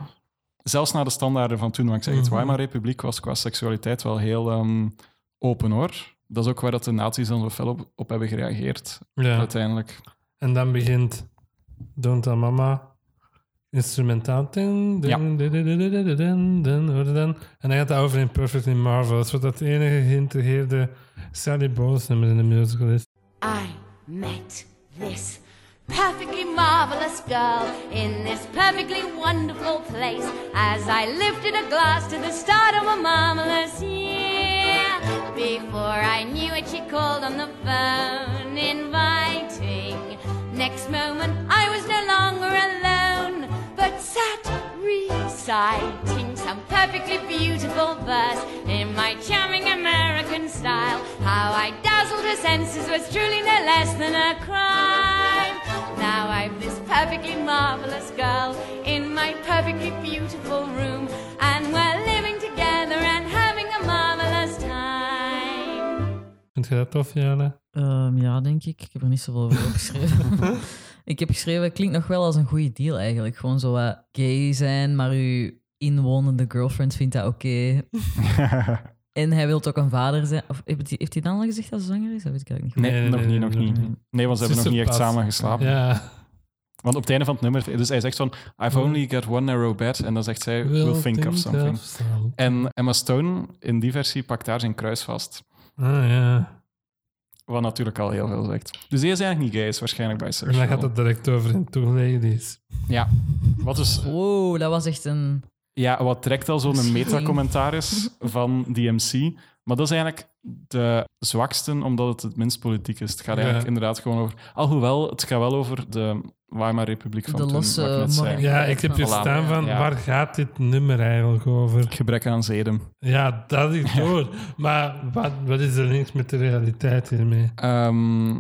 Speaker 3: zelfs naar de standaarden van toen, want ik zeg het,
Speaker 1: Mhm.
Speaker 3: Weimar Republiek was qua seksualiteit wel heel ehm, open hoor. Dat is ook waar dat de nazi's dan zo fel op, op hebben gereageerd,
Speaker 1: Ja. *laughs*
Speaker 3: uiteindelijk.
Speaker 1: En dan begint Don't Tell Mama instrumentaal. Din, din,
Speaker 3: Ja.
Speaker 1: din, din, din, din, din, din, hoor je dan? En dan gaat dat over in Perfectly Marvelous, wat dat enige geïntegreerde Sally Bowles nummer in de musical is.
Speaker 6: I met this perfectly marvelous girl in this perfectly wonderful place as I lifted a glass to the start of a marvelous year. Before I knew it, she called on the phone, inviting. Next moment, I was no longer alone, but sat reciting some perfectly beautiful verse in my charming American style. How I dazzled her senses was truly no less than a crime. Now I'm this perfectly marvelous girl in my perfectly beautiful room, and we're living together and having a marvelous time.
Speaker 1: Vind je dat tof, Jana?
Speaker 2: Ehm, ja, denk ik. Ik heb er niet zoveel over
Speaker 3: *laughs*
Speaker 2: opgeschreven. ik heb geschreven, klinkt nog wel als een goede deal eigenlijk. Gewoon zo wat gay zijn, maar uw inwonende girlfriend vindt dat oké. en hij wil ook een vader zijn. Of heeft hij, heeft hij dan al gezegd dat ze zwanger is? Dat weet ik eigenlijk niet.
Speaker 3: Nee,
Speaker 1: Nee, nee,
Speaker 3: nog
Speaker 1: nee,
Speaker 3: niet, nog
Speaker 1: nee,
Speaker 3: niet.
Speaker 1: nee.
Speaker 3: Nee, want ze hebben
Speaker 1: is
Speaker 3: nog niet
Speaker 1: er
Speaker 3: echt
Speaker 1: pas.
Speaker 3: samen geslapen.
Speaker 1: Ja.
Speaker 3: Want op het einde van het nummer, dus hij zegt van,
Speaker 1: Mhm.
Speaker 3: I've only got one narrow bed, en dan zegt zij, we'll think of something.
Speaker 1: something.
Speaker 3: En Emma Stone, in die versie, pakt daar zijn kruis vast.
Speaker 1: Ah, ja.
Speaker 3: Wat natuurlijk al heel veel zegt. Dus die is eigenlijk niet gay, is waarschijnlijk bisexual.
Speaker 1: En dan gaat het direct over in Two Ladies.
Speaker 3: Ja. Wat dus is
Speaker 2: Wow, dat was echt een...
Speaker 3: Ja, wat trekt al zo'n
Speaker 2: Misschien.
Speaker 3: metacommentaar is van DMC. Maar dat is eigenlijk de zwakste, omdat het het minst politiek is. Het
Speaker 1: Ja.
Speaker 3: gaat eigenlijk inderdaad gewoon over... Alhoewel, het gaat wel over de Weimar Republiek van
Speaker 2: De
Speaker 3: toen,
Speaker 2: losse
Speaker 3: wat ik net zei.
Speaker 2: monarchie.
Speaker 1: Ja, ik heb hier
Speaker 3: Voilà.
Speaker 1: staan van
Speaker 3: Ja.
Speaker 1: waar gaat dit nummer eigenlijk over?
Speaker 3: Gebrek aan zeden.
Speaker 1: Ja, dat
Speaker 3: *laughs*
Speaker 1: is door. Maar wat, wat is er links met de realiteit hiermee?
Speaker 3: Ehm,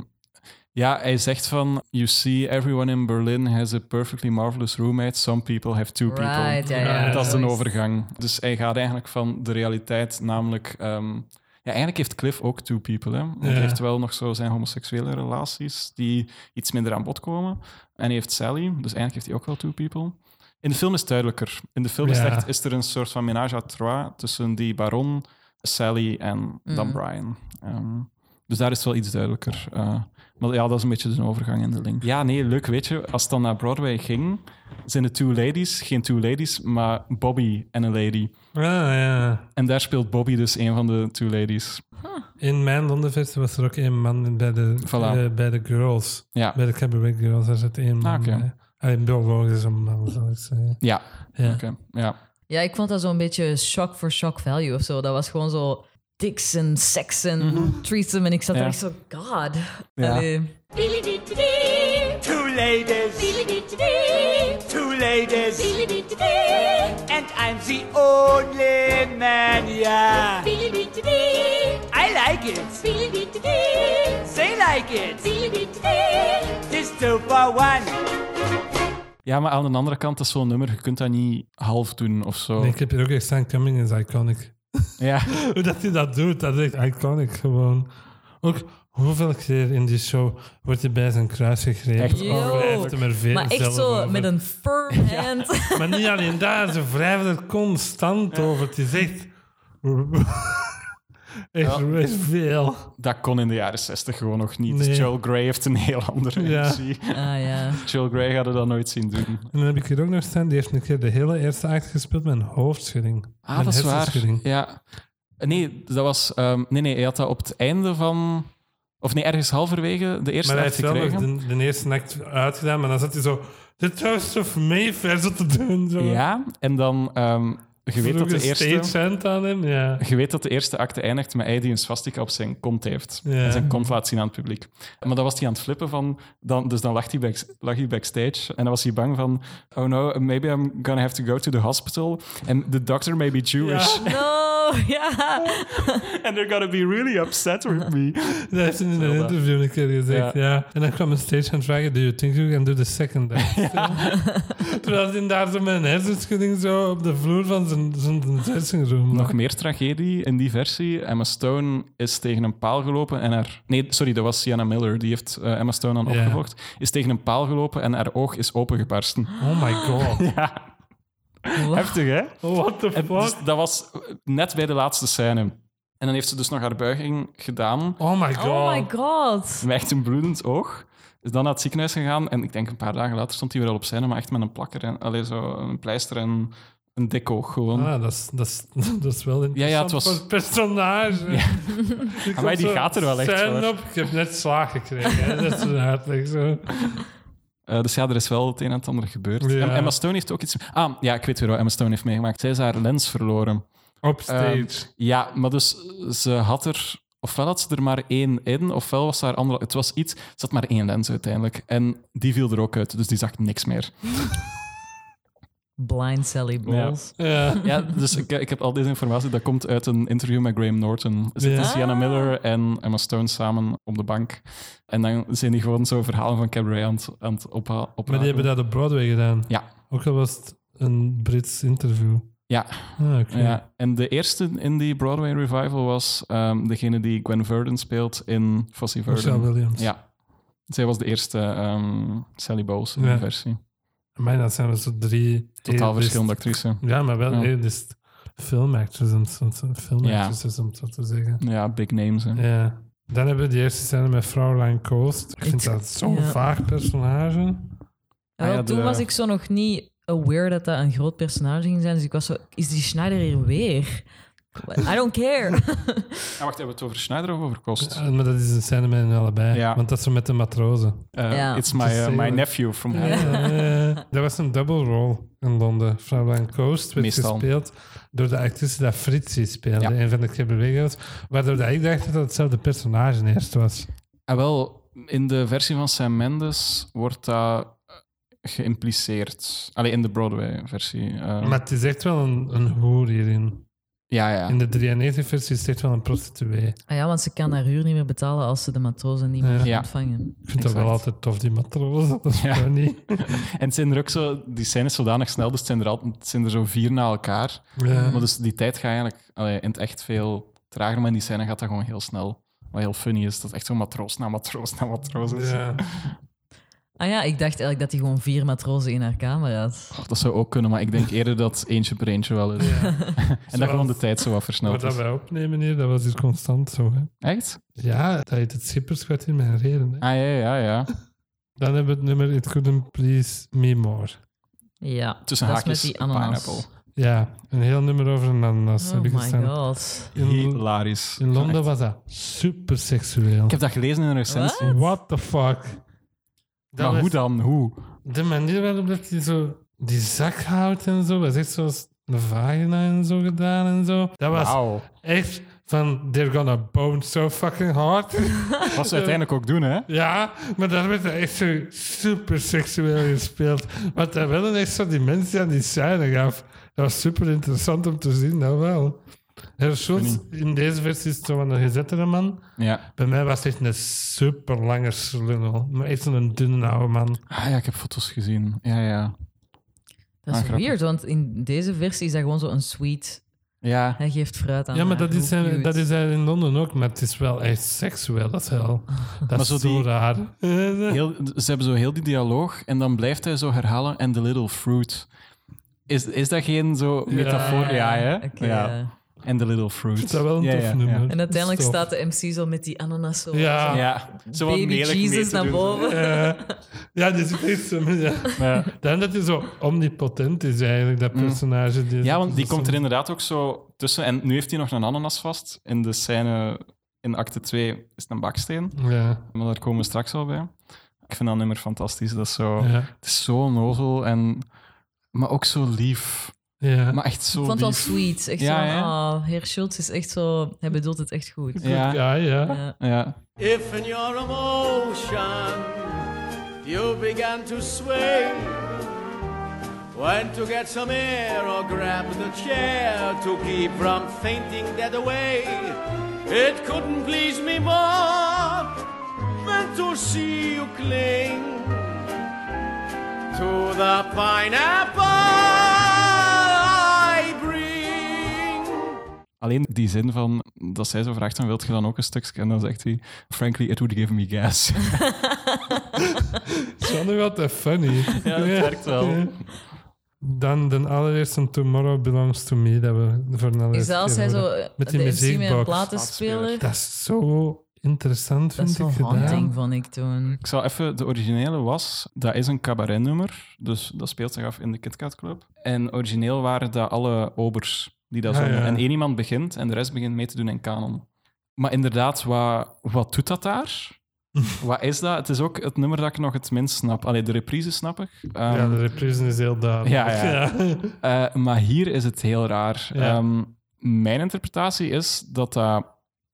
Speaker 3: ja, hij zegt van... You see, everyone in Berlin has a perfectly marvelous roommate. Some people have two people.
Speaker 2: Right, ja, ja.
Speaker 1: Ja,
Speaker 3: dat is een
Speaker 2: zoiets.
Speaker 3: overgang. Dus hij gaat eigenlijk van de realiteit, namelijk. ehm, ja, eigenlijk heeft Cliff ook two people. Hè? Want Hij
Speaker 1: Ja.
Speaker 3: heeft wel nog zo zijn homoseksuele relaties die iets minder aan bod komen. En hij heeft Sally, dus eigenlijk heeft hij ook wel two people. In de film is het duidelijker. In de film is, het
Speaker 1: Ja.
Speaker 3: echt, is er een soort van ménage à trois tussen die baron, Sally en dan Brian. Ehm, dus daar is het wel iets duidelijker. Eh, maar ja, dat is een beetje de overgang in de link. Ja, nee, leuk. Weet je, als het dan naar Broadway ging, zijn de two ladies, geen two ladies, maar Bobby en een lady.
Speaker 1: Ah ja.
Speaker 3: En daar speelt Bobby dus een van de two ladies.
Speaker 1: In mijn Londenversie was er ook één man bij de,
Speaker 3: Voilà.
Speaker 1: eh, bij de girls.
Speaker 3: Ja,
Speaker 1: Bij de Cabaret Girls, daar zit één man.
Speaker 3: Ah, oké.
Speaker 1: bij. Hij Bill Rogers is een man, zal ik zeggen.
Speaker 3: ja,
Speaker 1: Ja.
Speaker 3: oké. Ja.
Speaker 2: Ja, ik vond dat zo'n beetje shock for shock value of zo. Dat was gewoon zo dicks en seks en threesome. En ik zat
Speaker 3: Mhm. Ja.
Speaker 2: er echt zo, god.
Speaker 3: Ja.
Speaker 2: Allee.
Speaker 6: Billy dee dee,
Speaker 4: Two ladies,
Speaker 6: Billy dee dee,
Speaker 4: two ladies,
Speaker 6: Billy dee dee,
Speaker 4: and I'm the only man, yeah.
Speaker 6: Billy dee dee,
Speaker 4: I like it,
Speaker 6: Billy dee dee,
Speaker 4: they like it.
Speaker 6: Billy dee dee.
Speaker 4: This two for one.
Speaker 3: ja, maar aan de andere kant dat is zo'n nummer, je kunt dat niet half doen of zo.
Speaker 1: Nee, ik heb hier ook echt staan, Coming is iconic. *laughs*
Speaker 3: Ja,
Speaker 1: Hoe dat hij dat doet, dat is echt iconic gewoon. Ook hoeveel keer in die show wordt hij bij zijn kruis gegrepen?
Speaker 3: Echt
Speaker 1: Of hij heeft hem er veel
Speaker 2: Maar echt
Speaker 1: zelf
Speaker 2: zo
Speaker 1: over.
Speaker 2: met een
Speaker 3: *laughs*
Speaker 2: firm hand.
Speaker 1: Maar niet alleen daar, ze wrijven er constant over. Het is echt... echt, *laughs* echt veel.
Speaker 3: dat kon in de jaren zestig gewoon nog niet. Dus
Speaker 1: Nee.
Speaker 3: Joel Grey heeft een heel andere
Speaker 1: Ja.
Speaker 3: energie.
Speaker 2: Ah ja.
Speaker 3: Joel Grey gaat het dan nooit zien doen.
Speaker 1: En dan heb ik hier ook nog staan, die heeft een keer de hele eerste act gespeeld met een hoofdschudding.
Speaker 3: Ah,
Speaker 1: Met
Speaker 3: dat is waar.
Speaker 1: hersenschudding.
Speaker 3: Ja. Nee, dat was... ehm, nee, nee, hij had dat op het einde van... Of nee, ergens halverwege de eerste
Speaker 1: Maar hij
Speaker 3: act
Speaker 1: heeft wel nog
Speaker 3: gekregen.
Speaker 1: de, de eerste act uitgedaan, maar dan zat hij zo... The Toast of Mayfair zo te doen. Zo.
Speaker 3: Ja, en dan... ehm, je weet dat
Speaker 1: Vroeg
Speaker 3: de
Speaker 1: een
Speaker 3: eerste...
Speaker 1: stage hand aan hem,
Speaker 3: *laughs*
Speaker 1: ja.
Speaker 3: Je weet dat de eerste acte eindigt met hij die een swastika op zijn kont heeft.
Speaker 1: Ja.
Speaker 3: En zijn kont laat zien aan het publiek. Maar dan was hij aan het flippen van... Dan, dus dan lag hij, back, lag hij backstage. En dan was hij bang van... Oh no, maybe I'm gonna have to go to the hospital. And the doctor may be Jewish.
Speaker 2: No, *laughs* ja.
Speaker 3: *laughs* And they're gonna be really upset with me.
Speaker 1: Dat heeft hij in een interview een keer gezegd, ja.
Speaker 3: Ja.
Speaker 1: En dan kwam een stagehand vragen, do you think you can do the second
Speaker 3: *laughs*
Speaker 1: act? Terwijl hij daar zo met een hersenschudding zo op de vloer van zijn, zijn dressingroom lag.
Speaker 3: Nog meer tragedie in die versie. Emma Stone is tegen een paal gelopen en haar... Nee, sorry, dat was Sienna Miller. Die heeft eh, Emma Stone aan
Speaker 1: Ja.
Speaker 3: opgevolgd. Is tegen een paal gelopen en haar oog is opengebarsten.
Speaker 1: Oh my god.
Speaker 3: *laughs*
Speaker 1: Oh,
Speaker 3: Ja,
Speaker 2: Wow.
Speaker 3: heftig, hè?
Speaker 1: What the
Speaker 3: En
Speaker 1: fuck?
Speaker 3: dus dat was net bij de laatste scène. En dan heeft ze dus nog haar buiging gedaan
Speaker 1: Oh my god.
Speaker 2: Oh my god.
Speaker 3: met echt een bloedend oog. Is dan naar het ziekenhuis gegaan en ik denk een paar dagen later stond hij weer al op scène, maar echt met een plakker en alleen zo een pleister en een dik oog gewoon.
Speaker 1: Ah, dat is, dat is, *laughs* dat is wel interessant
Speaker 3: Hm. Ja, ja, het was-
Speaker 1: voor het personage. *laughs* Ja.
Speaker 3: Amai, die gaat er wel echt voor.
Speaker 1: op. Ik heb net slaag gekregen. Hè. Dat is een hartelijk zo.
Speaker 3: Eh, dus ja, er is wel het een en het ander gebeurd.
Speaker 1: Ja.
Speaker 3: Em- Emma Stone heeft ook iets. Ah, ja, ik weet weer wat Emma Stone heeft meegemaakt. Zij is haar lens verloren.
Speaker 1: Op stage.
Speaker 3: Ehm, ja, maar dus ze had er. Ofwel had ze er maar één in, ofwel was haar andere. Het was iets. Ze had maar één lens uiteindelijk. En die viel er ook uit, dus die zag niks meer.
Speaker 2: Blind Sally Balls.
Speaker 1: ja.
Speaker 3: Ja, dus ik, ik heb al deze informatie. Dat komt uit een interview met Graham Norton. Zitten
Speaker 1: Ja.
Speaker 3: Sienna Miller en Emma Stone samen op de bank. En dan zijn die gewoon zo verhalen van Cabaret aan het, aan het opha-
Speaker 1: Maar die
Speaker 3: ophalen.
Speaker 1: hebben dat op Broadway gedaan.
Speaker 3: Ja.
Speaker 1: Ook al was het een Brits interview.
Speaker 3: Ja,
Speaker 1: Ah, oké.
Speaker 3: Ja, en de eerste in die Broadway revival was ehm, degene die Gwen Verdon speelt in Fosse
Speaker 1: Michelle
Speaker 3: Verdon.
Speaker 1: Williams.
Speaker 3: Ja. Zij was de eerste ehm, Sally Bowles in
Speaker 1: Ja.
Speaker 3: die versie.
Speaker 1: Maar dat zijn er zo drie...
Speaker 3: Totaal
Speaker 1: eerst-
Speaker 3: verschillende actrice.
Speaker 1: Ja, maar wel
Speaker 3: Ja.
Speaker 1: eerst filmactors, om, zo- zo- filmactresses, om zo te zeggen.
Speaker 3: Ja, big names. Hè.
Speaker 1: Ja. Dan hebben we die eerste scène met Fraulein Coast. Ik vind
Speaker 2: Ik-
Speaker 1: dat zo'n
Speaker 2: ja.
Speaker 1: vaag personage.
Speaker 2: En wel,
Speaker 3: Ah ja,
Speaker 2: Oh, toen
Speaker 3: de-
Speaker 2: was ik zo nog niet aware dat dat een groot personage ging zijn. Dus ik was zo, is die Schneider hier weer? I don't care.
Speaker 3: Ah, wacht, hebben we het over Schneider of over Kost?
Speaker 1: Ja, Ah, maar dat is een scène met hen allebei.
Speaker 3: Ja.
Speaker 1: Want dat is zo met de matrozen.
Speaker 3: Eh,
Speaker 2: ja.
Speaker 3: It's my, eh, my nephew from hell.
Speaker 1: Eh, dat was een double role in Londen. Fräulein Coast werd
Speaker 3: Meestal.
Speaker 1: gespeeld door de actrice dat Fritzi speelde.
Speaker 3: Ja.
Speaker 1: Een van de Kebbewegens. Waardoor dat ik dacht dat het hetzelfde personage eerst was.
Speaker 3: Ah, wel, in de versie van Sam Mendes wordt dat eh, geïmpliceerd. Alleen in de Broadway-versie. eh.
Speaker 1: Maar het is echt wel een, een hoer hierin.
Speaker 3: ja, ja.
Speaker 1: In de 93-versie is het echt wel een prostituee. Ik
Speaker 2: Ah ja, want ze kan haar huur niet meer betalen als ze de matrozen niet meer
Speaker 1: Ja.
Speaker 2: gaat
Speaker 3: Ja.
Speaker 2: ontvangen.
Speaker 1: vind dat wel
Speaker 3: Exact.
Speaker 1: altijd tof, die matrozen. Dat is
Speaker 3: Ja.
Speaker 1: gewoon
Speaker 3: *laughs*
Speaker 1: niet.
Speaker 3: En het zijn er ook zo, die scènes zodanig snel, dus het zijn er, al, het zijn er zo vier na elkaar.
Speaker 1: Ja.
Speaker 3: Maar dus die tijd gaat eigenlijk allee, in het echt veel trager, maar in die scène gaat dat gewoon heel snel. Wat heel funny is, dat is echt zo matroos na matroos na matroos. is.
Speaker 1: Ja.
Speaker 2: Ah ja, ik dacht eigenlijk dat hij gewoon vier matrozen in haar kamer had.
Speaker 3: Och, dat zou ook kunnen, maar ik denk eerder dat eentje per eentje wel is.
Speaker 1: Ja.
Speaker 3: *laughs* En dat gewoon de tijd zo wat versneld
Speaker 1: Wat dat
Speaker 3: is.
Speaker 1: wij opnemen hier, dat was hier constant zo. Hè.
Speaker 3: Echt?
Speaker 1: Ja, dat heet het schipperskwart in mijn reden. Hè.
Speaker 3: Ah ja, ja, ja.
Speaker 1: Dan hebben we het nummer It Couldn't Please Me More.
Speaker 2: Ja,
Speaker 3: Tussen
Speaker 2: dat is met
Speaker 3: haakjes
Speaker 2: die ananas.
Speaker 3: pineapple.
Speaker 1: Ja, een heel nummer over een ananas
Speaker 2: Oh
Speaker 1: heb ik
Speaker 2: my
Speaker 1: gestaan.
Speaker 2: god.
Speaker 1: In,
Speaker 3: Hilarisch.
Speaker 1: in Londen was dat super seksueel.
Speaker 3: Ik heb dat gelezen in een recensie.
Speaker 2: Wat?
Speaker 1: What the fuck? Dat
Speaker 3: Maar hoe
Speaker 1: was-
Speaker 3: dan? Hoe?
Speaker 1: De manier waarop dat hij zo die zak houdt en zo, was echt zoals een vagina en zo gedaan en zo. Dat was
Speaker 3: Wauw.
Speaker 1: echt van, they're gonna bone so fucking hard.
Speaker 3: Wat ze uiteindelijk ook doen, hè?
Speaker 1: Ja, maar daar werd hij echt zo super seksueel gespeeld. Want daar wilden echt zo die mensen aan die scène gaf. Dat was super interessant om te zien, dat wel. Herr Schultz, in deze versie is het zo van een gezettere man.
Speaker 3: Ja.
Speaker 1: Bij mij was het echt een super lange slungel. Maar echt zo'n dunne oude man.
Speaker 3: Ah ja, ik heb foto's gezien. Ja, ja.
Speaker 2: Dat is
Speaker 3: Ah, grappig.
Speaker 2: weird, want in deze versie is dat gewoon zo'n sweet.
Speaker 3: Ja.
Speaker 2: Hij geeft fruit aan
Speaker 1: Ja, maar
Speaker 2: haar.
Speaker 1: dat is,
Speaker 2: Hoe
Speaker 1: hij,
Speaker 2: cute.
Speaker 1: dat is hij in Londen ook. Maar het is wel echt seksueel, dat is wel. Dat is
Speaker 3: zo
Speaker 1: zo,
Speaker 3: die-
Speaker 1: raar.
Speaker 3: Heel, ze hebben zo heel die dialoog en dan blijft hij zo herhalen en the little fruit. Is, is dat geen zo metafoor? Ja, hè?
Speaker 2: Oké,
Speaker 3: ja.
Speaker 2: ja.
Speaker 3: En the little fruit.
Speaker 1: Dat is wel een
Speaker 3: ja,
Speaker 1: tof
Speaker 3: ja,
Speaker 1: nummer.
Speaker 3: Ja.
Speaker 2: En uiteindelijk
Speaker 1: Tof.
Speaker 2: staat de MC zo met die ananas zo.
Speaker 1: Ja.
Speaker 3: Ja. Zo wat
Speaker 2: Baby
Speaker 3: melig mee
Speaker 2: Jesus
Speaker 3: te
Speaker 2: naar
Speaker 3: doen.
Speaker 2: boven.
Speaker 1: Eh, ja, dit is echt zo. Ja.
Speaker 3: Ja.
Speaker 1: Dan dat hij zo omnipotent is eigenlijk, dat personage. Die
Speaker 3: Ja, want die
Speaker 1: dat
Speaker 3: komt er
Speaker 1: soms-
Speaker 3: inderdaad ook zo tussen. En nu heeft hij nog een ananas vast. In de scène in acte 2 is het een baksteen.
Speaker 1: Ja,
Speaker 3: Maar daar komen we straks wel bij. Ik vind dat nummer fantastisch. Dat is zo,
Speaker 1: ja,
Speaker 3: Het is zo onnozel en... Maar ook zo lief.
Speaker 1: ja.
Speaker 3: Maar echt zo
Speaker 2: Ik vond het
Speaker 3: lief.
Speaker 2: wel sweet. Echt
Speaker 3: Ja,
Speaker 2: zo,
Speaker 3: hè?
Speaker 2: oh, heer Schultz is echt zo... Hij bedoelt het echt goed.
Speaker 3: Ja, ja.
Speaker 1: ja, ja.
Speaker 2: Ja.
Speaker 3: ja.
Speaker 7: If in your emotion you began to sway, went to get some air or grab the chair to keep from fainting dead away, it couldn't please me more than to see you cling to the pineapple I bring.
Speaker 3: Alleen die zin van dat zij zo vraagt: van, Wilt je dan ook een stukje? En dan zegt hij: Frankly, it would give me gas.
Speaker 1: Het is wel nog altijd funny.
Speaker 3: ja, dat werkt
Speaker 1: *laughs*
Speaker 3: wel.
Speaker 1: Dan de allereerste Tomorrow Belongs to Me, dat we voor een
Speaker 2: Is dat als hij zo eh,
Speaker 1: Met
Speaker 2: de
Speaker 1: die
Speaker 2: MC met een
Speaker 1: muziekbox.
Speaker 2: platenspeler...
Speaker 1: Dat is zo interessant,
Speaker 2: Dat
Speaker 1: vind
Speaker 2: is zo'n
Speaker 1: ik. gedaan.
Speaker 2: haunting, vond ik toen.
Speaker 3: Ik zal even, de originele was, dat is een cabaretnummer, dus dat speelt zich af in de Kit Kat Club. En origineel waren dat alle obers die dat
Speaker 1: Ja,
Speaker 3: zongen.
Speaker 1: Ah, ja.
Speaker 3: En één iemand begint en de rest begint mee te doen in kanon. Maar inderdaad, wat, wat doet dat
Speaker 1: *laughs*
Speaker 3: daar? wat is dat? Het is ook het nummer dat ik nog het minst snap. Allee, de reprise snap ik. Ehm,
Speaker 1: Ja, de reprise is heel duidelijk.
Speaker 3: Ja, ja. eh, maar hier is het heel raar.
Speaker 1: Ja.
Speaker 3: Ehm, mijn interpretatie is dat dat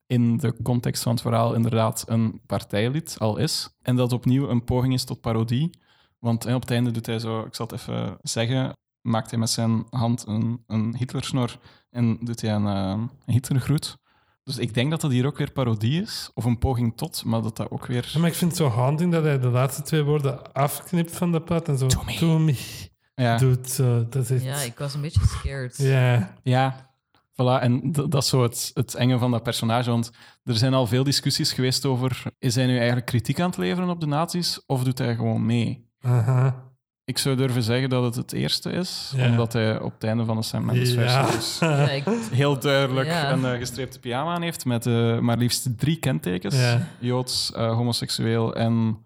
Speaker 3: in de context van het verhaal inderdaad een partijlied al is. En dat het opnieuw een poging is tot parodie. Want eh, op het einde doet hij zo, ik zal het even zeggen, maakt hij met zijn hand een, een Hitlersnor en doet hij een, eh, een Hitlergroet. Dus ik denk dat dat hier ook weer parodie is, of een poging tot, maar dat dat ook weer...
Speaker 1: Ja, Maar ik vind het zo haunting dat hij de laatste twee woorden afknipt van de plaat en zo.
Speaker 3: To me.
Speaker 1: To me.
Speaker 3: Ja,
Speaker 1: Doet zo. Dat is echt...
Speaker 2: Ja, ik was een beetje scared.
Speaker 1: Ja.
Speaker 3: ja. Voilà, en d- dat is zo het, het enge van dat personage, want er zijn al veel discussies geweest over, is hij nu eigenlijk kritiek aan het leveren op de nazi's, of doet hij gewoon mee?
Speaker 1: Aha.
Speaker 3: Ik zou durven zeggen dat het het eerste is,
Speaker 1: Ja.
Speaker 3: omdat hij op het einde van de Sam Mendes versie
Speaker 1: *laughs*
Speaker 3: dus
Speaker 2: Ja, ik-
Speaker 3: heel duidelijk
Speaker 2: Ja.
Speaker 3: een eh, gestreepte pyjama aan heeft met eh, maar liefst drie kentekens.
Speaker 1: Ja.
Speaker 3: Joods, eh, homoseksueel en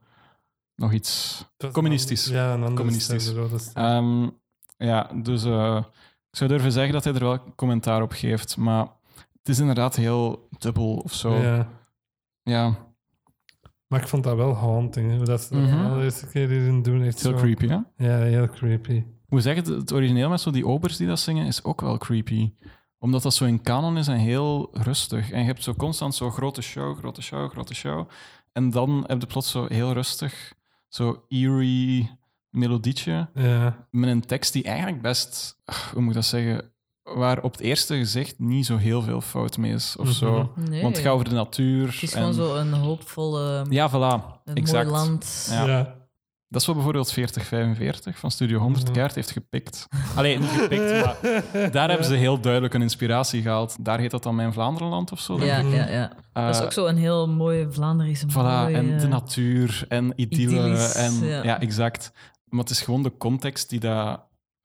Speaker 3: nog iets.
Speaker 1: Het was
Speaker 3: Communistisch.
Speaker 1: een- ja, een andere
Speaker 3: Communistisch.
Speaker 1: stem, de rode stem.
Speaker 3: Ehm, ja, dus eh, ik zou durven zeggen dat hij er wel commentaar op geeft, maar Het is inderdaad heel dubbel of zo. Ja.
Speaker 1: Ja. Maar ik vond dat wel haunting. hè, hoe Dat ze dat
Speaker 3: Mhm.
Speaker 1: de eerste keer hierin doen. Echt
Speaker 3: Het is heel
Speaker 1: zo.
Speaker 3: creepy, hè? Ik
Speaker 1: Ja, heel creepy.
Speaker 3: moet zeggen, het- het origineel met zo die obers die dat zingen is ook wel creepy. Omdat dat zo in canon is en heel rustig. En je hebt zo constant zo grote show, grote show, grote show. En dan heb je plots zo heel rustig, zo eerie melodietje.
Speaker 1: Ja.
Speaker 3: met een tekst die eigenlijk best, ach, hoe moet ik dat zeggen, waar op het eerste gezicht niet zo heel veel fout mee is of zo.
Speaker 2: Nee.
Speaker 3: Want het gaat over de natuur.
Speaker 2: Het is
Speaker 3: en-
Speaker 2: gewoon zo een hoopvolle,
Speaker 3: Ja, voilà.
Speaker 2: een
Speaker 3: exact.
Speaker 2: mooi land.
Speaker 3: Ja.
Speaker 1: Ja.
Speaker 3: Dat is wat bijvoorbeeld 4045 van Studio 100 Kaart heeft gepikt. Allee, niet gepikt, maar daar hebben ze heel duidelijk een inspiratie gehaald. Daar heet dat dan Mijn Vlaanderenland of zo. denk
Speaker 2: Ja,
Speaker 3: ik.
Speaker 2: ja, ja. dat is
Speaker 3: Eh,
Speaker 2: ook zo'n heel mooi Vlaanderische
Speaker 3: Voilà,
Speaker 2: mooie-
Speaker 3: en de natuur en idylle.
Speaker 2: eh, Idyllisch,
Speaker 3: en,
Speaker 2: ja.
Speaker 3: ja. exact. Maar het is gewoon de context die dat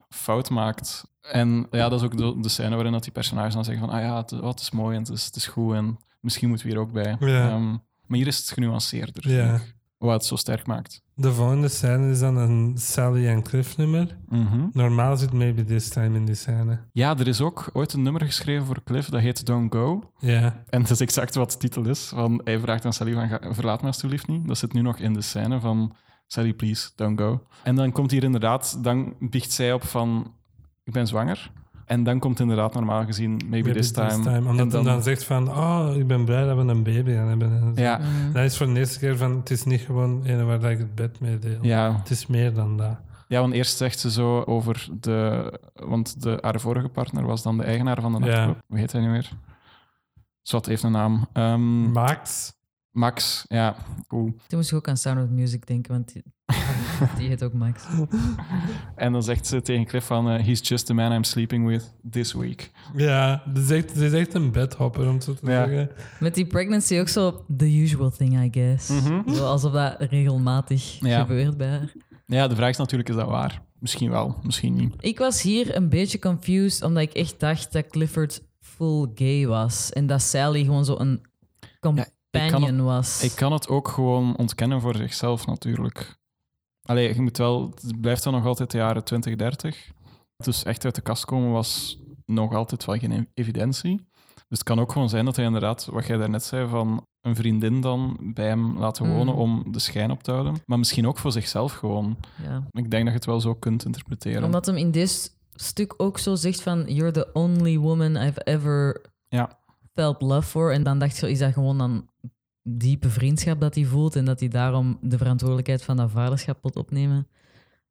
Speaker 3: fout maakt. En ja, dat is ook de, de scène waarin dat die personages dan zeggen van ah ja, het, oh, het is mooi en het is, het is goed en misschien moeten we hier ook bij.
Speaker 1: Ja.
Speaker 3: Ehm, maar hier is het genuanceerder,
Speaker 1: Ja.
Speaker 3: vind ik, wat het zo sterk maakt.
Speaker 1: De volgende scène is dan een Sally en Cliff nummer.
Speaker 3: Mhm.
Speaker 1: Normaal zit Maybe This Time in die scène.
Speaker 3: Ja, er is ook ooit een nummer geschreven voor Cliff, dat heet Don't Go.
Speaker 1: Ja.
Speaker 3: En dat is exact wat de titel is. Van, hij vraagt aan Sally van, "Ga- verlaat me alsjeblieft niet. Dat zit nu nog in de scène van, Sally, please, don't go. En dan komt hier inderdaad, dan biegt zij op van, ik ben zwanger. En dan komt inderdaad normaal gezien, maybe,
Speaker 1: Maybe
Speaker 3: this, time.
Speaker 1: Omdat
Speaker 3: en
Speaker 1: hij dan... zegt van, oh, ik ben blij dat we een baby aan hebben. En zo.
Speaker 3: ja,
Speaker 1: Dat is voor de eerste keer van, het is niet gewoon een waar dat ik het bed mee deel.
Speaker 3: ja,
Speaker 1: Het is meer dan dat.
Speaker 3: ja, want eerst zegt ze zo over de... Want de, haar vorige partner was dan de eigenaar van de
Speaker 1: Ja.
Speaker 3: nachtclub. Hoe heet hij nu weer? Zat heeft een naam. Ehm,
Speaker 1: Max,
Speaker 3: Max, ja, cool.
Speaker 2: Toen moest ik ook aan Sound of Music denken, want die, die heet ook Max.
Speaker 3: En dan zegt ze tegen Cliff van... eh, He's just the man I'm sleeping with this week.
Speaker 1: ja, dat is echt, dat is echt een bedhopper om zo te
Speaker 3: Ja.
Speaker 1: zeggen.
Speaker 2: Met die pregnancy ook zo the usual thing, I guess. Zo alsof dat regelmatig
Speaker 3: Mhm. Ja.
Speaker 2: gebeurt bij haar.
Speaker 3: Ja, de vraag is natuurlijk, is dat waar? Misschien wel, misschien niet.
Speaker 2: Ik was hier een beetje confused, omdat ik echt dacht dat Clifford full gay was. En dat Sally gewoon zo een companion
Speaker 3: het-
Speaker 2: was.
Speaker 3: Ik kan het ook gewoon ontkennen voor zichzelf natuurlijk. Allee, je moet wel... Het blijft dan nog altijd de jaren 20, 30. Dus echt uit de kast komen was nog altijd wel geen ev- evidentie. Dus het kan ook gewoon zijn dat hij inderdaad, wat jij daarnet zei, van een vriendin dan bij hem laten wonen om de schijn op te houden. Maar misschien ook voor zichzelf gewoon.
Speaker 2: Ja.
Speaker 3: Ik denk dat je het wel zo kunt interpreteren.
Speaker 2: Omdat hem in dit stuk ook zo zegt van... You're the only woman I've ever
Speaker 3: Ja.
Speaker 2: felt love for. En dan dacht je, is dat gewoon dan diepe vriendschap dat hij voelt... en dat hij daarom de verantwoordelijkheid van dat vaderschap wil opnemen?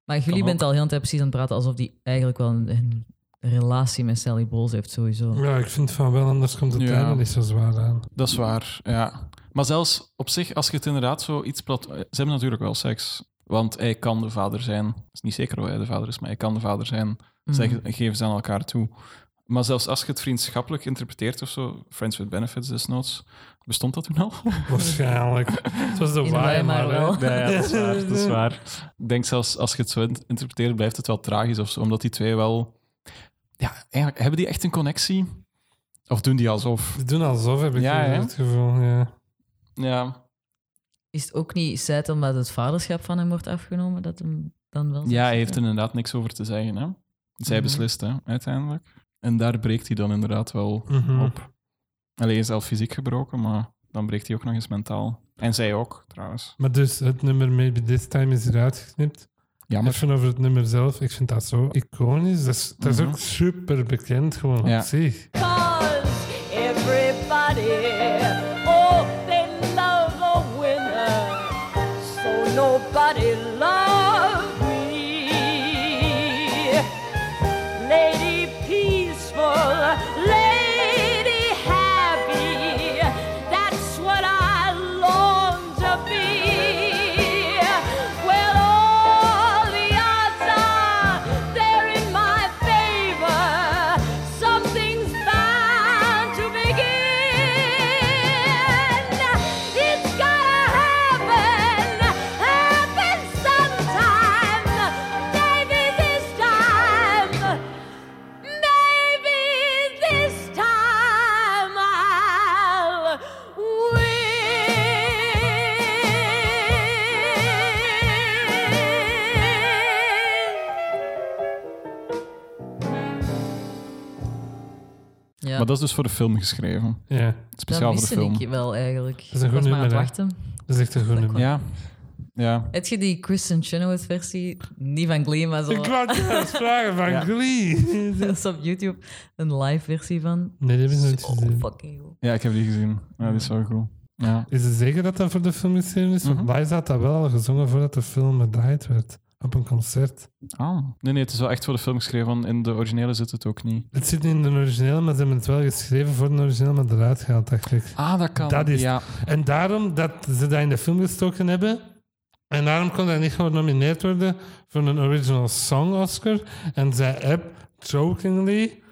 Speaker 2: Maar jullie
Speaker 3: ook.
Speaker 2: bent al heel de tijd precies aan het praten... alsof hij eigenlijk wel een, een relatie met Sally Bowles heeft, sowieso.
Speaker 1: Ja, ik vind van wel, anders komt het
Speaker 3: Ja.
Speaker 1: einde niet zo zwaar aan.
Speaker 3: Dat is waar, ja. Maar zelfs op zich, als je het inderdaad zo iets plat... Ze hebben natuurlijk wel seks, want hij kan de vader zijn. Het is niet zeker of hij de vader is, maar hij kan de vader zijn. Zij ge- geven ze aan elkaar toe. Maar zelfs als je het vriendschappelijk interpreteert of zo, friends with benefits desnoods, bestond dat toen al?
Speaker 1: Waarschijnlijk. het
Speaker 3: *laughs*
Speaker 1: was de
Speaker 2: In Weimar
Speaker 1: waai, maar... hè.
Speaker 2: wel.
Speaker 3: Ja, ja, dat is waar, dat is waar. Ik denk zelfs als je het zo in- interpreteert, blijft het wel tragisch of zo, omdat die twee wel... Ja, eigenlijk, hebben die echt een connectie? Of doen die alsof?
Speaker 1: Ze doen alsof, heb ik
Speaker 3: Ja, hè?
Speaker 1: het gevoel. Ja.
Speaker 3: Ja,
Speaker 2: Is het ook niet sad omdat het vaderschap van hem wordt afgenomen? Dat hem dan wel...
Speaker 3: Ja, hij heeft er inderdaad niks over te zeggen. Hè? Zij
Speaker 2: Mhm.
Speaker 3: beslist, hè, uiteindelijk. En daar breekt hij dan inderdaad wel
Speaker 1: Mhm.
Speaker 3: op. Alleen hij is al fysiek gebroken, maar dan breekt hij ook nog eens mentaal. En zij ook, trouwens.
Speaker 1: Maar dus, het nummer Maybe This Time is eruit geknipt.
Speaker 3: Jammer.
Speaker 1: Even over het nummer zelf. Ik vind dat zo iconisch. Dat is, dat is
Speaker 3: Mhm.
Speaker 1: ook super bekend gewoon
Speaker 3: Ja.
Speaker 1: op zich.
Speaker 8: Cause everybody, oh, they love a winner. So nobody loved me. Lady peaceful, lady happy. That's what I long to be. Well, all the odds are they're in my favor. Something's bound
Speaker 2: ja.
Speaker 3: Maar dat is dus voor de film geschreven.
Speaker 1: Ja,
Speaker 3: Speciaal
Speaker 2: dat
Speaker 3: voor de
Speaker 2: miste
Speaker 3: film.
Speaker 2: ik wel eigenlijk.
Speaker 1: is een
Speaker 2: ik
Speaker 1: goed
Speaker 2: was maar aan het
Speaker 1: nummer, hè?
Speaker 2: wachten.
Speaker 1: dat is echt een goed nummer.
Speaker 3: Ja. Ja.
Speaker 2: Heb je die Kristen Chenoweth versie? Niet van Glee, maar zo.
Speaker 1: Ik wou het juist vragen van Glee.
Speaker 2: *laughs* Er is op YouTube een live versie van.
Speaker 1: Nee, die heb ik nooit
Speaker 2: Oh,
Speaker 1: gezien.
Speaker 2: fucking goed.
Speaker 3: ja, ik heb die gezien. Ja, die is wel cool. Ja.
Speaker 1: Is het zeker dat dat voor de film geschreven is? Want Liza had dat wel al gezongen voordat de film gedraaid werd. Op een concert.
Speaker 3: Ah. Nee, nee, het is wel echt voor de film geschreven. want In de originele zit het ook niet.
Speaker 1: Het zit niet in de origineel, maar ze hebben het wel geschreven voor de origineel, maar eruit gehaald, dacht ik.
Speaker 3: Ah, dat kan.
Speaker 1: Dat is-
Speaker 3: Ja.
Speaker 1: En daarom dat ze dat in de film gestoken hebben. En daarom kon dat niet genomineerd worden voor een original song Oscar. En zij heb jokingly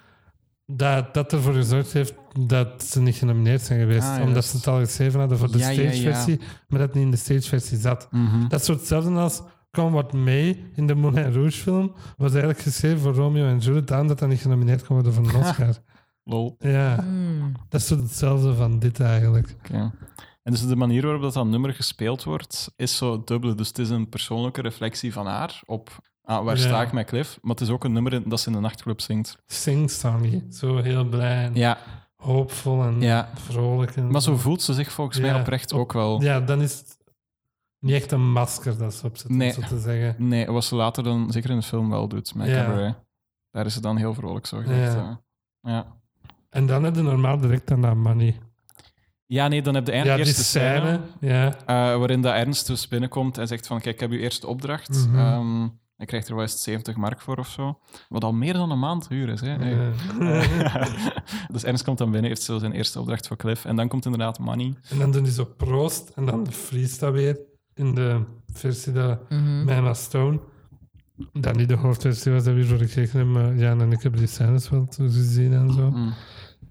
Speaker 1: dat dat ervoor gezorgd heeft dat ze niet genomineerd zijn geweest.
Speaker 3: Ah,
Speaker 1: omdat
Speaker 3: juist.
Speaker 1: ze het al geschreven hadden voor de
Speaker 3: Ja, ja, ja.
Speaker 1: stageversie, maar dat niet in de stageversie zat.
Speaker 3: Mhm.
Speaker 1: Dat is zo hetzelfde als Come What May in de Moulin Rouge film. Was eigenlijk geschreven voor Romeo en Juliet, daarom dat dat niet genomineerd kon worden voor een
Speaker 3: *laughs*
Speaker 1: Oscar.
Speaker 3: Lol.
Speaker 1: ja,
Speaker 2: Hmm.
Speaker 1: dat is zo hetzelfde van dit eigenlijk.
Speaker 3: Oké. En dus de manier waarop dat, dat nummer gespeeld wordt, is zo dubbele. Dus het is een persoonlijke reflectie van haar op ah, waar
Speaker 1: Ja.
Speaker 3: sta ik met Cliff. Maar het is ook een nummer in- dat ze in de nachtclub zingt.
Speaker 1: zingt Sammy. Zo heel blij en
Speaker 3: Ja,
Speaker 1: hoopvol en
Speaker 3: ja.
Speaker 1: vrolijk. En
Speaker 3: Maar zo voelt ze zich volgens mij
Speaker 1: Ja.
Speaker 3: oprecht ook wel.
Speaker 1: Ja, dan is het niet echt een masker dat ze opzet,
Speaker 3: Nee.
Speaker 1: om zo te zeggen.
Speaker 3: Nee, wat ze later dan zeker in de film wel doet, met
Speaker 1: Ja.
Speaker 3: Cabaret. Daar is ze dan heel vrolijk, zo gezegd.
Speaker 1: Ja.
Speaker 3: Ja. Ja.
Speaker 1: En dan heb je normaal direct aan dat money.
Speaker 3: ja, nee, dan heb je de eind-
Speaker 1: Ja, die
Speaker 3: eerste
Speaker 1: scène.
Speaker 3: scène
Speaker 1: Ja.
Speaker 3: eh, waarin dat Ernst dus binnenkomt en zegt van, kijk, ik heb uw eerste opdracht.
Speaker 1: Mhm.
Speaker 3: Ehm, hij krijgt er wel eens 70 mark voor of zo. Wat al meer dan een maand huur is. Hè? Hey.
Speaker 1: Eh,
Speaker 3: *laughs* dus Ernst komt dan binnen, heeft zo zijn eerste opdracht voor Cliff. En dan komt inderdaad Money.
Speaker 1: en dan doen die zo proost en dan vriest dat weer in de versie dat
Speaker 3: Mhm.
Speaker 1: met Emma Stone. Dat niet de hoofdversie was dat we voor gekeken hebben, maar Jan en ik hebben die scènes wel gezien en zo.
Speaker 3: Mhm.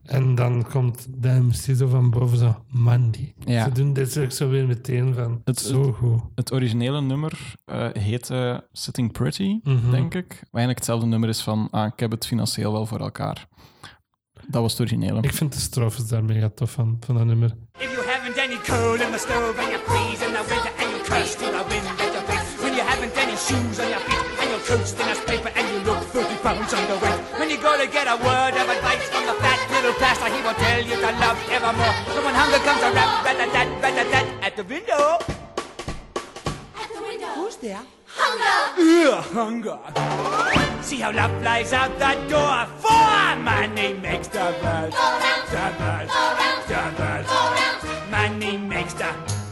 Speaker 1: En dan komt de MC zo van boven zo, Mandy.
Speaker 3: Ja.
Speaker 1: Ze doen dit ook zo weer meteen van,
Speaker 3: Het-
Speaker 1: zo goed.
Speaker 3: Het originele nummer eh, heette Sitting Pretty, denk ik. Wat eigenlijk hetzelfde nummer is van ah, ik heb het financieel wel voor elkaar. Dat was het originele.
Speaker 1: Ik vind de strofes daar mega tof van, van dat nummer.
Speaker 4: If you haven't any coal in the stove and you freeze in the winter and you curse to the wind at your face, when you haven't any shoes on your feet and you're coached in a paper and you look 30 pounds underweight, when you go to get a word of advice from the fat little pastor, he will tell you to love evermore. So when hunger comes a rap, rat-a-tat, rat-a-tat, at the window.
Speaker 6: At the window.
Speaker 4: Who's there?
Speaker 6: Hunger.
Speaker 4: Ugh, hunger. See how love flies out that door. For money makes the world.
Speaker 6: Go round.
Speaker 4: The world.
Speaker 6: Go round.
Speaker 4: The world.
Speaker 6: Go round.
Speaker 4: Money makes the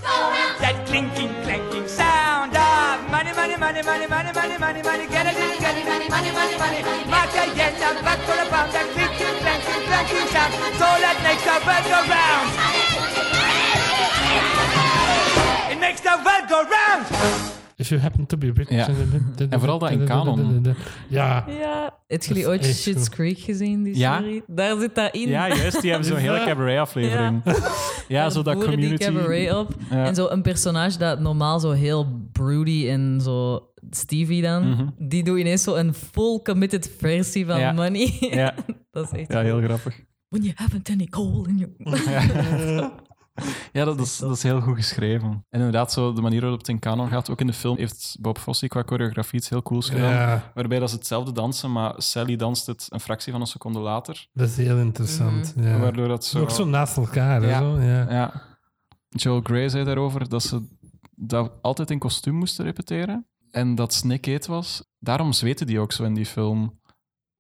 Speaker 6: Go round.
Speaker 4: That clinking, clanking sound of money, money, money, money, money, money, money, money, get it, get it, get it, money, money, money, money, money. Mark a yes, I'm back for a pound. That clinking, clanking, clanking sound, so that makes the world go round. It makes the world go round.
Speaker 1: If you happen to be British... *laughs*
Speaker 3: Ja. En vooral dat in canon.
Speaker 1: Ja.
Speaker 2: Ja. Heb
Speaker 1: Dat
Speaker 2: jullie
Speaker 1: is
Speaker 2: ooit
Speaker 1: echt
Speaker 2: Shit's
Speaker 1: goed.
Speaker 2: Creek gezien, die
Speaker 3: Ja.
Speaker 2: serie? Daar zit dat in.
Speaker 3: Ja, juist. Die hebben zo'n
Speaker 1: Is
Speaker 3: hele
Speaker 1: dat-
Speaker 3: cabaret-aflevering. *laughs*
Speaker 2: *laughs*
Speaker 3: Ja, zo dat
Speaker 2: voeren
Speaker 3: community...
Speaker 2: die cabaret op.
Speaker 3: Ja.
Speaker 2: En zo een personage dat normaal zo heel broody en zo Stevie dan, die doet ineens zo een full committed versie van
Speaker 3: Mhm. Ja.
Speaker 2: Money.
Speaker 3: Ja.
Speaker 2: *laughs* dat is echt...
Speaker 3: ja, heel grappig.
Speaker 2: When you haven't any coal in your...
Speaker 3: Ja, dat is, dat is heel goed geschreven. En inderdaad, zo de manier waarop het in canon gaat, ook in de film, heeft Bob Fosse qua choreografie iets heel cools gedaan.
Speaker 1: Ja.
Speaker 3: Waarbij dat ze hetzelfde dansen, maar Sally danst het een fractie van een seconde later.
Speaker 1: Dat is heel interessant. ja.
Speaker 3: Mhm. Waardoor dat zo...
Speaker 1: Ook zo naast elkaar. hè,
Speaker 3: Ja.
Speaker 1: Zo? Ja.
Speaker 3: Ja. Joel Grey zei daarover dat ze dat altijd in kostuum moesten repeteren. En dat Snick heet was. Daarom zweten die ook zo in die film.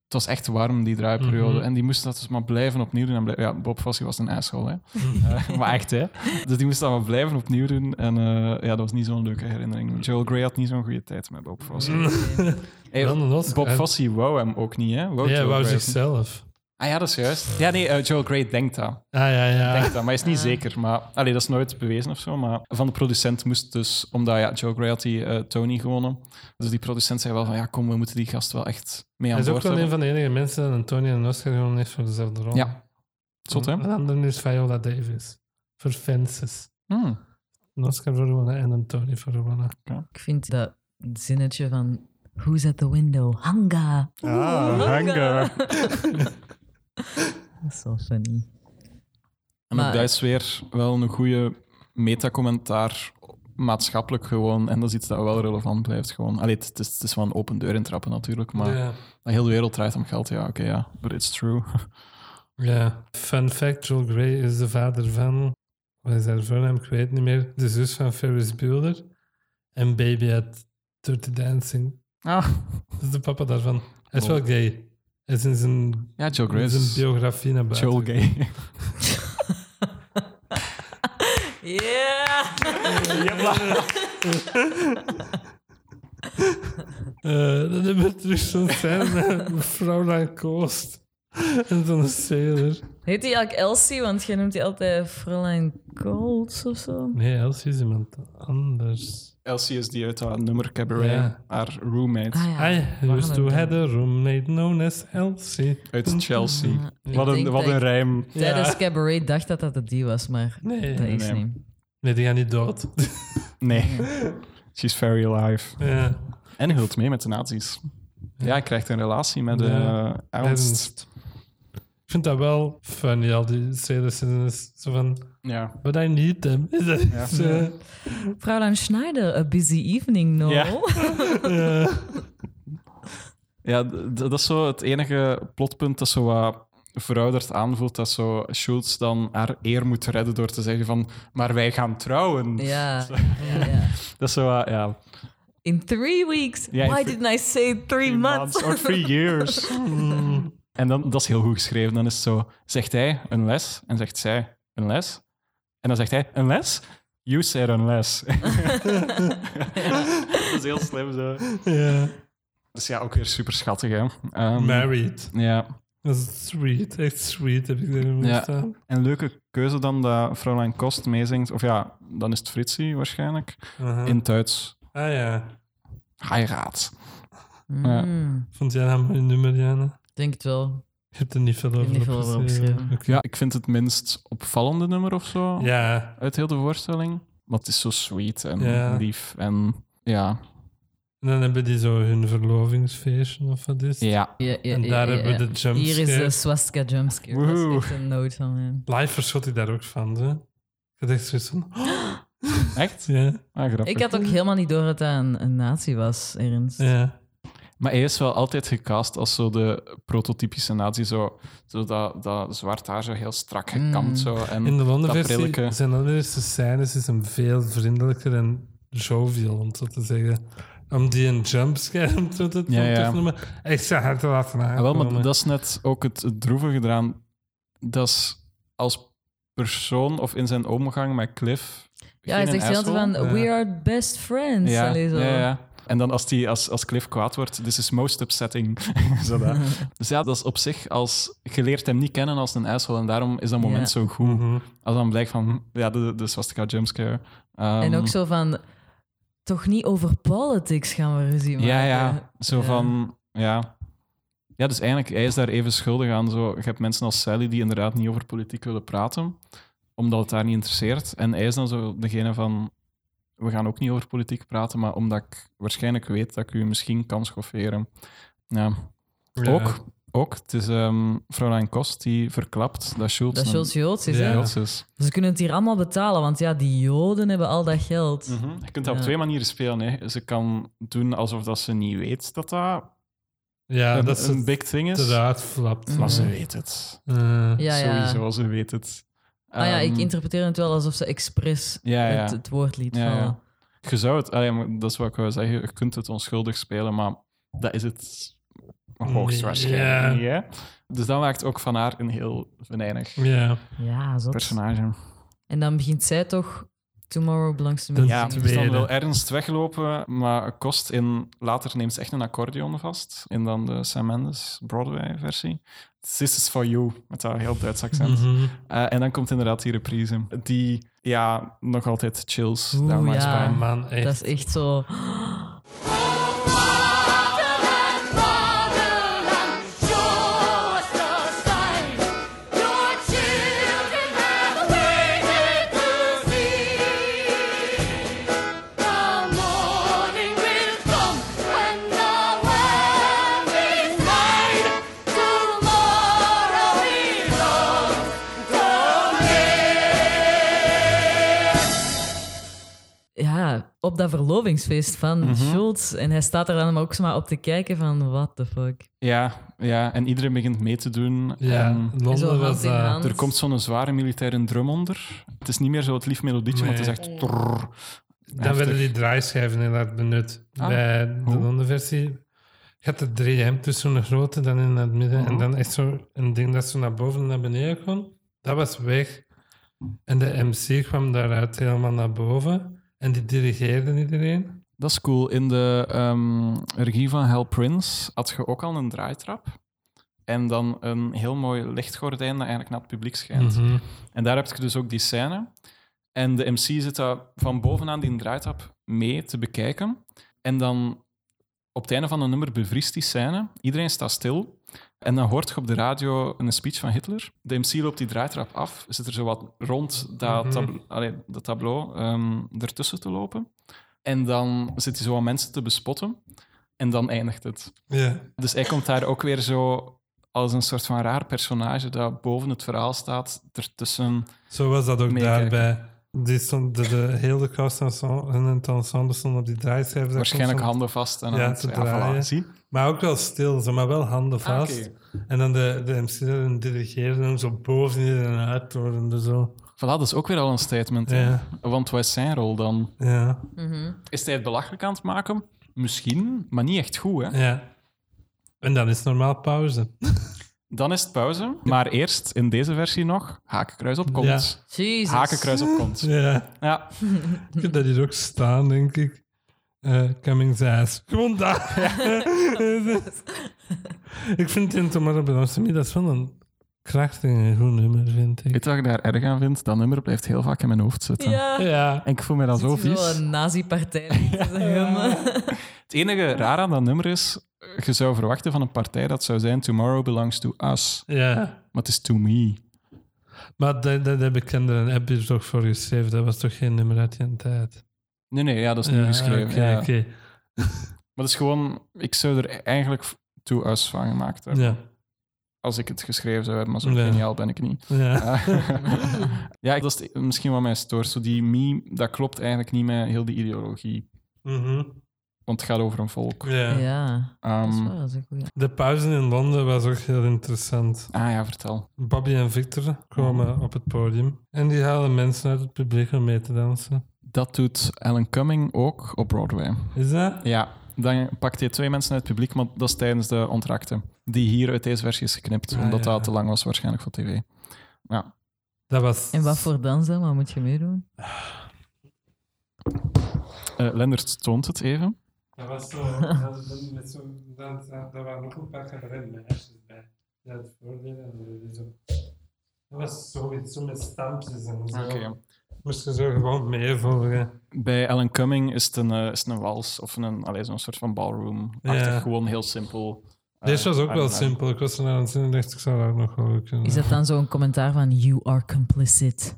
Speaker 3: Het was echt warm, die draaiperiode.
Speaker 1: Mhm.
Speaker 3: En die moesten dat dus maar blijven opnieuw doen. En blij- Ja, Bob Fosse was een asshole, hè.
Speaker 1: *laughs*
Speaker 3: Eh, maar echt, hè. Dus die moesten dat maar blijven opnieuw doen. En eh, ja, dat was niet zo'n leuke herinnering. Joel Grey had niet zo'n goede tijd met Bob Fosse. Hey,
Speaker 1: Mm. Dan een Oscar.
Speaker 3: Mm. Bob Fosse wou hem ook niet, hè. Wou
Speaker 1: Ja,
Speaker 3: Joel
Speaker 1: wou
Speaker 3: Grey niet.
Speaker 1: zichzelf.
Speaker 3: Ah ja, dat is juist. Ja, nee, eh, Joel Grey denkt dat
Speaker 1: Ah, ja, ja.
Speaker 3: denkt dat, maar is niet zeker. Maar, allee, dat is nooit bewezen of zo. Maar van de producent moest dus, omdat ja, Joe Gray had die eh, Tony gewonnen. Dus die producent zei wel van ja, kom, we moeten die gast wel echt mee
Speaker 1: Hij
Speaker 3: aan
Speaker 1: is ook
Speaker 3: boord
Speaker 1: wel een
Speaker 3: hebben.
Speaker 1: van de enige mensen dat een Tony en een Oscar gewonnen heeft voor dezelfde rol.
Speaker 3: Ja, zot hè?
Speaker 1: Een ander is Viola Davis. Voor Fences.
Speaker 3: Hmm.
Speaker 1: Een Oscar voor gewonnen en een Tony voor gewonnen.
Speaker 2: Ik vind dat zinnetje van... Who's at the window? Hunger. Oeh, Dat is wel funny.
Speaker 3: En
Speaker 2: Maar-
Speaker 3: ook dat is weer wel een goede metacommentaar maatschappelijk gewoon. En dat is iets dat wel relevant blijft gewoon. Allee, het is, het is wel een open deur intrappen natuurlijk, maar
Speaker 1: Ja.
Speaker 3: heel de wereld draait om geld. Ja, oké, ja, but it's true. *laughs*
Speaker 1: Ja. Fun fact, Joel Grey is de vader van... Wat is haar voornaam? Ik weet het niet meer. De zus van Ferris Bueller. En Baby uit Dirty Dancing.
Speaker 2: Ah,
Speaker 1: Dat is de papa daarvan. Hij is
Speaker 3: Oh.
Speaker 1: wel gay. Hij is in zijn,
Speaker 3: Ja, Joe
Speaker 1: in zijn
Speaker 3: Grace.
Speaker 1: biografie naar buiten.
Speaker 3: Joel Gay.
Speaker 2: yeah!
Speaker 1: Eh, dan hebben we terug zo'n scène met Fraulein Koost. En zo'n sailor.
Speaker 2: Heet die eigenlijk Elsie? Want jij noemt die altijd Fräulein Colts of zo.
Speaker 1: Nee, Elsie is iemand anders.
Speaker 3: Elsie is die uit haar nummer Cabaret,
Speaker 1: Ja.
Speaker 3: haar roommate
Speaker 2: Ah, ja.
Speaker 1: I used to
Speaker 2: Warme
Speaker 1: had a roommate known as Elsie.
Speaker 3: uit Chelsea.
Speaker 2: ik
Speaker 3: wat
Speaker 2: denk
Speaker 3: een, wat
Speaker 2: dat
Speaker 3: een
Speaker 2: ik-
Speaker 3: rijm.
Speaker 2: Tijdens
Speaker 1: Ja.
Speaker 2: Cabaret dacht dat dat het die was, maar
Speaker 1: Nee,
Speaker 2: dat is
Speaker 3: nee.
Speaker 2: niet.
Speaker 1: nee, die gaat niet
Speaker 3: *laughs*
Speaker 1: dood.
Speaker 3: Nee. She's very alive.
Speaker 1: ja.
Speaker 3: En hult mee met de nazi's. Ja, hij krijgt een relatie met de eh,
Speaker 1: Ja.
Speaker 3: Ernst.
Speaker 1: Ernst. Ik vind dat wel funny, al die sailors. en Zo van,
Speaker 3: Ja.
Speaker 1: but I need them. *laughs* Is dat iets, eh,
Speaker 2: Fräulein Schneider, a busy evening, no?
Speaker 3: Ja. Ja, d- d- dat is zo het enige plotpunt dat zo wat verouderd aanvoelt. Dat zo Schultz dan haar eer moet redden door te zeggen van... Maar wij gaan trouwen.
Speaker 2: *laughs* ja. ja, ja.
Speaker 3: Dat is zo wat,
Speaker 2: *laughs*
Speaker 3: ja...
Speaker 2: In three weeks.
Speaker 3: Ja, in
Speaker 2: Why
Speaker 3: three-
Speaker 2: didn't I say three, months?
Speaker 3: or three years. Mm. en dan, dat is heel goed geschreven. Dan is het zo... Zegt hij een les en zegt zij een les. En dan zegt hij een les. You said een les. *laughs* dat is heel slim zo.
Speaker 1: ja.
Speaker 3: Dus ja, ook weer super schattig, hè. Ehm,
Speaker 1: Married.
Speaker 3: Ja.
Speaker 1: Dat is sweet, echt sweet heb ik daarin moeten
Speaker 3: Ja.
Speaker 1: staan.
Speaker 3: En leuke keuze dan dat Fräulein Kost meezingt. Of ja, dan is het Fritsie waarschijnlijk.
Speaker 1: Aha.
Speaker 3: In het Duits.
Speaker 1: Ah ja,
Speaker 3: Heiraat.
Speaker 2: *laughs* Mm,
Speaker 1: vond jij dat een mooi nummer, Jana?
Speaker 2: denk het wel.
Speaker 1: Je hebt er niet veel
Speaker 2: heb
Speaker 1: over
Speaker 2: niet veel over opgeschreven.
Speaker 1: Oké.
Speaker 3: Ja, ik vind het minst opvallende nummer of zo.
Speaker 1: Ja,
Speaker 3: Uit heel de voorstelling. Maar het is zo sweet en
Speaker 1: Ja.
Speaker 3: lief. En ja.
Speaker 1: en dan hebben die zo hun verlovingsfeestje of wat is. het?
Speaker 3: Ja.
Speaker 2: Ja, ja,
Speaker 1: En
Speaker 2: ja,
Speaker 1: daar
Speaker 2: ja,
Speaker 1: hebben we
Speaker 2: ja.
Speaker 1: de jumpscare.
Speaker 2: Hier is de swastika jumpscare.
Speaker 3: Woehoe.
Speaker 2: Dat is echt een nood van hem.
Speaker 1: Live verschot ik daar ook van. Hè? Ik had echt zoiets van... oh,
Speaker 3: Echt?
Speaker 1: Ja,
Speaker 3: Ah, grappig.
Speaker 2: Ik had ook helemaal niet door dat dat een, een nazi was, Ernst.
Speaker 1: ja.
Speaker 3: Maar hij is wel altijd gecast als zo de prototypische nazi. Zo, zo dat, dat zwart haar zo heel strak gekamd.
Speaker 2: Mm.
Speaker 3: Zo, en
Speaker 1: In de
Speaker 3: dat
Speaker 1: Londen-versie
Speaker 3: brillijke.
Speaker 1: zijn allereerste scènes is hem veel vriendelijker en jovial, om het zo te zeggen. Om die een jumpscare, *laughs* om het zo te,
Speaker 3: Ja,
Speaker 1: om het
Speaker 3: ja.
Speaker 1: te noemen, echt zijn hard te laten
Speaker 3: Ah, wel,
Speaker 1: aankomen.
Speaker 3: maar dat is net ook het, het droevige eraan. Dat is als persoon of in zijn omgang met Cliff.
Speaker 2: Ja, hij
Speaker 3: geen
Speaker 2: zegt altijd van,
Speaker 3: asshole.
Speaker 2: we are best friends.
Speaker 3: Ja,
Speaker 2: Allee, zo.
Speaker 3: ja, ja. En dan als, die, als, als Cliff kwaad wordt, this is most upsetting. *laughs*
Speaker 2: *laughs*
Speaker 3: Zo dat. dus ja, dat is op zich als... Je leert hem niet kennen als een asshole en daarom is dat moment
Speaker 2: Ja.
Speaker 3: zo goed.
Speaker 1: Mhm.
Speaker 3: Als dan blijkt van, ja, de, de swastika jumpscare. Ehm,
Speaker 2: En
Speaker 1: Um.
Speaker 2: ook zo van, toch niet over politics gaan we ruzie maken.
Speaker 3: Ja, ja. Zo
Speaker 2: Ja.
Speaker 3: van, ja. Ja, dus eigenlijk, hij is daar even schuldig aan. Zo, je hebt mensen als Sally die inderdaad niet over politiek willen praten, omdat het daar niet interesseert. En hij is dan zo degene van, we gaan ook niet over politiek praten, maar omdat ik waarschijnlijk weet dat ik u misschien kan schofferen. Ja.
Speaker 1: Ja.
Speaker 3: Ook, ook, het is ehm Fräulein Kost die verklapt dat Schultz...
Speaker 2: Dat
Speaker 3: een-
Speaker 2: Schultz Joods is,
Speaker 1: Ja.
Speaker 2: hè?
Speaker 3: Joods is.
Speaker 2: Ze kunnen het hier allemaal betalen, want ja, die Joden hebben al dat geld.
Speaker 3: Mhm. Je kunt dat
Speaker 2: Ja.
Speaker 3: op twee manieren spelen. Hè. Ze kan doen alsof dat ze niet weet dat dat
Speaker 1: Ja,
Speaker 3: een,
Speaker 1: dat is
Speaker 3: een
Speaker 1: het
Speaker 3: big thing is.
Speaker 1: eruit flapt.
Speaker 3: Maar ze
Speaker 2: Mhm.
Speaker 3: weet het.
Speaker 1: Eh,
Speaker 2: Ja, ja.
Speaker 3: Sowieso, ze weet het.
Speaker 2: Ah ja, ik
Speaker 3: Ehm,
Speaker 2: interpreteer het wel alsof ze expres
Speaker 3: Ja, ja.
Speaker 2: Het, het woord liet
Speaker 3: Ja, ja.
Speaker 2: vallen.
Speaker 3: Je zou het... ah ja, maar dat is wat ik wou zeggen. Je kunt het onschuldig spelen, maar dat is het hoogstwaarschijnlijk
Speaker 1: Ja.
Speaker 3: niet, hè? Dus dat maakt ook van haar een heel venijnig
Speaker 1: ja.
Speaker 2: Ja, zot.
Speaker 3: personage.
Speaker 2: En dan begint zij toch... Tomorrow belongs to me.
Speaker 1: Dat-
Speaker 3: Ja,
Speaker 1: Tweede.
Speaker 3: dus dan wil Ernst weglopen, maar Kost in... Later neemt ze echt een accordeon vast, in dan de Sam Mendes Broadway-versie. This is for you, met dat heel Duits accent.
Speaker 1: Mhm.
Speaker 3: Eh, en dan komt inderdaad die reprise, die ja, nog altijd chills
Speaker 2: Oeh,
Speaker 3: down my
Speaker 2: ja.
Speaker 3: spine.
Speaker 1: Ah, man, echt.
Speaker 2: Dat is echt zo... Ja, op op dat verlovingsfeest van
Speaker 3: Mhm.
Speaker 2: Schultz. En hij staat er dan ook maar op te kijken van, what the fuck.
Speaker 3: Ja, ja, en iedereen begint mee te doen.
Speaker 1: Ja,
Speaker 3: En
Speaker 2: Zo
Speaker 1: Londen was
Speaker 2: hand in
Speaker 1: dat.
Speaker 2: hand.
Speaker 3: er komt zo'n zware militaire drum onder. Het is niet meer zo het lief melodietje, maar het is echt... trrr.
Speaker 1: Dan werden
Speaker 3: Heftig.
Speaker 1: die draaischijven heel hard benut.
Speaker 3: Ah.
Speaker 1: Bij de
Speaker 3: Hoe?
Speaker 1: Londen-versie. Je had er drie, hè. tussen een grote, dan in het midden. En dan echt zo een ding dat zo naar boven en naar beneden kon. Dat was weg. En de MC kwam daaruit helemaal naar boven. En die dirigeerde iedereen.
Speaker 3: Dat is cool. In de ehm, regie van Hell Prince had je ook al een draaitrap. En dan een heel mooi lichtgordijn dat eigenlijk naar het publiek schijnt.
Speaker 1: Mhm.
Speaker 3: En daar heb je dus ook die scène. En de MC zit daar van bovenaan die draaitrap mee te bekijken. En dan op het einde van een nummer bevriest die scène. Iedereen staat stil. En dan hoort je op de radio een speech van Hitler. De MC loopt die draaitrap af, zit er zo wat rond dat, tab- allee, dat tableau ehm, ertussen te lopen. En dan zit hij zo aan mensen te bespotten. En dan eindigt het.
Speaker 1: Ja.
Speaker 3: Dus hij komt daar ook weer zo als een soort van raar personage dat boven het verhaal staat, ertussen.
Speaker 1: Zo was dat ook
Speaker 3: Meekijken.
Speaker 1: daarbij. Die stond, de, de hele cast ensemble- en het ensemble stond op die draaischijven. daar
Speaker 3: waarschijnlijk
Speaker 1: constant-
Speaker 3: handen vast en
Speaker 1: Ja,
Speaker 3: aan het
Speaker 1: te
Speaker 3: ja, voilà,
Speaker 1: draaien.
Speaker 3: zie.
Speaker 1: Maar ook wel stil, zo, maar wel handen vast. En dan de, de MC dan dirigeerde hem zo boven en uittorende zo.
Speaker 3: Voilà, dat is ook weer al een statement. hè.
Speaker 1: Ja,
Speaker 3: Want wat is zijn rol dan?
Speaker 1: ja,
Speaker 3: Is hij het belachelijk aan het maken? Misschien, maar niet echt goed. Hè?
Speaker 1: ja. En dan is normaal pauze. *laughs*
Speaker 3: Dan is het pauze. Maar eerst in deze versie nog hakenkruis op kont.
Speaker 2: Jezus.
Speaker 3: Hakenkruis op kont.
Speaker 1: Ja,
Speaker 3: Ja,
Speaker 1: ik heb dat hier ook staan, denk ik. Eh Cummings ass. Gewoon daar. *laughs* ik vind Tim Tomorrow Belongs to Me, dat is wel een krachtig en goed nummer, vind ik.
Speaker 3: weet je wat ik daar erg aan vind? Dat nummer blijft heel vaak in mijn hoofd zitten.
Speaker 2: Ja.
Speaker 1: Ja.
Speaker 3: En ik voel me dan zo vies.
Speaker 2: Zo'n nazi-partij.
Speaker 3: *laughs*
Speaker 2: te zeggen.
Speaker 3: Het enige raar aan dat nummer is, je zou verwachten van een partij dat zou zijn Tomorrow Belongs to Us.
Speaker 1: Ja.
Speaker 3: Maar het is To Me.
Speaker 1: Maar dat, dat heb ik er een app hier toch voor geschreven. Dat was toch geen nummer uit die tijd?
Speaker 3: Nee, nee, ja, dat is nu
Speaker 1: Ja,
Speaker 3: geschreven.
Speaker 1: Oké,
Speaker 3: ja.
Speaker 1: oké.
Speaker 3: Maar het is gewoon, ik zou er eigenlijk To Us van gemaakt hebben.
Speaker 1: Ja.
Speaker 3: Als ik het geschreven zou hebben, maar zo
Speaker 1: Ja.
Speaker 3: geniaal ben ik niet.
Speaker 1: Ja.
Speaker 3: Ja, ja dat is misschien wat mij stoort. Zo die Me, dat klopt eigenlijk niet met heel die ideologie.
Speaker 1: *laughs* Mhm.
Speaker 3: Want het gaat over een volk.
Speaker 1: ja.
Speaker 2: Ja, dat is
Speaker 3: Ehm,
Speaker 2: waar, dat is een goeie.
Speaker 1: De pauze in Londen was ook heel interessant.
Speaker 3: ah ja, vertel.
Speaker 1: Bobby en Victor kwamen
Speaker 2: Mhm.
Speaker 1: op het podium. En die halen mensen uit het publiek om mee te dansen.
Speaker 3: Dat doet Alan Cumming ook op Broadway.
Speaker 1: Is dat?
Speaker 3: Ja, dan pakt hij twee mensen uit het publiek, maar dat is tijdens de ontrakte. Die hier uit deze versie is geknipt,
Speaker 1: Ah,
Speaker 3: omdat
Speaker 1: ja.
Speaker 3: dat te lang was waarschijnlijk voor tv.
Speaker 1: Dat was...
Speaker 2: En wat voor dans dan? Wat moet je meedoen?
Speaker 3: Eh Lendert toont het even.
Speaker 1: Dat was zo...
Speaker 2: *laughs*
Speaker 1: dat, dat, met zo dat, dat waren ook een paar cabaretmeisjes bij. Dat het voordeel en dat is ook- Dat was zoiets, zo met stampjes en zo. Moest je zo gewoon meevolgen.
Speaker 3: Bij Alan Cumming is het een, eh, is het een wals of een, allee, zo'n soort van ballroom.
Speaker 1: Ja.
Speaker 3: Gewoon heel simpel.
Speaker 2: Ah,
Speaker 3: Eh,
Speaker 1: Deze was ook
Speaker 3: arm
Speaker 1: wel
Speaker 3: in arm.
Speaker 1: simpel. Ik was er naar aan het zien en dacht, ik zou dat ook nog wel kunnen.
Speaker 2: Is dat
Speaker 3: Mm.
Speaker 2: dan zo'n commentaar van you are complicit?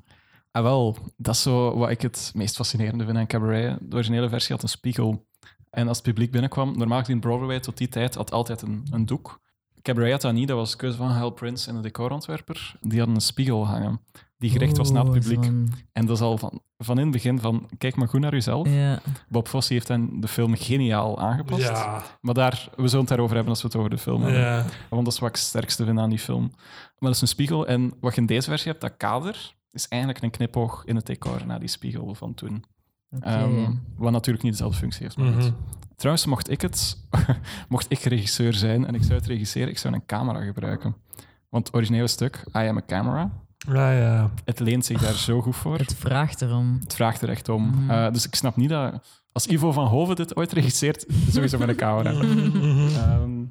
Speaker 3: Ah, wel, dat is zo wat ik het meest fascinerende vind aan cabaret. De originele versie had een spiegel. En als het publiek binnenkwam, normaal gezien Broadway tot die tijd had altijd een, een doek. Cabaret had dat niet, dat was de keuze van Hal Prince en de decorontwerper. Die hadden een spiegel hangen, die gericht was naar het
Speaker 1: Oh,
Speaker 2: Oeh,
Speaker 3: publiek.
Speaker 2: zo'n-
Speaker 3: En dat is al van, van in het begin van, kijk maar goed naar jezelf.
Speaker 2: Ja.
Speaker 3: Bob Fosse heeft dan de film geniaal aangepast.
Speaker 1: Ja.
Speaker 3: Maar daar, we zullen het daarover hebben als we het over de film
Speaker 2: Oh.
Speaker 3: hebben.
Speaker 1: Ja.
Speaker 3: Want dat is wat ik het sterkste vind aan die film. Maar dat is een spiegel. En wat je in deze versie hebt, dat kader, is eigenlijk een knipoog in het decor naar die spiegel van toen. Ehm, wat natuurlijk niet dezelfde functie heeft. Maar goed.
Speaker 1: Mhm.
Speaker 3: Trouwens, mocht ik het, *laughs* mocht ik regisseur zijn en ik zou het regisseren, ik zou een camera gebruiken. Want het originele stuk, I am a camera,
Speaker 1: Ja, ja.
Speaker 3: het leent zich daar zo goed voor.
Speaker 2: Het vraagt erom.
Speaker 3: Het vraagt er echt om. Eh, dus ik snap niet dat... Als Ivo van Hoven dit ooit regisseert, sowieso met een camera. Ehm,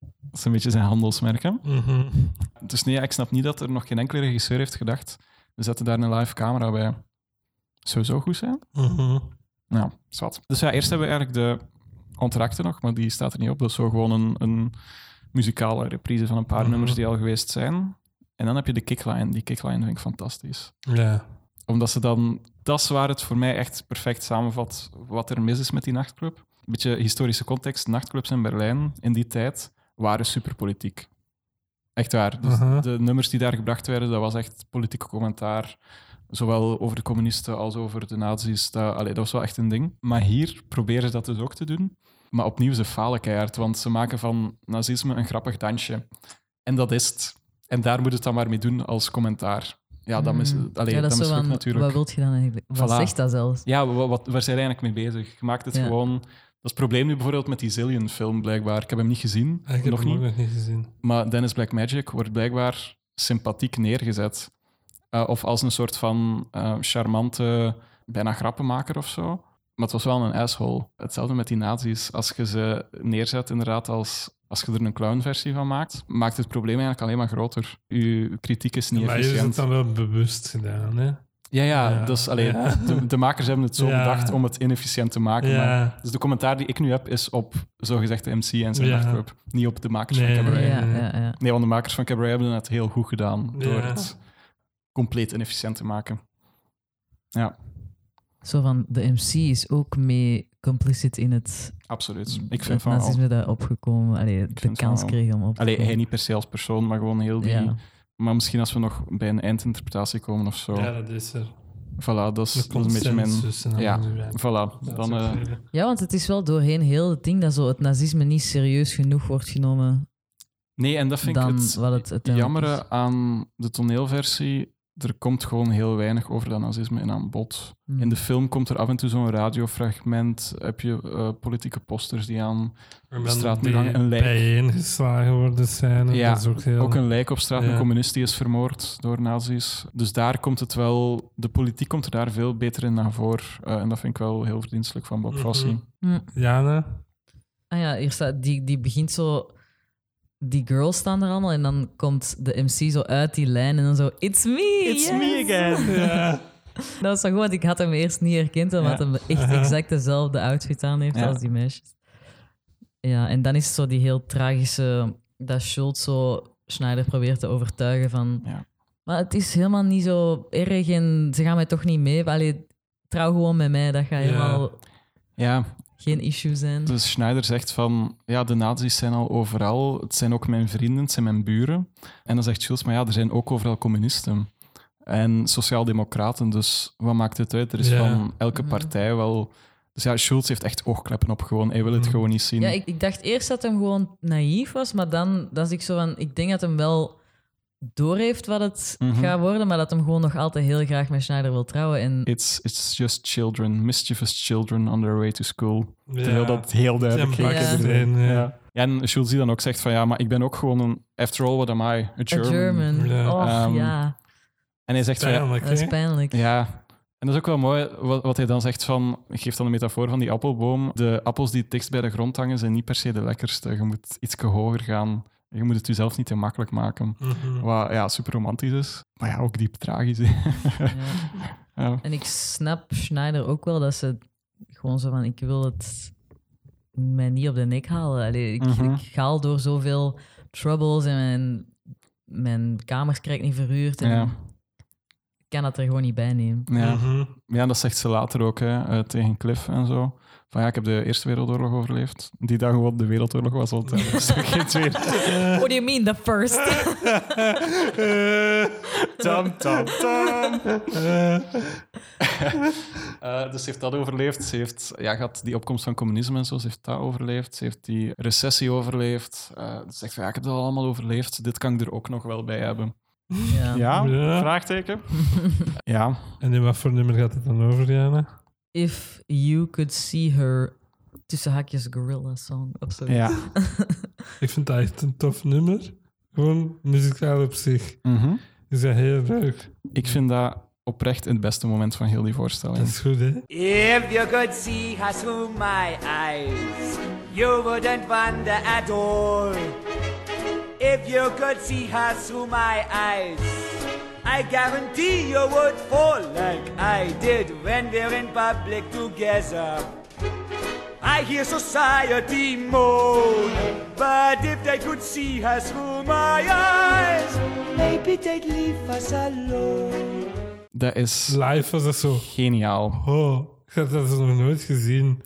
Speaker 3: dat is een beetje zijn handelsmerk, hè?
Speaker 1: Mhm.
Speaker 3: Dus nee, ja, ik snap niet dat er nog geen enkele regisseur heeft gedacht. We zetten daar een live camera bij. Sowieso goed zijn.
Speaker 1: Mhm.
Speaker 3: Nou, zwart. Dus ja, eerst hebben we eigenlijk de ontrakte nog, maar die staat er niet op. Dat is zo gewoon een, een muzikale reprise van een paar
Speaker 1: Mhm.
Speaker 3: nummers die al geweest zijn. En dan heb je de kickline. Die kickline vind ik fantastisch
Speaker 1: Ja.
Speaker 3: omdat ze dan, dat is waar het voor mij echt perfect samenvat wat er mis is met die nachtclub. Een beetje historische context. Nachtclubs in Berlijn in die tijd waren superpolitiek. Echt waar. Dus
Speaker 1: Aha.
Speaker 3: De nummers die daar gebracht werden, dat was echt politieke commentaar. Zowel over de communisten als over de nazi's. Dat, allee, dat was wel echt een ding. Maar hier proberen ze dat dus ook te doen. Maar opnieuw, ze falen keihard, want ze maken van nazisme een grappig dansje. En dat is het. En daar moet het dan maar mee doen als commentaar. Ja, dat, mis,
Speaker 2: Mm.
Speaker 3: allee,
Speaker 2: Ja,
Speaker 3: dat,
Speaker 2: is zo
Speaker 3: mislukt
Speaker 2: van,
Speaker 3: natuurlijk.
Speaker 2: Wat wilt je dan eigenlijk? Wat
Speaker 3: Voilà.
Speaker 2: zegt dat zelfs?
Speaker 3: Ja, wa- wat, waar zijn we eigenlijk mee bezig? Je maakt het
Speaker 2: Ja.
Speaker 3: gewoon... Dat is het probleem nu bijvoorbeeld met die Zillion-film, blijkbaar. Ik heb hem niet gezien,
Speaker 1: Ah, Ik heb
Speaker 3: nog
Speaker 1: hem ook
Speaker 3: niet.
Speaker 1: nog niet gezien.
Speaker 3: Maar Dennis Blackmagic wordt blijkbaar sympathiek neergezet. Eh, of als een soort van eh, charmante, bijna grappenmaker of zo. Maar het was wel een asshole. Hetzelfde met die nazi's. Als je ze neerzet, inderdaad, als, als je er een clownversie van maakt, maakt het probleem eigenlijk alleen maar groter. Uw kritiek is niet
Speaker 1: maar je is het
Speaker 3: efficiënt.
Speaker 1: dan wel bewust gedaan, hè?
Speaker 3: Ja, ja,
Speaker 1: Ja.
Speaker 3: Dus, allee,
Speaker 1: Ja.
Speaker 3: De, de makers hebben het zo
Speaker 1: Ja.
Speaker 3: bedacht om het inefficiënt te maken. Maar
Speaker 1: Ja.
Speaker 3: dus de commentaar die ik nu heb is op zogezegd de MC en zijn
Speaker 1: Ja.
Speaker 3: nachtclub. Niet op de makers
Speaker 1: Nee,
Speaker 3: van
Speaker 1: nee,
Speaker 2: Ja,
Speaker 3: Cabaret.
Speaker 1: nee.
Speaker 3: Nee.
Speaker 2: ja, ja.
Speaker 3: want de makers van Cabaret hebben het heel goed gedaan door
Speaker 1: Ja.
Speaker 3: het compleet inefficiënt te maken. Ja,
Speaker 2: Zo van, de MC is ook mee complicit in het
Speaker 3: absoluut. Ik
Speaker 2: het
Speaker 3: vind van al.
Speaker 2: nazisme Mm. dat opgekomen, allee, de
Speaker 3: vind van
Speaker 2: kans
Speaker 3: wel.
Speaker 2: kreeg om op te
Speaker 3: Allee,
Speaker 2: komen.
Speaker 3: hij niet per se als persoon, maar gewoon heel die...
Speaker 2: Ja.
Speaker 3: Maar misschien als we nog bij een eindinterpretatie komen of zo.
Speaker 1: Ja, dat is er.
Speaker 3: Voilà, dat is,
Speaker 1: De
Speaker 3: dat is een beetje mijn...
Speaker 1: consensus. en
Speaker 3: ja.
Speaker 1: dan- ja.
Speaker 3: Voilà, dan... eh,
Speaker 2: Ja, want het is wel doorheen heel het ding dat zo het nazisme niet serieus genoeg wordt genomen.
Speaker 3: Nee, en dat vind
Speaker 2: dan
Speaker 3: ik het
Speaker 2: wat het uiteindelijk
Speaker 3: jammere aan de toneelversie. Er komt gewoon heel weinig over dat nazisme in aan bod.
Speaker 2: Hmm.
Speaker 3: In de film komt er af en toe zo'n radiofragment. Heb je eh, politieke posters die aan...
Speaker 1: En
Speaker 3: de
Speaker 1: dan
Speaker 3: straat
Speaker 1: die
Speaker 3: hangen, een lijk.
Speaker 1: bijeengeslagen worden zijn.
Speaker 3: Ja,
Speaker 1: dat is ook heel...
Speaker 3: Ook een lijk op straat,
Speaker 1: Ja.
Speaker 3: een communist die is vermoord door nazi's. Dus daar komt het wel... De politiek komt er daar veel beter in naar voren. Eh, en dat vind ik wel heel verdienstelijk van Bob
Speaker 1: Mhm.
Speaker 3: Fosse.
Speaker 1: Jana?
Speaker 2: Ah ja, hier staat, die, die begint zo... Die girls staan er allemaal en dan komt de MC zo uit die lijn en dan zo... It's me! yes." *laughs*
Speaker 3: again!
Speaker 1: Ja.
Speaker 2: Dat was zo goed, want ik had hem eerst niet herkend, omdat
Speaker 3: Ja.
Speaker 2: hij echt
Speaker 1: Aha.
Speaker 2: exact dezelfde outfit aan heeft
Speaker 3: Ja.
Speaker 2: als die meisjes. Ja, en dan is het zo die heel tragische... Dat Schultz zo Schneider probeert te overtuigen van...
Speaker 3: Ja.
Speaker 2: Maar het is helemaal niet zo erg en ze gaan mij toch niet mee. Allee, trouw gewoon met mij, dat gaat
Speaker 1: Ja.
Speaker 2: helemaal
Speaker 3: Ja,
Speaker 2: geen issue zijn.
Speaker 3: Dus Schneider zegt van, ja, de nazi's zijn al overal. Het zijn ook mijn vrienden, het zijn mijn buren. En dan zegt Schulz, maar ja, er zijn ook overal communisten. En sociaaldemocraten, dus wat maakt het uit? Er is
Speaker 1: Ja.
Speaker 3: van
Speaker 2: Mhm.
Speaker 3: elke partij wel... Dus ja, Schulz heeft echt oogkleppen op gewoon. Hij wil het
Speaker 1: Mm.
Speaker 3: gewoon niet zien.
Speaker 2: Ja, ik, ik dacht eerst dat hem gewoon naïef was, maar dan dat ik zo van... Ik denk dat hem wel doorheeft wat het
Speaker 3: Mhm.
Speaker 2: gaat worden, maar dat hem gewoon nog altijd heel graag met Schneider wil trouwen. En
Speaker 3: It's, it's just children, mischievous children on their way to school.
Speaker 1: Ja.
Speaker 3: Terwijl dat heel duidelijk
Speaker 1: Zijn
Speaker 3: is.
Speaker 2: Ja.
Speaker 1: bakken erin, eh, ja.
Speaker 3: Ja. Ja, en Schulz die dan ook zegt van, ja, maar ik ben ook gewoon een... After all, what am I? A
Speaker 2: A
Speaker 3: German.
Speaker 2: German.
Speaker 1: Ja.
Speaker 2: Och,
Speaker 3: Ehm,
Speaker 2: ja.
Speaker 3: En hij zegt van, ja,
Speaker 1: Pijnlijk,
Speaker 2: Dat is
Speaker 1: hè?
Speaker 2: pijnlijk.
Speaker 3: Ja, en dat is ook wel mooi wat, wat hij dan zegt van... Geef dan de metafoor van die appelboom. De appels die het dichtst bij de grond hangen, zijn niet per se de lekkerste. Je moet iets hoger gaan. Je moet het jezelf niet te makkelijk maken.
Speaker 1: Mhm.
Speaker 3: Wat ja, super romantisch is, maar ja, ook diep tragisch. *laughs* hè.
Speaker 2: Ja.
Speaker 3: ja.
Speaker 2: En ik snap Schneider ook wel dat ze gewoon zo van: ik wil het mij niet op de nek halen. Allee, ik,
Speaker 3: Mhm.
Speaker 2: ik ga al door zoveel troubles en mijn, mijn kamers krijg ik niet verhuurd. En
Speaker 3: Ja.
Speaker 2: Ik kan dat er gewoon niet bij nemen.
Speaker 3: Ja.
Speaker 1: Mhm.
Speaker 3: ja, dat zegt ze later ook hè, eh, tegen Cliff en zo. Van ja, ik heb de Eerste Wereldoorlog overleefd. Die dag gewoon de Wereldoorlog was al te- dus er geen tweede.
Speaker 2: What do you mean, the first?
Speaker 3: Tam, tam, tam. *laughs* Eh, dus ze heeft dat overleefd. Ze heeft ja, gehad die opkomst van communisme en zo. Ze heeft dat overleefd. Ze heeft die recessie overleefd. Eh, ze zegt van ja, ik heb dat allemaal overleefd. Dit kan ik er ook nog wel bij hebben.
Speaker 2: ja.
Speaker 1: Ja.
Speaker 3: Vraagteken? ja.
Speaker 1: En in wat voor nummer gaat het dan over, Jana?
Speaker 2: If you could see her. Tussen haakjes gorilla song of zo.
Speaker 3: ja.
Speaker 1: Ik vind dat echt een tof nummer. Gewoon muzikaal op zich.
Speaker 3: Mhm.
Speaker 1: Is dat heel leuk.
Speaker 3: Ik vind dat oprecht het beste moment van heel die
Speaker 1: Dat
Speaker 3: voorstelling.
Speaker 1: is goed, hè?
Speaker 4: If you could see her through my eyes, you wouldn't wonder at all. If you could see her through my eyes, I guarantee you would fall like I did when we're in public together. I hear society moan, but if they could see her through my eyes, maybe they'd leave us alone.
Speaker 3: Dat is
Speaker 1: Live was dat zo.
Speaker 3: geniaal.
Speaker 1: Oh, ik had dat nog nooit gezien.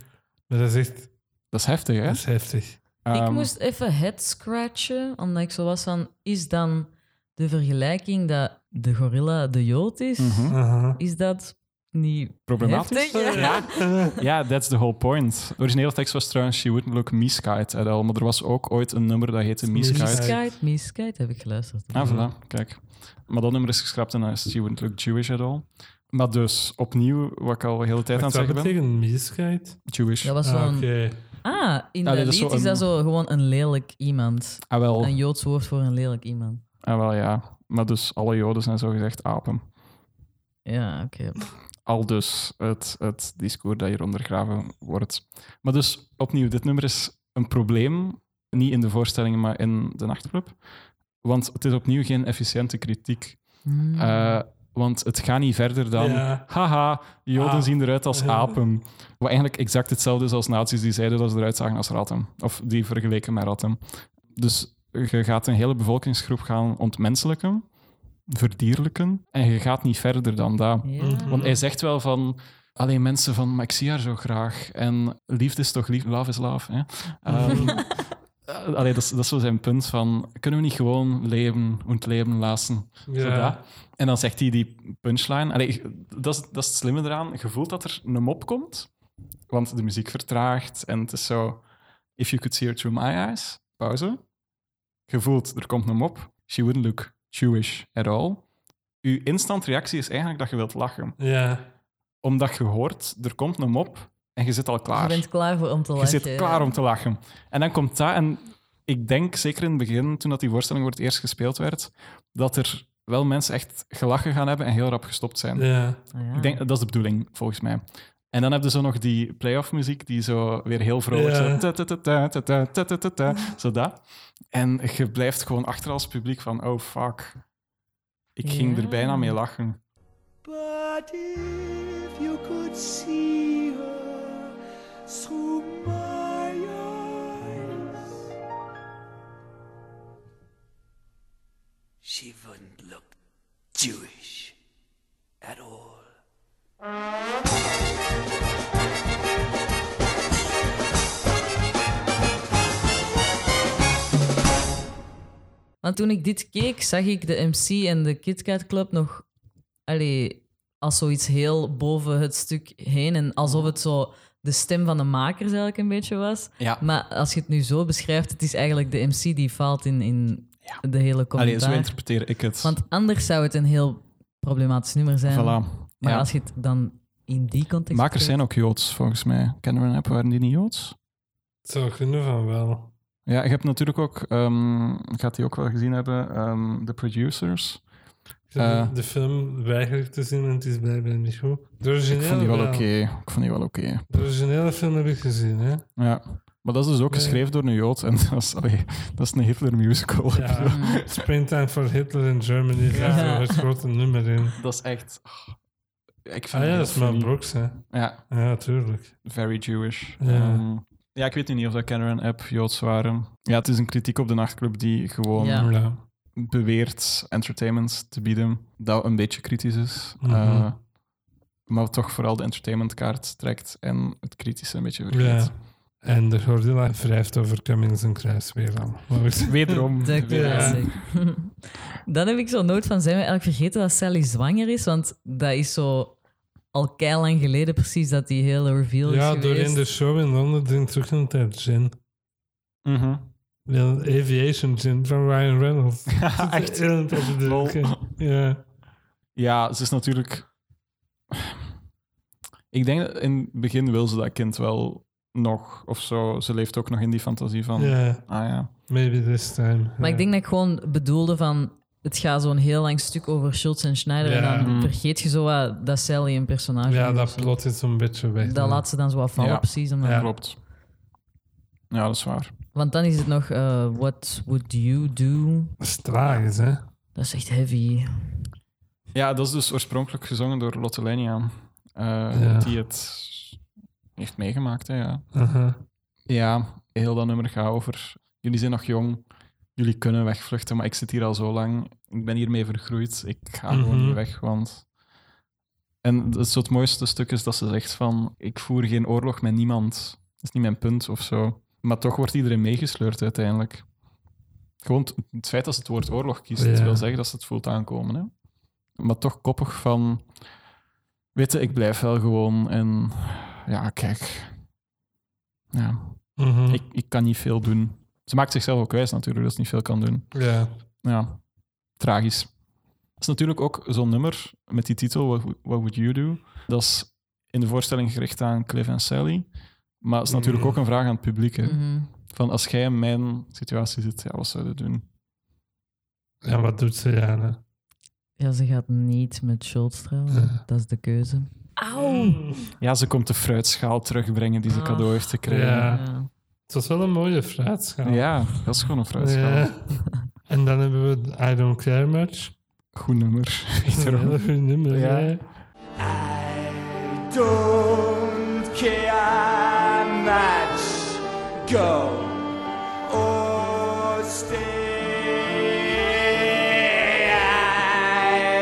Speaker 1: Maar dat is echt
Speaker 3: Dat is heftig, hè?
Speaker 1: dat is heftig.
Speaker 2: Ik
Speaker 3: Ehm,
Speaker 2: moest even het scratchen, omdat ik zo was van: is dan de vergelijking dat de gorilla de jood is,
Speaker 1: Mhm.
Speaker 2: is dat niet
Speaker 3: Problematisch?
Speaker 2: heftig? Ja.
Speaker 3: Ja. ja, that's the whole point. De originele tekst was trouwens She Wouldn't Look Miskite at all, maar er was ook ooit een nummer dat heette Miskite.
Speaker 1: Miskite.
Speaker 2: Miskite, Miskite heb ik geluisterd.
Speaker 3: Ah, voilà, kijk. Maar dat nummer is geschrapt en dan is She Wouldn't Look Jewish at all. Maar dus, opnieuw, wat ik al de hele tijd aan
Speaker 1: Wat
Speaker 3: het
Speaker 1: zou
Speaker 3: zeggen ben,
Speaker 1: betekenen? Miskheid?
Speaker 3: Jewish.
Speaker 2: Dat was
Speaker 1: Ah,
Speaker 2: zo'n...
Speaker 1: Oké.
Speaker 2: Ah, in
Speaker 3: Ja,
Speaker 2: dat
Speaker 3: dit is
Speaker 2: lied
Speaker 3: zo
Speaker 2: is dat
Speaker 3: een-
Speaker 2: zo gewoon een lelijk iemand.
Speaker 3: Ah, wel,
Speaker 2: Een Joods woord voor een lelijk iemand.
Speaker 3: ah, wel, ja. Maar dus, alle Joden zijn zogezegd apen.
Speaker 2: Ja, oké.
Speaker 3: al dus het, het discours dat hier ondergraven wordt. Maar dus opnieuw, dit nummer is een probleem, niet in de voorstellingen, maar in de nachtclub. Want het is opnieuw geen efficiënte kritiek.
Speaker 2: Hmm.
Speaker 3: Eh, want het gaat niet verder dan,
Speaker 1: Ja.
Speaker 3: haha, Joden
Speaker 1: Ah.
Speaker 3: zien eruit als apen. Wat eigenlijk exact hetzelfde is als nazi's die zeiden dat ze eruit zagen als ratten. Of die vergeleken met ratten. Dus je gaat een hele bevolkingsgroep gaan ontmenselijken, verdierlijken. En je gaat niet verder dan dat.
Speaker 2: Mm. Ja.
Speaker 3: Want hij zegt wel van. Alleen mensen van, maar ik zie haar zo graag. En liefde is toch liefde, love is love. Hè? Ehm, eh, allee, dat, is, dat is zo zijn punt van, kunnen we niet gewoon leven en leven laten? Zo
Speaker 1: Ja.
Speaker 3: dat. En dan zegt hij die punchline. Allee, dat, is, dat is het slimme eraan. Je voelt dat er een mop komt, want de muziek vertraagt. En het is zo, if you could see her through my eyes, pauze. Je voelt, er komt een mop. She wouldn't look Jewish at all. Uw instant reactie is eigenlijk dat je wilt lachen
Speaker 1: Ja.
Speaker 3: omdat je hoort, er komt een mop en je zit al
Speaker 2: Je
Speaker 3: klaar.
Speaker 2: bent klaar voor om te
Speaker 3: je
Speaker 2: lachen.
Speaker 3: zit klaar om te lachen. En dan komt dat, en ik denk zeker in het begin, toen dat die voorstelling voor het eerst gespeeld werd, dat er wel mensen echt gelachen gaan hebben en heel rap gestopt zijn.
Speaker 1: Ja.
Speaker 2: Ah, ja.
Speaker 3: Ik denk, dat is de bedoeling, volgens mij. En dan heb je zo nog die play-off muziek, die zo weer heel vrolijk
Speaker 1: Ja.
Speaker 3: zo... ta, ta, ta, ta, ta, ta, ta, ta, ta, ta, zo dat. En je blijft gewoon achter als publiek van, oh fuck. Ik ging
Speaker 2: Ja.
Speaker 3: er bijna mee lachen.
Speaker 4: But if you could see her through my eyes, she wouldn't look Jewish at all.
Speaker 2: Want toen ik dit keek, zag ik de MC en de KitKat Club nog allee, als zoiets heel boven het stuk heen. En alsof het zo de stem van de makers eigenlijk een beetje was.
Speaker 3: Ja.
Speaker 2: Maar als je het nu zo beschrijft, het is eigenlijk de MC die faalt in, in de hele
Speaker 3: Allee,
Speaker 2: commentaar.
Speaker 3: zo interpreteer ik het.
Speaker 2: Want anders zou het een heel problematisch nummer zijn.
Speaker 3: Voilà.
Speaker 2: Maar
Speaker 3: Ja.
Speaker 2: als je het dan in die context...
Speaker 3: Makers zijn ook Joods, volgens mij. Kennen we een app, waren die niet Joods?
Speaker 1: Het zou kunnen van wel.
Speaker 3: Ja, je hebt natuurlijk ook, ehm, je gaat die ook wel gezien hebben, ehm The Producers.
Speaker 1: Ik heb
Speaker 3: Eh.
Speaker 1: de film weiger ik te zien en het is blijkbaar niet goed. De originele,
Speaker 3: Ik vond die wel oké.
Speaker 1: wel.
Speaker 3: Ik vond die wel oké.
Speaker 1: De originele film heb ik gezien, hè?
Speaker 3: Ja. Maar dat is dus ook
Speaker 1: Ja.
Speaker 3: geschreven door een Jood. En *laughs* dat is, allee, dat is een Hitler musical.
Speaker 1: Ja. Springtime for Hitler in Germany, daar
Speaker 2: Ja.
Speaker 1: zit het grote nummer in.
Speaker 3: *laughs* Dat is echt... oh, ik vind
Speaker 1: Ah ja,
Speaker 3: heel
Speaker 1: dat is Mel
Speaker 3: funny.
Speaker 1: Brooks, hè?
Speaker 3: Ja,
Speaker 1: Ja, tuurlijk.
Speaker 3: very Jewish.
Speaker 1: Ja.
Speaker 3: Ehm, ja, ik weet nu niet of dat Cameron App Joods waren. Ja, het is een kritiek op de nachtclub die gewoon...
Speaker 2: Ja.
Speaker 1: Ja.
Speaker 3: beweert entertainment te bieden, dat een beetje kritisch is,
Speaker 1: Mhm.
Speaker 3: eh, maar toch vooral de entertainmentkaart trekt en het kritische een beetje
Speaker 1: *laughs*
Speaker 3: vergeet.
Speaker 1: ja. En de gorilla wrijft over Cummings en Kruis weer aan.
Speaker 3: Wederom.
Speaker 2: De
Speaker 3: weer-
Speaker 2: classic. *laughs* Dan heb ik zo nooit van, zijn we eigenlijk vergeten dat Sally zwanger is? Want dat is zo al lang geleden precies dat die hele reveal
Speaker 1: Ja,
Speaker 2: is
Speaker 1: doorheen
Speaker 2: geweest.
Speaker 1: de show in Londen drinkt ook een tijd gin. *laughs*
Speaker 3: Mhm.
Speaker 1: Wel, Aviation Gin van Ryan Reynolds.
Speaker 3: Echt?
Speaker 1: Heel een tijd te
Speaker 3: Lol.
Speaker 1: drinken. Ja.
Speaker 3: *laughs* Ja, ze is natuurlijk. Ik denk dat in het begin wil ze dat kind wel nog of zo. Ze leeft ook nog in die fantasie van.
Speaker 1: ja,
Speaker 3: Ah ja.
Speaker 1: maybe this time.
Speaker 2: Maar ik denk dat ik gewoon bedoelde van... Het gaat zo'n heel lang stuk over Schultz en Schneider.
Speaker 1: Ja.
Speaker 2: En dan
Speaker 3: Mm.
Speaker 2: vergeet je zo wat dat Sally een personage
Speaker 1: Ja,
Speaker 2: is.
Speaker 1: dat plot is zo'n beetje weg.
Speaker 2: Dat laat ze dan zo wat vallen,
Speaker 3: Ja.
Speaker 2: precies. Omdat,
Speaker 1: Ja.
Speaker 3: Klopt. Ja, dat is waar.
Speaker 2: Want dan is het nog... eh, what would you do?
Speaker 1: Dat is tragisch, hè?
Speaker 2: Dat is echt heavy.
Speaker 3: Ja, dat is dus oorspronkelijk gezongen door Lotte Lenia, eh,
Speaker 1: Ja.
Speaker 3: die het heeft meegemaakt. Hè, ja.
Speaker 1: Aha.
Speaker 3: Ja, heel dat nummer gaat over. Jullie zijn nog jong, jullie kunnen wegvluchten, maar ik zit hier al zo lang. Ik ben hiermee vergroeid, ik ga gewoon
Speaker 1: Mhm.
Speaker 3: niet weg. Want... En dat is zo het mooiste stuk is dat ze zegt van, ik voer geen oorlog met niemand. Dat is niet mijn punt of zo. Maar toch wordt iedereen meegesleurd uiteindelijk. Gewoon t- het feit dat ze het woord oorlog kiest,
Speaker 1: Ja.
Speaker 3: wil zeggen dat ze het voelt aankomen. Hè? Maar toch koppig van... Weet je, ik blijf wel gewoon en... Ja, kijk. Ja,
Speaker 1: Mhm.
Speaker 3: ik, ik kan niet veel doen. Ze maakt zichzelf ook wijs natuurlijk, dat ze niet veel kan doen.
Speaker 1: Ja.
Speaker 3: Ja, tragisch. Dat is natuurlijk ook zo'n nummer met die titel What, Would- What Would You Do? Dat is in de voorstelling gericht aan Cliff en Sally. Maar het is natuurlijk
Speaker 1: Mm.
Speaker 3: ook een vraag aan het publiek. Hè?
Speaker 2: Mhm.
Speaker 3: Van als jij in mijn situatie zit, ja, wat zou je doen?
Speaker 1: ja, wat doet ze? Ja, hè?
Speaker 2: Ja, ze gaat niet met Schultz trouwen.
Speaker 1: Ja.
Speaker 2: Dat is de keuze.
Speaker 3: Ja, ze komt de fruitschaal terugbrengen die ze
Speaker 2: Ah.
Speaker 3: cadeau heeft gekregen.
Speaker 1: Ja.
Speaker 3: Ja.
Speaker 2: Ja.
Speaker 1: Het was wel een mooie fruitschaal.
Speaker 3: dat is gewoon een fruitschaal.
Speaker 1: Ja. *laughs* En dan hebben we I Don't Care Much.
Speaker 3: Goed nummer.
Speaker 1: *laughs* Dat is een heel goed nummer.
Speaker 3: Ja.
Speaker 1: hè.
Speaker 4: I don't care much. Go or stay.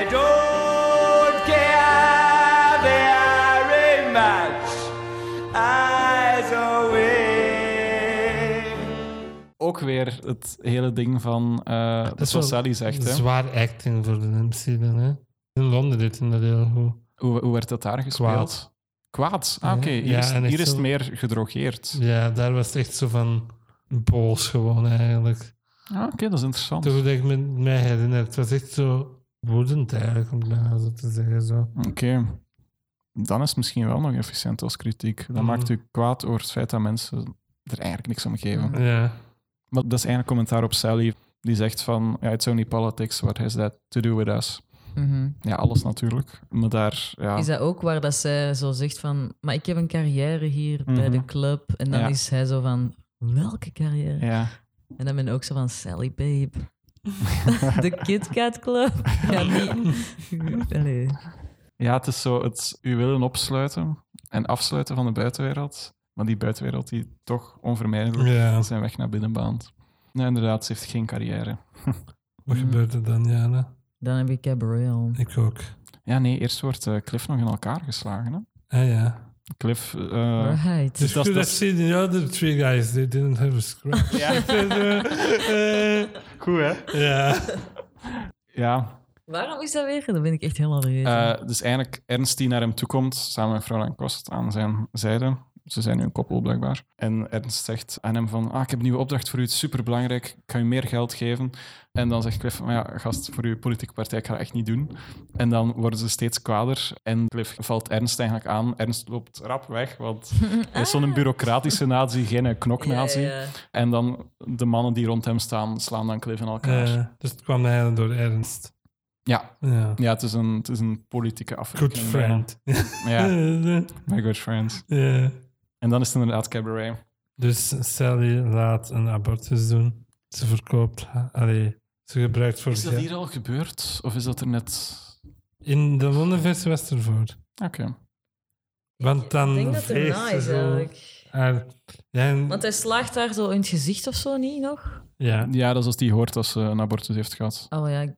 Speaker 4: I don't care very much. Eyes away.
Speaker 3: Ook weer het hele ding van eh
Speaker 1: is
Speaker 3: wat
Speaker 1: wel
Speaker 3: Sally zegt. Hè?
Speaker 1: Zwaar acting voor de MC dan, hè. In Londen deed hij dat heel goed.
Speaker 3: Hoe, hoe werd dat daar gespeeld?
Speaker 1: Kwaad.
Speaker 3: Kwaad? Ah,
Speaker 1: Ja.
Speaker 3: oké. Hier,
Speaker 1: Ja,
Speaker 3: is,
Speaker 1: en echt
Speaker 3: hier is het
Speaker 1: zo-
Speaker 3: meer gedrogeerd.
Speaker 1: Ja, daar was het echt zo van boos gewoon eigenlijk.
Speaker 3: Ah, oké, dat is interessant.
Speaker 1: Toen dat ik me mij herinner, het was echt zo woedend eigenlijk, om het bijna zo te zeggen. Zo.
Speaker 3: Oké. Dan is het misschien wel nog efficiënt als kritiek. Dan
Speaker 1: Mm.
Speaker 3: maakt u kwaad over het feit dat mensen er eigenlijk niks om geven.
Speaker 2: Mm.
Speaker 1: Ja.
Speaker 3: Maar dat is eigenlijk commentaar op Sally. Die zegt van, ja, it's only politics, what has that to do with us?
Speaker 2: Mhm.
Speaker 3: Ja, alles natuurlijk. Maar daar, ja...
Speaker 2: Is dat ook waar dat zij zo zegt van... Maar ik heb een carrière hier bij de
Speaker 3: Mhm.
Speaker 2: club. En dan
Speaker 3: Ja.
Speaker 2: is hij zo van... Welke carrière?
Speaker 3: Ja.
Speaker 2: En dan ben ik ook zo van... Sally, babe. *laughs*
Speaker 3: *laughs*
Speaker 2: de Kit Kat Club. Ja, niet... *laughs* Allee.
Speaker 3: ja, het is zo, het u willen opsluiten en afsluiten van de buitenwereld. Maar die buitenwereld die toch onvermijdelijk
Speaker 1: ja.
Speaker 3: zijn weg naar binnen baant. Nee, inderdaad, ze heeft geen carrière.
Speaker 1: Wat gebeurt er dan, Jana?
Speaker 2: Dan heb ik Cabaret al.
Speaker 1: Ik ook.
Speaker 3: Ja, nee, eerst wordt eh, Cliff nog in elkaar geslagen. Hè?
Speaker 1: Ah ja.
Speaker 3: Cliff... eh,
Speaker 2: Alright.
Speaker 1: Dus
Speaker 3: dat-
Speaker 1: dat
Speaker 3: dat-
Speaker 1: see the other three guys, they didn't have a scratch. Ja.
Speaker 3: Goed, hè?
Speaker 1: *laughs* ja.
Speaker 3: Ja,
Speaker 2: Waarom is dat weer? Dat ben ik echt helemaal vergeten.
Speaker 3: eh, dus eigenlijk Ernst die naar hem toe komt, samen met Fräulein Kost aan zijn zijde. Ze zijn nu een koppel, blijkbaar. En Ernst zegt aan hem van, ah, ik heb een nieuwe opdracht voor u, het is superbelangrijk, ik kan u meer geld geven. En dan zegt Cliff, van, ja, gast, voor uw politieke partij, ik ga dat echt niet doen. En dan worden ze steeds kwader en Cliff valt Ernst eigenlijk aan. Ernst loopt rap weg, want hij
Speaker 2: *laughs*
Speaker 3: is zo'n bureaucratische nazi, geen knoknazi.
Speaker 2: Ja, ja.
Speaker 3: En dan de mannen die rond hem staan, slaan dan Cliff in elkaar.
Speaker 1: Ja, dus het kwam eigenlijk door Ernst.
Speaker 3: Ja,
Speaker 1: Ja.
Speaker 3: ja het, is een, het is een politieke afrekening.
Speaker 1: Good friend.
Speaker 3: Ja, my good friends.
Speaker 1: *laughs* ja.
Speaker 3: En dan is het inderdaad cabaret.
Speaker 1: Dus Sally laat een abortus doen. Ze verkoopt, ha- allee, ze gebruikt voor
Speaker 3: Is dat
Speaker 1: geld.
Speaker 3: hier al gebeurd? Of is dat er net...
Speaker 1: In de Londenversie was het ervoor.
Speaker 3: Oké.
Speaker 1: Want
Speaker 2: Ik denk
Speaker 1: dan
Speaker 2: dat het
Speaker 1: veegt
Speaker 2: na
Speaker 1: ze
Speaker 2: is
Speaker 1: zo
Speaker 2: eigenlijk.
Speaker 1: haar... Ja, en-
Speaker 2: Want hij slaagt haar zo in het gezicht of zo niet nog?
Speaker 1: ja.
Speaker 3: Ja, dat is als die hoort dat ze een abortus heeft gehad.
Speaker 2: Oh ja, ik-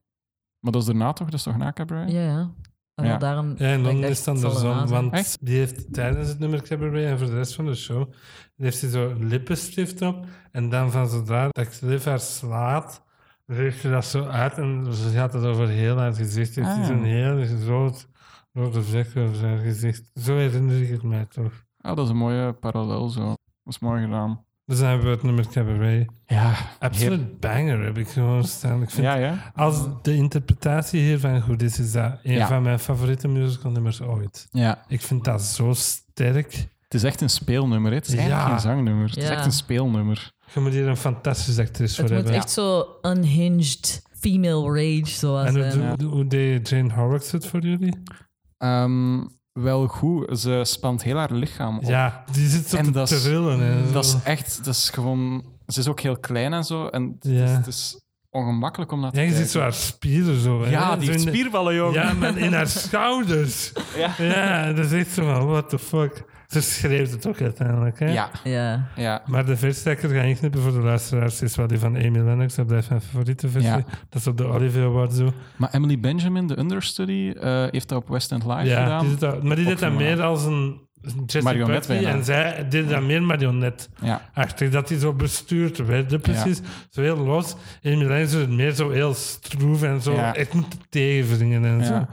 Speaker 3: Maar dat is daarna toch? Dat is toch na cabaret?
Speaker 2: ja, ja. Ah, wel,
Speaker 3: Ja.
Speaker 2: Daarom
Speaker 1: ja, en
Speaker 2: dat ik
Speaker 1: dan is
Speaker 2: dacht,
Speaker 1: het
Speaker 2: zal erna
Speaker 1: andersom.
Speaker 2: zijn.
Speaker 1: Want
Speaker 3: Echt?
Speaker 1: die heeft tijdens het nummer Cabaret en voor de rest van de show heeft ze zo lippenstift op. En dan van zodra dat Cliff haar slaat, veegt ze dat zo uit. En ze gaat het over heel haar gezicht. Het
Speaker 3: Ah.
Speaker 1: is een heel groot rode vlek over haar gezicht. Zo herinner ik het mij toch.
Speaker 3: Ah, dat is een mooie parallel zo. Dat is mooi gedaan.
Speaker 1: Dus dan hebben we het nummer Cabaret.
Speaker 3: Ja.
Speaker 1: Absoluut banger heb ik gewoon staan. Ik vind
Speaker 3: Ja, ja.
Speaker 1: Als de interpretatie hiervan goed is, is dat een
Speaker 3: Ja.
Speaker 1: van mijn favoriete musicalnummers ooit.
Speaker 3: Ja.
Speaker 1: Ik vind dat zo sterk.
Speaker 3: Het is echt een speelnummer, hè. Het is eigenlijk
Speaker 1: Ja.
Speaker 3: geen zangnummer. Het is
Speaker 2: Ja.
Speaker 3: echt een speelnummer.
Speaker 1: Je moet hier een fantastische actrice
Speaker 2: Het
Speaker 1: voor
Speaker 2: moet
Speaker 1: hebben.
Speaker 2: echt zo unhinged female rage zoals
Speaker 1: en hoe,
Speaker 2: hij-
Speaker 1: doe- hoe- hoe deed Jane Horrocks het voor jullie?
Speaker 3: Oh. Ehm, wel goed. Ze spant heel haar lichaam op.
Speaker 1: Ja, die zit zo
Speaker 3: En
Speaker 1: te
Speaker 3: dat is-
Speaker 1: trillen. hè,
Speaker 3: Dat
Speaker 1: zo.
Speaker 3: is echt... Dat is gewoon... Ze is ook heel klein en zo. En het,
Speaker 1: Ja.
Speaker 3: is, het is ongemakkelijk om dat te
Speaker 1: Ja, je ziet
Speaker 3: kijken.
Speaker 1: zo haar spieren zo. hè.
Speaker 3: Ja, die
Speaker 1: Zo in
Speaker 3: heeft
Speaker 1: de-
Speaker 3: spierballen, joh.
Speaker 1: Ja, maar in haar schouders.
Speaker 3: Ja.
Speaker 1: Ja, dat is echt zo van, what the fuck. Ze schreef het ook uiteindelijk, hè?
Speaker 3: Ja,
Speaker 2: Ja.
Speaker 3: ja.
Speaker 1: Maar de verstekker ga ik knippen voor de luisteraars is wel die van Amy Lennox. Dat blijft mijn favoriete versie.
Speaker 3: Ja.
Speaker 1: Dat is op de Olivier Award zo.
Speaker 3: Maar Emily Benjamin, de understudy, eh, heeft dat op West End Live
Speaker 1: Ja,
Speaker 3: gedaan.
Speaker 1: die zit daar- maar die deed dat
Speaker 3: Opgenomen.
Speaker 1: meer als een Jesse
Speaker 3: Marionet
Speaker 1: Buckley
Speaker 3: bijna.
Speaker 1: en zij deden dan meer marionet.
Speaker 3: Ja.
Speaker 1: Achter dat die zo bestuurd werden, precies. Zo heel los. En Milan is het meer zo heel stroef en zo.
Speaker 3: Ja.
Speaker 1: Echt moeten tegenvringen en
Speaker 3: Ja.
Speaker 1: zo.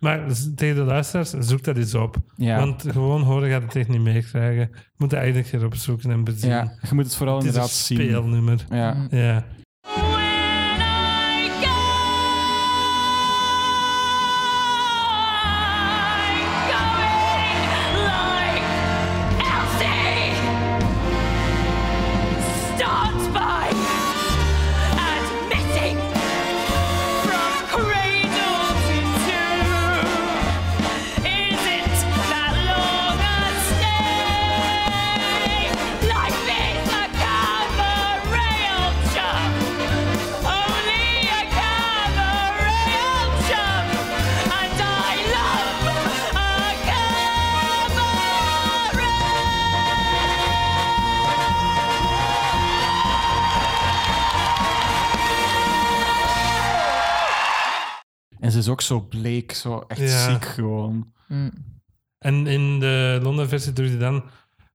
Speaker 1: Maar z- tegen de luisteraars, zoek dat eens op.
Speaker 3: Ja.
Speaker 1: Want gewoon horen gaat het echt niet meekrijgen. Je Moet dat eigenlijk erop zoeken en bezien.
Speaker 3: Ja, je moet het vooral
Speaker 1: het is een
Speaker 3: inderdaad zien.
Speaker 1: speelnummer.
Speaker 3: Ja.
Speaker 1: Ja.
Speaker 8: When I go, I'm going like Elsie. Start by admitting from cradle to tomb. Is it that long a stay? Life is a cabaret show. Only a cabaret option, and I love a cabaret.
Speaker 3: En ze is ook zo bleek, zo echt
Speaker 1: Ja.
Speaker 3: ziek gewoon.
Speaker 1: En in de Londen-versie doet hij dan...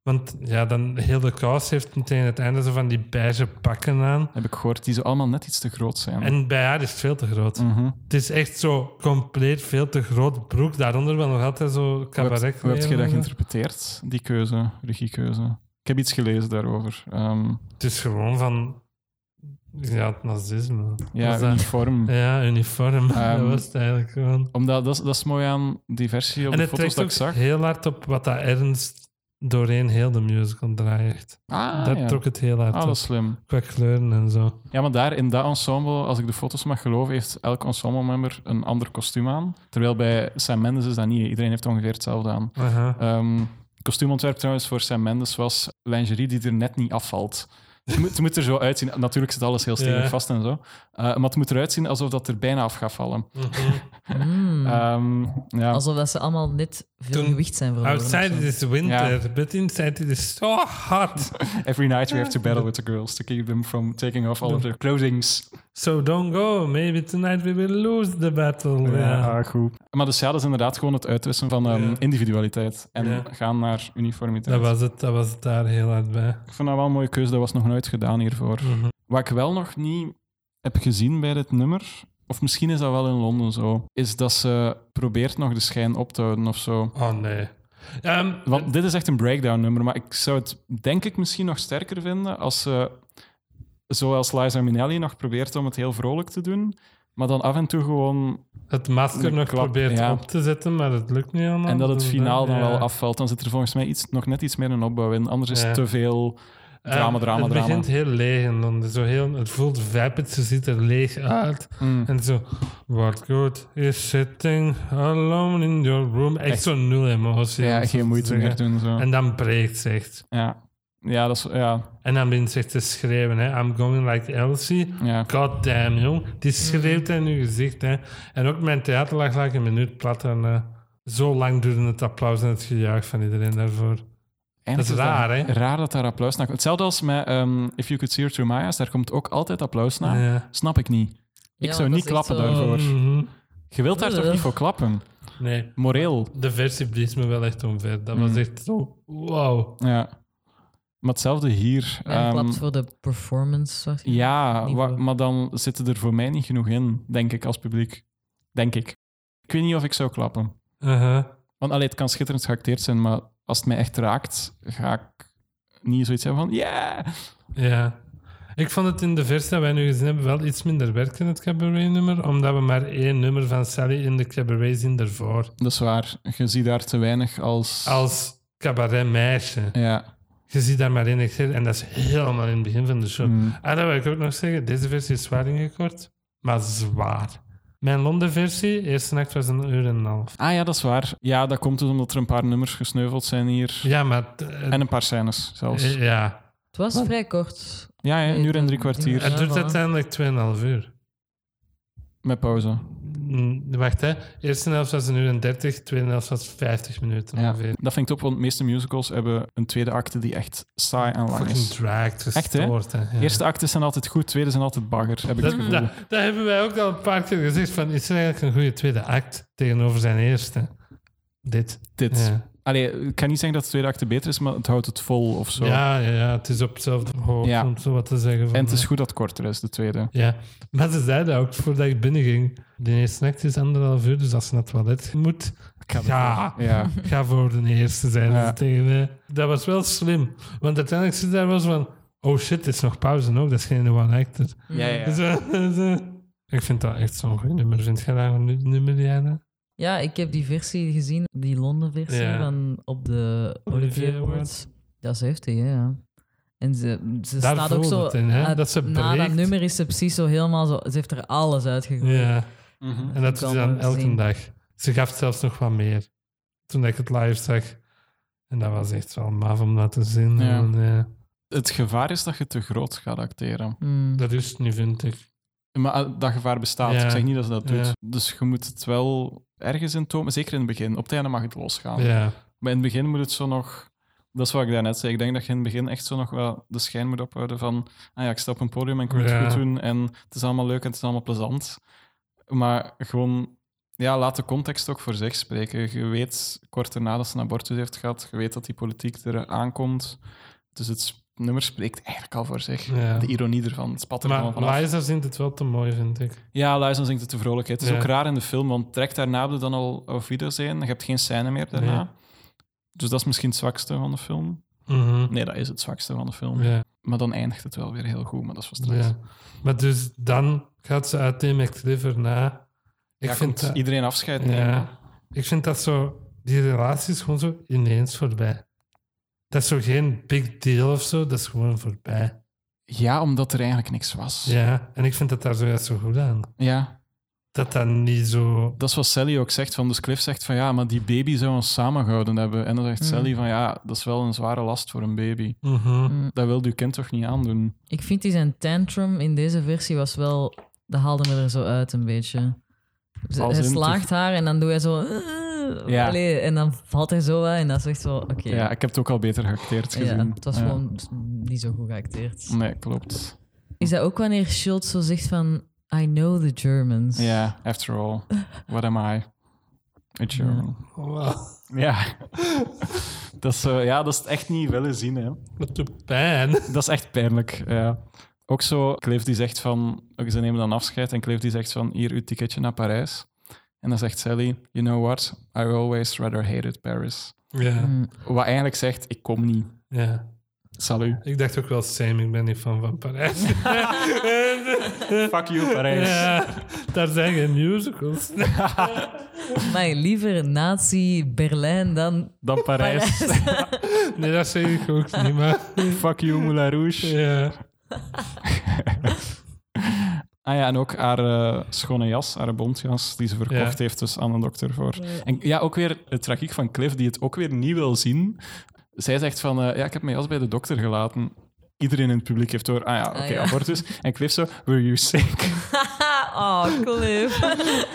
Speaker 1: Want ja, dan heel de kous heeft meteen het einde zo van die beige pakken aan.
Speaker 3: Heb ik gehoord, die ze allemaal net iets te groot zijn. Mhm.
Speaker 1: En bij haar is het veel te groot.
Speaker 3: Mm.
Speaker 1: Het is echt zo compleet veel te groot broek. Daaronder wel nog altijd zo
Speaker 3: hoe
Speaker 1: cabaret.
Speaker 3: heb, hoe heb je
Speaker 1: kleren.
Speaker 3: dat geïnterpreteerd, die keuze, regiekeuze? Ik heb iets gelezen daarover. Ehm,
Speaker 1: Het is gewoon van... Ja, het nazisme.
Speaker 3: ja,
Speaker 1: Was dat-
Speaker 3: uniform. Ehm,
Speaker 1: ja uniform. *laughs* dat was het eigenlijk gewoon.
Speaker 3: Omdat, dat, is, dat is mooi aan die versie op
Speaker 1: En
Speaker 3: de
Speaker 1: het
Speaker 3: foto's
Speaker 1: trekt
Speaker 3: dat
Speaker 1: ook
Speaker 3: ik zag.
Speaker 1: heel hard op wat dat ernst doorheen heel de musical draait.
Speaker 3: Ah,
Speaker 1: dat
Speaker 3: ja.
Speaker 1: trok het heel hard
Speaker 3: Ah,
Speaker 1: op.
Speaker 3: dat is slim.
Speaker 1: Qua kleuren en zo.
Speaker 3: Ja, maar daar in dat ensemble, als ik de foto's mag geloven, heeft elk ensemble-member een ander kostuum aan. Terwijl bij Sam Mendes is dat niet. Iedereen heeft ongeveer hetzelfde aan.
Speaker 1: Aha.
Speaker 3: Ehm kostuumontwerp trouwens voor Sam Mendes was lingerie die er net niet afvalt. Het moet, het moet er zo uitzien. Natuurlijk zit alles heel stevig
Speaker 1: Ja.
Speaker 3: vast en zo. Eh, maar het moet eruit zien alsof dat er bijna af gaat vallen. Ehm, ja.
Speaker 2: Alsof dat ze allemaal net veel
Speaker 1: Toen-
Speaker 2: gewicht zijn verloren.
Speaker 1: Outside it is winter,
Speaker 3: Oh, Ja.
Speaker 1: but inside it is so hot.
Speaker 3: Every night we have to battle with the girls to keep them from taking off all of their clothings.
Speaker 1: So don't go, maybe tonight we will lose the battle. Ja.
Speaker 3: ah, goed. Maar dus ja, dat is inderdaad gewoon het uitwissen van ehm,
Speaker 1: Ja.
Speaker 3: individualiteit en
Speaker 1: Ja.
Speaker 3: gaan naar uniformiteit.
Speaker 1: Dat was het, dat was het daar heel hard bij.
Speaker 3: Ik vond dat wel een mooie keuze, dat was nog nooit gedaan hiervoor.
Speaker 1: Mhm.
Speaker 3: Wat ik wel nog niet heb gezien bij dit nummer, of misschien is dat wel in Londen zo, is dat ze probeert nog de schijn op te houden of zo.
Speaker 1: Oh nee. Ehm,
Speaker 3: Want dit is echt een breakdown nummer, maar ik zou het denk ik misschien nog sterker vinden als ze, zoals Liza Minnelli, nog probeert om het heel vrolijk te doen, maar dan af en toe gewoon
Speaker 1: het masker
Speaker 3: Een
Speaker 1: nog
Speaker 3: klap,
Speaker 1: probeert
Speaker 3: ja.
Speaker 1: op te zetten, maar het lukt niet allemaal.
Speaker 3: En dat het
Speaker 1: Dus
Speaker 3: finaal dan
Speaker 1: ja.
Speaker 3: wel afvalt. Dan zit er volgens mij iets, nog net iets meer een opbouw in. Anders is
Speaker 1: Ja.
Speaker 3: het te veel
Speaker 1: Ehm,
Speaker 3: drama, drama,
Speaker 1: het
Speaker 3: drama.
Speaker 1: begint heel leeg en dan zo heel, het voelt vapid, ze ziet er leeg uit.
Speaker 3: Mm.
Speaker 1: En zo, what good is sitting alone in your room. Echt,
Speaker 3: Echt.
Speaker 1: zo'n nul emotie. om
Speaker 3: Ja,
Speaker 1: zo te
Speaker 3: geen moeite
Speaker 1: zeggen.
Speaker 3: meer doen. Zo.
Speaker 1: eh, En dan breekt ze echt.
Speaker 3: ja. ja, dat is... Ja,
Speaker 1: En dan begint ze echt te schreeuwen, hè. I'm going like Elsie.
Speaker 3: ja.
Speaker 1: God damn, jong. Die schreeuwt in je gezicht, hè. En ook mijn theater lag gelijk een minuut plat. En eh, zo lang duurde het applaus en het gejuich van iedereen daarvoor.
Speaker 3: En
Speaker 1: Dat is raar, hè?
Speaker 3: Raar dat daar applaus naar komt. Hetzelfde als met ehm, If You Could See Her Through My Eyes. Daar komt ook altijd applaus naar.
Speaker 1: Ja.
Speaker 3: Snap ik niet. Ik
Speaker 2: Ja,
Speaker 3: zou
Speaker 2: dat
Speaker 3: niet
Speaker 2: is echt
Speaker 3: klappen
Speaker 2: zo-
Speaker 3: daarvoor.
Speaker 1: Mhm.
Speaker 3: Je wilt daar toch
Speaker 2: Ugh.
Speaker 3: niet voor klappen?
Speaker 1: Nee,
Speaker 3: Moreel.
Speaker 1: de versie blies me wel echt omver. Dat was echt zo, wow.
Speaker 3: Ja. Maar hetzelfde hier.
Speaker 2: Ja,
Speaker 3: ehm,
Speaker 2: klapt voor de performance. zag je?
Speaker 3: Ja,
Speaker 2: Niet
Speaker 3: wa-
Speaker 2: voor-
Speaker 3: maar dan zitten er voor mij niet genoeg in, denk ik, als publiek. Denk ik. Ik weet niet of ik zou klappen.
Speaker 1: Uh-huh.
Speaker 3: Want allee, het kan schitterend geacteerd zijn, maar als het mij echt raakt, ga ik niet zoiets hebben van ja.
Speaker 1: Ja. Ik vond het in de versie dat wij nu gezien hebben wel iets minder werk in het cabaret-nummer, omdat we maar één nummer van Sally in de cabaret zien ervoor.
Speaker 3: Dat is waar. Je ziet daar te weinig als...
Speaker 1: Als cabaretmeisje.
Speaker 3: Ja.
Speaker 1: Je ziet daar maar één keer en dat is helemaal in het begin van de show.
Speaker 3: Mm.
Speaker 1: Ah, dat wil ik ook nog zeggen. Deze versie is zwaar ingekort, maar zwaar. Mijn Londen-versie, eerste nacht was een uur en een half.
Speaker 3: Ah ja, dat is waar. Ja, dat komt dus omdat er een paar nummers gesneuveld zijn hier.
Speaker 1: Ja, maar... t- eh,
Speaker 3: En een paar scènes zelfs.
Speaker 1: eh, ja.
Speaker 2: Het was vrij kort.
Speaker 3: Ja, ja, een uur en drie kwartier.
Speaker 2: Ja,
Speaker 1: Het duurt
Speaker 2: voilà.
Speaker 1: uiteindelijk 2,5 uur.
Speaker 3: Met pauze.
Speaker 1: Mm, Wacht, hè. Eerste helft was een uur en 30, tweede helft was 50 minuten
Speaker 3: Ja.
Speaker 1: ongeveer.
Speaker 3: Dat vind ik top, want de meeste musicals hebben een tweede acte die echt saai en lang
Speaker 1: Fucking
Speaker 3: is.
Speaker 1: dragged,
Speaker 3: Echt, hè?
Speaker 1: gestoord. hè. Ja.
Speaker 3: Eerste actes zijn altijd goed, tweede zijn altijd bagger, heb ik het
Speaker 1: Dat,
Speaker 3: gevoel.
Speaker 1: dat, dat hebben wij ook al een paar keer gezegd. Van, is er eigenlijk een goede tweede act tegenover zijn eerste? Dit.
Speaker 3: Dit.
Speaker 1: Ja.
Speaker 3: Allee, ik kan niet zeggen dat de tweede acte beter is, maar het houdt het vol of zo.
Speaker 1: Ja, ja, ja, het is op hetzelfde hoogte,
Speaker 3: Ja.
Speaker 1: om zo wat te zeggen. Van,
Speaker 3: En het is
Speaker 1: eh,
Speaker 3: goed dat het korter is, de tweede.
Speaker 1: Ja, maar ze zeiden ook voordat ik binnenging. De eerste act is anderhalf uur, dus als ze naar het toilet moet,
Speaker 3: Kan het
Speaker 1: ja,
Speaker 3: wel. Ja.
Speaker 1: ga voor de eerste, zeiden
Speaker 3: Ja.
Speaker 1: ze tegen mij. Dat was wel slim, want uiteindelijk zit daar wel zo van: oh shit, het is nog pauze ook, dat is geen one-actor.
Speaker 3: Ja,
Speaker 2: Mm.
Speaker 1: *laughs*
Speaker 3: ja.
Speaker 1: ik vind dat echt zo'n goed nummer. Vind jij dat een nu- nummer, Diana?
Speaker 2: Ja, ik heb die versie gezien, die Londen-versie
Speaker 1: Ja.
Speaker 2: van op de Olivier
Speaker 1: Awards.
Speaker 2: Awards. Dat heeft hij, ja. En ze, ze
Speaker 1: Daar
Speaker 2: staat ook
Speaker 1: voelde
Speaker 2: zo...
Speaker 1: het in, hè,
Speaker 2: uit-
Speaker 1: dat ze
Speaker 2: na dat
Speaker 1: breekt.
Speaker 2: nummer is ze precies zo helemaal zo... Ze heeft er alles uitgegooid.
Speaker 1: Ja,
Speaker 3: Mhm.
Speaker 1: en dat is
Speaker 2: kan
Speaker 1: dan
Speaker 2: wel
Speaker 1: elke
Speaker 2: zien.
Speaker 1: dag. Ze gaf zelfs nog wat meer toen ik het live zag. En dat was echt wel maf om dat te zien.
Speaker 3: Ja.
Speaker 1: En, eh,
Speaker 3: Het gevaar is dat je te groot gaat acteren.
Speaker 2: Mm.
Speaker 1: dat is het nu, vind ik.
Speaker 3: Maar eh, dat gevaar bestaat.
Speaker 1: Ja.
Speaker 3: Ik zeg niet dat ze dat doet.
Speaker 1: Ja.
Speaker 3: Dus je moet het wel ergens in tomen. Zeker in het begin. Op het einde mag het losgaan.
Speaker 1: Ja,
Speaker 3: Maar in het begin moet het zo nog. Dat is wat ik daarnet zei. Ik denk dat je in het begin echt zo nog wel de schijn moet ophouden van. Ah ja, ik sta op een podium en ik
Speaker 1: Ja.
Speaker 3: moet het goed doen. En het is allemaal leuk en het is allemaal plezant. Maar gewoon. Ja, laat de context ook voor zich spreken. Je weet kort daarna dat ze een abortus heeft gehad. Je weet dat die politiek eraan komt. Dus het s- nummer spreekt eigenlijk al voor zich.
Speaker 1: Ja.
Speaker 3: De ironie ervan. Het spat er gewoon
Speaker 1: maar
Speaker 3: vanaf.
Speaker 1: Liza vindt het wel te mooi, vind ik.
Speaker 3: Ja, Liza zingt het te vrolijk. hè. Het is
Speaker 1: Ja.
Speaker 3: ook raar in de film, want direct daarna heb je dan al al video's in. Je hebt geen scène meer daarna.
Speaker 1: Nee.
Speaker 3: Dus dat is misschien het zwakste van de film.
Speaker 1: Mhm.
Speaker 3: Nee, dat is het zwakste van de film.
Speaker 1: Ja,
Speaker 3: Maar dan eindigt het wel weer heel goed, maar dat is voor straks.
Speaker 1: ja. Maar dus dan gaat ze uit die McRiver na. Ik,
Speaker 3: Ja,
Speaker 1: vind
Speaker 3: komt
Speaker 1: dat,
Speaker 3: iedereen afscheid nemen.
Speaker 1: ja, ik vind dat zo... Die relatie is gewoon zo ineens voorbij. Dat is zo geen big deal of zo, dat is gewoon voorbij.
Speaker 3: Ja, omdat er eigenlijk niks was.
Speaker 1: Ja, en ik vind dat daar zojuist zo goed aan.
Speaker 3: Ja,
Speaker 1: Dat dat niet zo...
Speaker 3: Dat is wat Sally ook zegt. Van, dus Cliff zegt van ja, maar die baby zou ons samengehouden hebben. En dan zegt
Speaker 1: Mm.
Speaker 3: Sally van ja, dat is wel een zware last voor een baby.
Speaker 1: Mhm.
Speaker 3: Dat wil je kind toch niet aandoen?
Speaker 2: Ik vind die zijn tantrum in deze versie was wel... Dat haalde me er zo uit een beetje. Ze-
Speaker 3: Als
Speaker 2: hij
Speaker 3: in te-
Speaker 2: slaagt haar en dan doe hij zo... "Eh,
Speaker 3: Ja.
Speaker 2: allee," en dan valt hij zo wat en dat is echt zo... Oké,
Speaker 3: Ja, ik heb het ook al beter geacteerd
Speaker 2: Ja,
Speaker 3: gezien.
Speaker 2: het was
Speaker 3: Ja.
Speaker 2: gewoon niet zo goed geacteerd.
Speaker 3: Nee, klopt.
Speaker 2: Is dat ook wanneer Schultz zo zegt van... I know the Germans.
Speaker 3: Ja, after all, what am I? A German.
Speaker 1: Wow,
Speaker 3: Ja. *laughs* dat is, eh, ja, dat is echt niet willen zien, hè.
Speaker 1: wat doet pijn.
Speaker 3: Dat is echt pijnlijk, ja. Ook zo, Cliff die zegt van... Ook, ze nemen dan afscheid en Cliff die zegt van... Hier, uw ticketje naar Parijs. En dan zegt Sally... You know what? I always rather hated Paris.
Speaker 1: Ja,
Speaker 2: Mm.
Speaker 3: Wat eigenlijk zegt... Ik kom niet.
Speaker 1: ja.
Speaker 3: Salut.
Speaker 1: Ik dacht ook wel, same, ik ben niet fan van Parijs.
Speaker 3: Fuck you,
Speaker 1: *laughs*
Speaker 3: Parijs.
Speaker 1: Ja, *laughs* daar zijn geen musicals.
Speaker 2: Maar liever nazi Berlijn dan...
Speaker 3: Dan Parijs.
Speaker 1: Nee, dat zeg ik ook niet, maar...
Speaker 3: Fuck you, Moulin Rouge.
Speaker 1: *laughs* Ja,
Speaker 3: Ah ja, en ook haar eh, schone jas, haar bontjas, die ze verkocht
Speaker 1: Ja.
Speaker 3: heeft dus aan een dokter voor. En ja, ook weer het tragiek van Cliff, die het ook weer niet wil zien. Zij zegt van, eh, ja, ik heb mijn jas bij de dokter gelaten. Iedereen in het publiek heeft door, ah ja, oké,
Speaker 2: ja.
Speaker 3: abortus. En Cliff zo, were you sick? *laughs*
Speaker 2: oh, Cliff.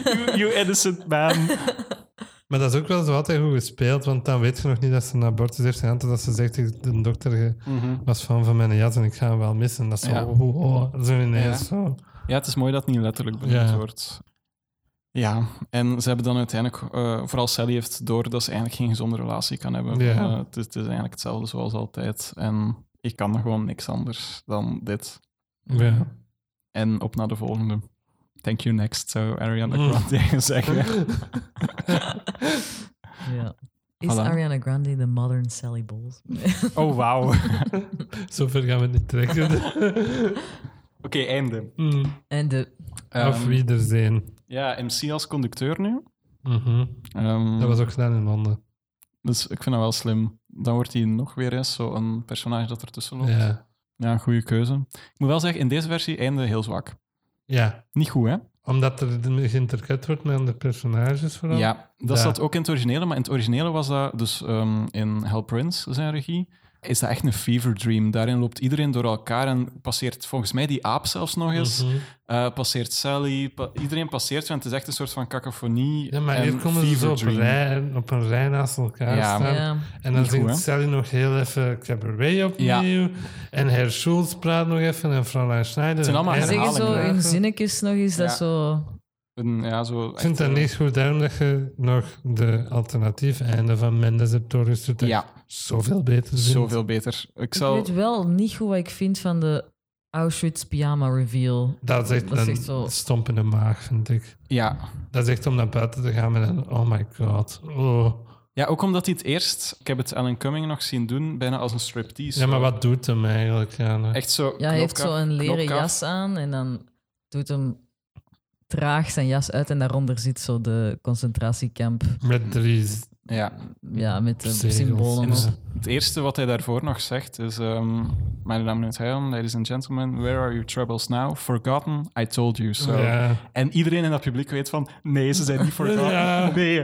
Speaker 3: You, you innocent man.
Speaker 1: maar dat is ook wel zo altijd goed gespeeld, want dan weet je nog niet dat ze een abortus heeft gehad, dat ze zegt, ik- de dokter ge- was fan van mijn jas en ik ga hem wel missen. Dat is zo,
Speaker 3: Ja.
Speaker 1: oh, oh, oh, zo ineens
Speaker 3: Ja.
Speaker 1: zo.
Speaker 3: Ja, het is mooi dat het niet letterlijk benoemd
Speaker 1: Ja.
Speaker 3: wordt. Ja, en ze hebben dan uiteindelijk, eh, vooral Sally heeft door dat ze eigenlijk geen gezonde relatie kan hebben.
Speaker 1: Ja.
Speaker 3: Eh, het, is, het is eigenlijk hetzelfde zoals altijd. En ik kan er gewoon niks anders dan dit.
Speaker 1: Ja.
Speaker 3: En op naar de volgende. Thank you next, zou Ariana
Speaker 1: Mm. *laughs*
Speaker 3: Grande *laughs* zeggen.
Speaker 2: ja. Is
Speaker 3: Voilà.
Speaker 2: Ariana Grande de modern Sally Bowles?
Speaker 3: Oh, wauw.
Speaker 1: *laughs*
Speaker 3: Oké,
Speaker 1: Zover gaan we niet *laughs* trekken.
Speaker 3: einde.
Speaker 1: Mm.
Speaker 2: en de...
Speaker 1: Auf
Speaker 3: Ehm,
Speaker 1: Wiedersehen.
Speaker 3: ja, MC als conducteur nu.
Speaker 1: Mhm.
Speaker 3: Ehm,
Speaker 1: Dat was ook gedaan in Londen.
Speaker 3: Dus ik vind dat wel slim. Dan wordt hij nog weer eens zo'n personage dat ertussen loopt. Ja.
Speaker 1: Ja.
Speaker 3: goede keuze. Ik moet wel zeggen, in deze versie einde heel zwak.
Speaker 1: ja,
Speaker 3: Niet goed, hè?
Speaker 1: omdat er geïnterpret wordt met andere personages vooral.
Speaker 3: Ja, dat
Speaker 1: Ja.
Speaker 3: zat ook in het originele, maar in het originele was dat dus ehm, in Hell Prince, zijn regie, is dat echt een fever dream. Daarin loopt iedereen door elkaar en passeert volgens mij die aap zelfs nog eens.
Speaker 1: Mhm.
Speaker 3: Eh, passeert Sally, pa- iedereen passeert ze en het is echt een soort van cacophonie.
Speaker 1: Ja, maar
Speaker 3: en
Speaker 1: hier komen ze
Speaker 3: fever
Speaker 1: zo op een,
Speaker 3: dream.
Speaker 1: rij, op een rij naast elkaar
Speaker 3: Ja.
Speaker 1: staan.
Speaker 2: Ja.
Speaker 1: En dan
Speaker 3: Niet goed,
Speaker 1: zingt
Speaker 3: hè?
Speaker 1: Sally nog heel even cabaret opnieuw. En Herr Schulz praat nog even en Fraulein Schneider.
Speaker 3: Het zijn allemaal
Speaker 1: en
Speaker 2: Zeggen
Speaker 3: herhalingen.
Speaker 2: zo hun zinnetjes nog eens, dat
Speaker 3: Ja.
Speaker 2: zo...
Speaker 3: Een, ja, zo echt,
Speaker 1: Ik vind dat
Speaker 3: eh,
Speaker 1: niet goed, daarom dat je nog de alternatief einde van Mendes hebt doorgestuurd. dat
Speaker 3: Ja.
Speaker 1: ik Zoveel beter vind.
Speaker 3: Zoveel beter. Ik
Speaker 2: Ik
Speaker 3: zal...
Speaker 2: weet wel niet goed wat ik vind van de Auschwitz pyjama reveal.
Speaker 1: Dat is echt
Speaker 2: Dat is
Speaker 1: een
Speaker 2: echt zo-
Speaker 1: stomp in de maag, vind ik.
Speaker 3: Ja.
Speaker 1: Dat is echt om naar buiten te gaan met een oh my god. Oh.
Speaker 3: ja, ook omdat hij het eerst... Ik heb het Alan Cumming nog zien doen, bijna als een striptease.
Speaker 1: Ja, maar wat doet hem eigenlijk? Ja, nee.
Speaker 3: Echt zo...
Speaker 2: Ja, hij heeft
Speaker 3: knopkaf,
Speaker 2: zo'n leren
Speaker 3: knopkaf.
Speaker 2: jas aan en dan doet hem traag zijn jas uit en daaronder zit zo de concentratiekamp
Speaker 1: Met drie.
Speaker 3: Ja.
Speaker 2: ja, met de
Speaker 1: Zegels.
Speaker 2: symbolen
Speaker 1: En
Speaker 2: op.
Speaker 1: zo-
Speaker 3: dus Het eerste wat hij daarvoor nog zegt is... ehm My name is Helen, ladies and gentlemen. Where are your troubles now? Forgotten, I told you so.
Speaker 1: Ja.
Speaker 3: En iedereen in dat publiek weet van... Nee, ze zijn niet forgotten.
Speaker 1: Ja.
Speaker 3: Nee.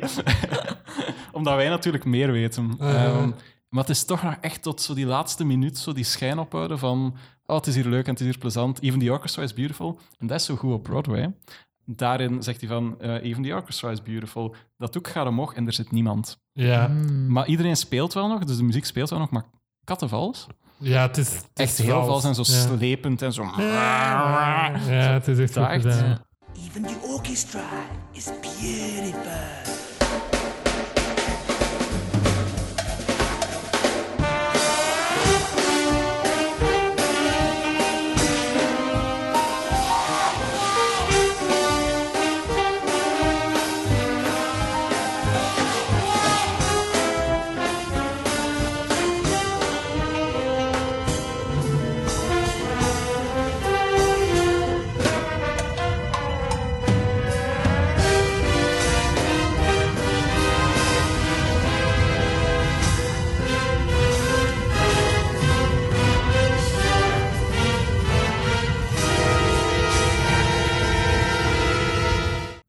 Speaker 3: *laughs* Omdat wij natuurlijk meer weten.
Speaker 1: Ja.
Speaker 3: Ehm, maar het is toch nog echt tot zo die laatste minuut zo die schijn ophouden van... Oh, het is hier leuk en het is hier plezant. Even the orchestra is beautiful. En dat is zo goed op Broadway. Daarin zegt hij van... eh, Even the orchestra is beautiful. Dat doek gaat omhoog en er zit niemand.
Speaker 1: Ja.
Speaker 3: Maar iedereen speelt wel nog, dus de muziek speelt wel nog, maar kattenvals.
Speaker 1: ja, het is. het
Speaker 3: Echt
Speaker 1: is
Speaker 3: heel vals en zo
Speaker 1: Ja.
Speaker 3: slepend en zo.
Speaker 1: Ja, het is echt goed
Speaker 3: Taart.
Speaker 1: gedaan.
Speaker 2: Ja.
Speaker 4: Even the orchestra is beautiful.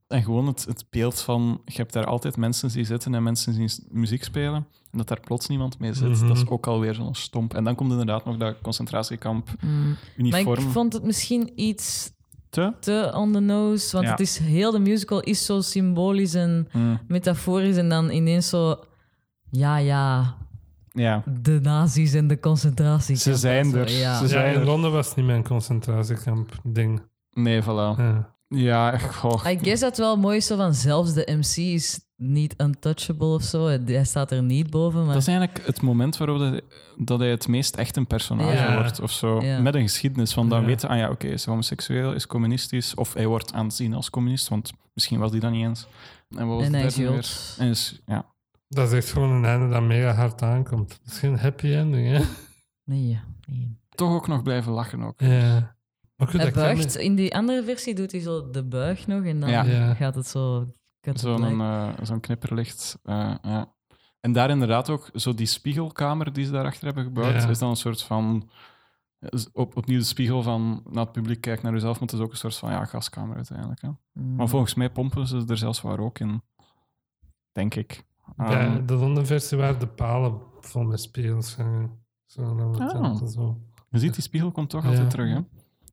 Speaker 3: En gewoon het, het beeld van, je hebt daar altijd mensen die zitten en mensen die s- muziek spelen. En dat daar plots niemand mee zit,
Speaker 1: Mhm.
Speaker 3: dat is ook alweer zo'n stomp. En dan komt inderdaad nog dat concentratiekamp
Speaker 2: Mm. Maar ik
Speaker 3: uniform
Speaker 2: vond het misschien iets
Speaker 3: te.
Speaker 2: te on the nose, want
Speaker 3: Ja.
Speaker 2: het is heel de musical is zo symbolisch en
Speaker 3: Mm.
Speaker 2: metaforisch en dan ineens zo ja ja
Speaker 3: Ja.
Speaker 2: de nazi's en de concentratiekampen.
Speaker 3: Ze zijn
Speaker 2: Zo,
Speaker 3: er.
Speaker 2: Ja.
Speaker 3: Ze
Speaker 1: Ja,
Speaker 3: zijn
Speaker 1: in
Speaker 3: er.
Speaker 1: Londen was het niet mijn concentratiekamp-ding.
Speaker 3: Nee, voilà.
Speaker 1: Ja.
Speaker 3: Ja, goh.
Speaker 2: I guess dat wel mooi is zo van zelfs de MC is niet untouchable of zo. Hij staat er niet boven, maar
Speaker 3: Dat is eigenlijk het moment waarop dat, dat hij het meest echt een personage
Speaker 2: Ja.
Speaker 3: wordt of zo.
Speaker 2: Ja.
Speaker 3: Met een geschiedenis. Van dan
Speaker 1: Ja.
Speaker 3: weten, ah ja, oké, is hij homoseksueel, is communistisch. Of hij wordt aanzien als communist, want misschien was hij dat niet eens. En wat was
Speaker 2: En
Speaker 3: het
Speaker 2: hij is
Speaker 3: derde
Speaker 2: Joods.
Speaker 3: weer? En is, ja.
Speaker 1: Dat is echt gewoon een einde dat mega hard aankomt. Het is geen happy ending, hè?
Speaker 3: *laughs*
Speaker 2: nee. nee.
Speaker 3: Toch ook nog blijven lachen ook.
Speaker 1: Ja. Maar goed,
Speaker 2: Hij
Speaker 1: dat kan
Speaker 2: buigt. In die andere versie doet hij zo de buig nog en dan
Speaker 3: Ja.
Speaker 1: Ja.
Speaker 2: gaat het zo... cut
Speaker 3: Zo'n
Speaker 2: black.
Speaker 3: eh, zo'n knipperlicht. eh, ja. En daar inderdaad ook, zo die spiegelkamer die ze daarachter hebben gebouwd,
Speaker 1: Ja.
Speaker 3: is dan een soort van... is Op, opnieuw de spiegel van naar het publiek kijkt naar jezelf, maar het is ook een soort van ja, gaskamer uiteindelijk. Hè.
Speaker 2: Mm.
Speaker 1: Mhm.
Speaker 3: Maar volgens mij pompen ze er zelfs waar ook in. Denk ik.
Speaker 1: Ja,
Speaker 3: Ehm,
Speaker 1: de Londen-versie waar de palen vol met spiegels hangen. Zo, dan wordt het
Speaker 3: Oh.
Speaker 1: altijd zo.
Speaker 3: je ziet, die spiegel komt toch
Speaker 1: Ja.
Speaker 3: altijd terug. Hè?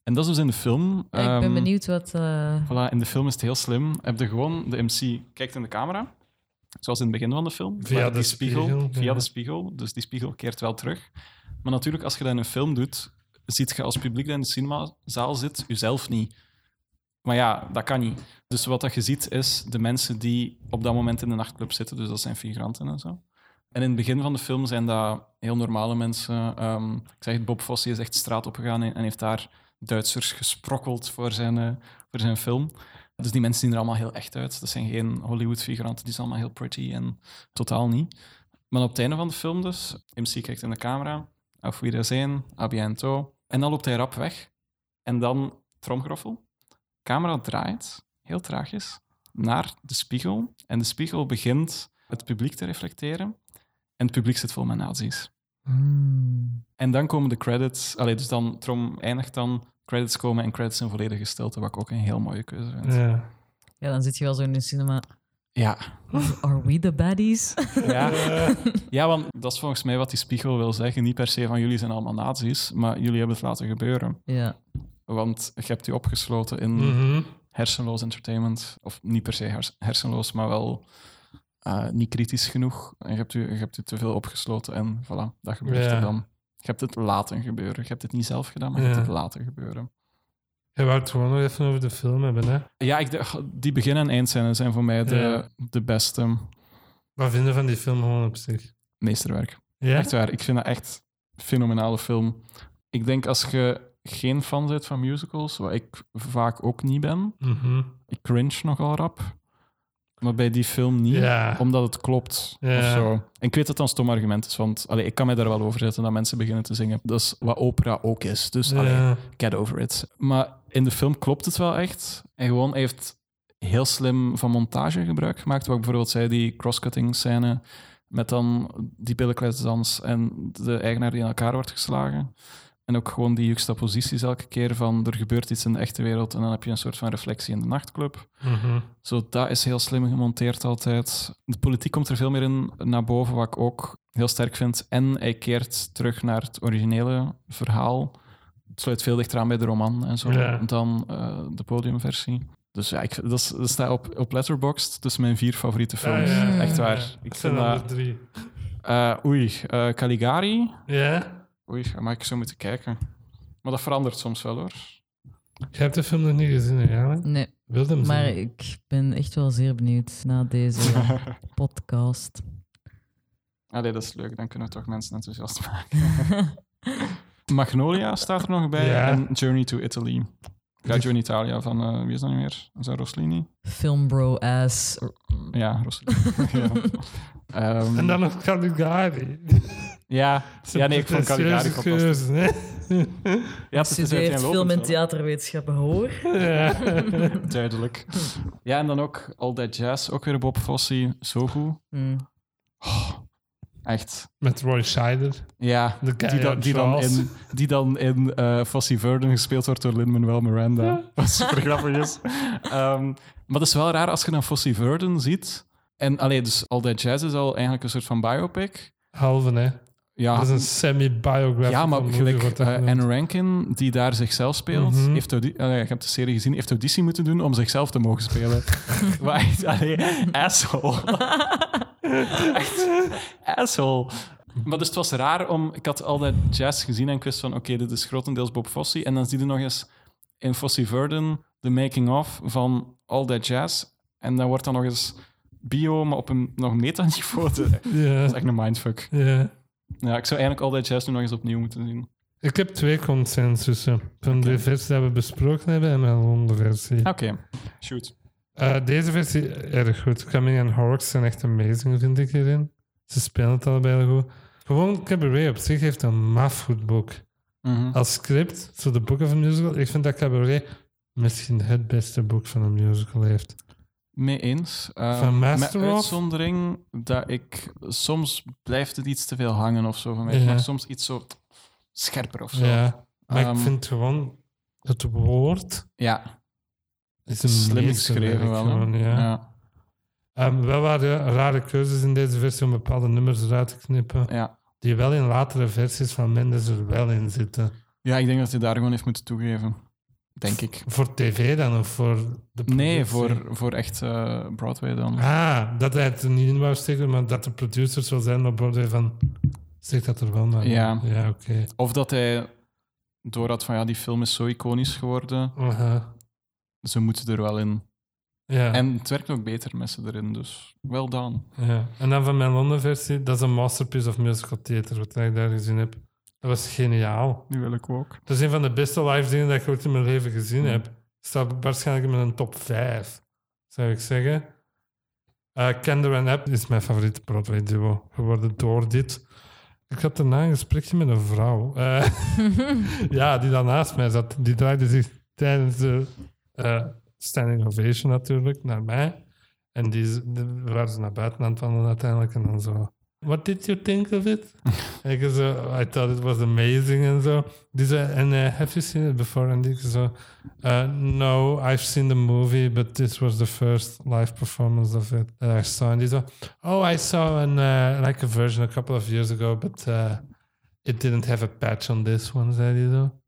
Speaker 3: En dat is dus in de film.
Speaker 2: Ja, Ah, ik
Speaker 3: ehm,
Speaker 2: ben benieuwd wat... eh,
Speaker 3: Voilà, in de film is het heel slim. Heb je gewoon de MC kijkt in de camera, zoals in het begin van de film.
Speaker 1: Via
Speaker 3: maar
Speaker 1: de spiegel,
Speaker 3: Via
Speaker 1: ja.
Speaker 3: de spiegel. Dus die spiegel keert wel terug. Maar natuurlijk, als je dat in een film doet, ziet je als publiek dat in de cinemazaal zit, jezelf niet. Maar ja, dat kan niet. Dus wat dat je ziet, is de mensen die op dat moment in de nachtclub zitten. Dus dat zijn figuranten en zo. En in het begin van de film zijn dat heel normale mensen. Ehm, ik zeg het, Bob Fosse is echt straat opgegaan en en heeft daar Duitsers gesprokkeld voor zijn, eh, voor zijn film. Dus die mensen zien er allemaal heel echt uit. Dat zijn geen Hollywood-figuranten, die zijn allemaal heel pretty en totaal niet. Maar op het einde van de film dus, MC kijkt in de camera, auf Wiedersehen, à bientôt. En dan loopt hij rap weg. En dan, tromgroffel, camera draait, heel traagjes, naar de spiegel. En de spiegel begint het publiek te reflecteren. En het publiek zit vol met nazi's.
Speaker 2: hmm.
Speaker 3: En dan komen de credits. Allee, dus dan, Trom eindigt dan, credits komen en credits in volledige stilte, wat ik ook een heel mooie keuze vind.
Speaker 1: Ja.
Speaker 2: Ja, dan zit je wel zo in de cinema.
Speaker 3: Ja.
Speaker 2: Are we the baddies? *laughs*
Speaker 3: Ja. *laughs* ja, want dat is volgens mij wat die spiegel wil zeggen. Niet per se van jullie zijn allemaal nazi's, maar jullie hebben het laten gebeuren.
Speaker 2: ja.
Speaker 3: Want je hebt u opgesloten in
Speaker 1: Mhm.
Speaker 3: hersenloos entertainment. Of niet per se hers- hersenloos, maar wel eh, niet kritisch genoeg. En je hebt, u, je hebt u te veel opgesloten en voilà, dat gebeurt
Speaker 1: Ja.
Speaker 3: er dan. Je hebt het laten gebeuren. Je hebt het niet zelf gedaan, maar je
Speaker 1: Ja.
Speaker 3: hebt het laten gebeuren.
Speaker 1: Je wou het gewoon nog even over de film hebben, hè?
Speaker 3: Ja, ik, dacht, die begin- en eindscène zijn voor mij de,
Speaker 1: Ja.
Speaker 3: de beste
Speaker 1: Wat vinden we van die film gewoon op zich?
Speaker 3: meesterwerk.
Speaker 1: Ja?
Speaker 3: Echt waar, ik vind dat echt een fenomenale film. Ik denk als je geen fan bent van musicals, wat ik vaak ook niet ben,
Speaker 1: Mhm.
Speaker 3: ik cringe nogal rap. Maar bij die film niet,
Speaker 1: Ja.
Speaker 3: omdat het klopt.
Speaker 1: Ja.
Speaker 3: Of zo. En ik weet dat dat een stom argument is, want allee, ik kan mij daar wel over zetten dat mensen beginnen te zingen. Dat is wat opera ook is. Dus allee,
Speaker 1: Ja.
Speaker 3: get over it. Maar in de film klopt het wel echt. En gewoon hij heeft heel slim van montage gebruik gemaakt. Wat ik bijvoorbeeld zei, die crosscutting scène met dan die billenkletsdans en de eigenaar die in elkaar wordt geslagen. En ook gewoon die juxtaposities elke keer van er gebeurt iets in de echte wereld en dan heb je een soort van reflectie in de nachtclub.
Speaker 1: Mhm.
Speaker 3: Zo, dat is heel slim gemonteerd altijd. De politiek komt er veel meer in naar boven, wat ik ook heel sterk vind. En hij keert terug naar het originele verhaal. Het sluit veel dichter aan bij de roman en zo
Speaker 1: Ja.
Speaker 3: dan eh, de podiumversie. Dus ja, ik, dat, is- dat staat op, op Letterboxd tussen mijn vier favoriete films.
Speaker 1: Ah, ja.
Speaker 3: Echt
Speaker 1: Ja.
Speaker 3: waar. Ik
Speaker 1: Het
Speaker 3: vind
Speaker 1: zijn er
Speaker 3: dat...
Speaker 1: drie.
Speaker 3: eh, oei, eh, Caligari.
Speaker 1: Ja?
Speaker 3: Oei, maar ik zou moeten kijken. Maar dat verandert soms wel hoor.
Speaker 1: Je hebt de film nog niet gezien, hè? Jana?
Speaker 2: Nee,
Speaker 1: Wilde hem
Speaker 2: maar
Speaker 1: zien.
Speaker 2: ik ben echt wel zeer benieuwd naar
Speaker 3: *laughs*
Speaker 2: deze podcast.
Speaker 3: Allee, dat is leuk. Dan kunnen we toch mensen enthousiast maken. Magnolia staat er nog bij.
Speaker 1: Ja.
Speaker 3: En Journey to Italy. Reggio in Italia van, eh, wie is dat nu weer? Is dat Rossellini?
Speaker 2: Filmbro ass.
Speaker 3: Ja, Rossellini. ja. Ehm,
Speaker 1: En dan nog Caligari.
Speaker 3: ja. *laughs* ja, nee, ik vond Caligari
Speaker 1: Serieuze
Speaker 3: fantastisch.
Speaker 1: keuze, hè?
Speaker 3: Ja, het is
Speaker 2: Studeert
Speaker 3: uiteenlopend
Speaker 2: film en
Speaker 3: wel.
Speaker 2: theaterwetenschappen hoor.
Speaker 1: Ja.
Speaker 3: Duidelijk. Ja, en dan ook All That Jazz, ook weer Bob Fosse. Zo goed.
Speaker 2: Hm.
Speaker 3: Echt.
Speaker 1: Met Roy Scheider.
Speaker 3: Ja,
Speaker 1: De
Speaker 3: die dan, die dan
Speaker 1: Charles.
Speaker 3: in, die dan in eh Fossey Verden gespeeld wordt door Lin-Manuel Miranda. *laughs* Wat super grappig is. Ehm, maar het is wel raar als je dan Fossey Verden ziet. En allee, dus All That Jazz is al eigenlijk een soort van biopic.
Speaker 1: Halve, hè?
Speaker 3: Ja,
Speaker 1: Dat is een semi-biographical
Speaker 3: Ah. ja maar
Speaker 1: movie,
Speaker 3: gelijk
Speaker 1: wordt dat
Speaker 3: eh,
Speaker 1: genoemd.
Speaker 3: Anne Rankin, die daar zichzelf speelt,
Speaker 1: Mhm.
Speaker 3: heeft audi- eh, allee, ik heb de serie gezien, heeft auditie moeten doen om zichzelf te mogen spelen. maar echt, allee, asshole. *laughs* echt, asshole. Maar dus het was raar om... Ik had al dat jazz gezien en ik wist van, oké, dit is grotendeels Bob Fosse. En dan zie je nog eens in Fosse Verden de making-of van All That Jazz. En dan wordt dan nog eens bio, maar op een nog meta-niveau. *laughs* Dat is
Speaker 1: Ja.
Speaker 3: echt een mindfuck.
Speaker 1: ja.
Speaker 3: Ja, ik zou eigenlijk All That Jazz nu nog eens opnieuw moeten zien.
Speaker 1: Ik heb twee consensussen. Van de versie die we besproken hebben en een andere versie.
Speaker 3: Oké, shoot.
Speaker 1: Eh, deze versie erg goed. Cumming en Horrocks zijn echt amazing, vind ik hierin. Ze spelen het allebei heel goed. Gewoon Cabaret op zich heeft een maf goed boek.
Speaker 3: Mhm.
Speaker 1: Als script, zo de boeken van musical. Ik vind dat Cabaret misschien het beste boek van een musical heeft.
Speaker 3: Mee eens. Eh,
Speaker 1: Van
Speaker 3: met
Speaker 1: Master of?
Speaker 3: uitzondering dat ik... Soms blijft het iets te veel hangen of zo van mij.
Speaker 1: Ja.
Speaker 3: Maar soms iets zo scherper of zo.
Speaker 1: Ja, maar
Speaker 3: Ehm,
Speaker 1: ik vind gewoon het woord
Speaker 3: ja.
Speaker 1: is een
Speaker 3: slim
Speaker 1: meesterwerk
Speaker 3: geschreven wel. hè?
Speaker 1: gewoon, ja.
Speaker 3: ja.
Speaker 1: Ehm, wel waren rare keuzes in deze versie om bepaalde nummers eruit te knippen,
Speaker 3: Ja.
Speaker 1: die wel in latere versies van Mendes er wel in zitten.
Speaker 3: Ja, ik denk dat hij daar gewoon heeft moeten toegeven. Denk ik.
Speaker 1: Voor tv dan of voor de productie?
Speaker 3: Nee, voor, voor echt eh, Broadway dan.
Speaker 1: Ah, dat hij het er niet in wou steken, maar dat de producers wel zijn op Broadway van... Zeg dat er wel naar.
Speaker 3: Ja.
Speaker 1: Ja, oké.
Speaker 3: Of dat hij door had van ja, die film is zo iconisch geworden.
Speaker 1: Aha.
Speaker 3: Ze moeten er wel in.
Speaker 1: Ja,
Speaker 3: En het werkt ook beter met ze erin, dus wel dan.
Speaker 1: ja. En dan van mijn Londen versie, dat is een masterpiece of musical theater, wat ik daar gezien heb. Dat was geniaal.
Speaker 3: Die wil ik ook.
Speaker 1: Dat is een van de beste live dingen dat ik ooit in mijn leven gezien heb. Staat waarschijnlijk in mijn top 5, zou ik zeggen. Eh Kender en App is mijn favoriete Broadway duo geworden door dit. Ik had daarna een gesprekje met een vrouw. eh, ja, die daar naast mij zat. Die draaide zich tijdens de eh, standing ovation natuurlijk naar mij. En die, z- de- waren ze naar buiten aan het wandelen uiteindelijk. En dan zo... What did you think of it? En ik zo, I thought it was amazing en zo. Die zei, en eh, have you seen it before? En ik zo, eh, no, I've seen the movie, but this was the first live performance of it that I saw. En die zo, oh, I saw an, eh, like a version a couple of years ago, but eh, it didn't have a patch on this one, zei die zo.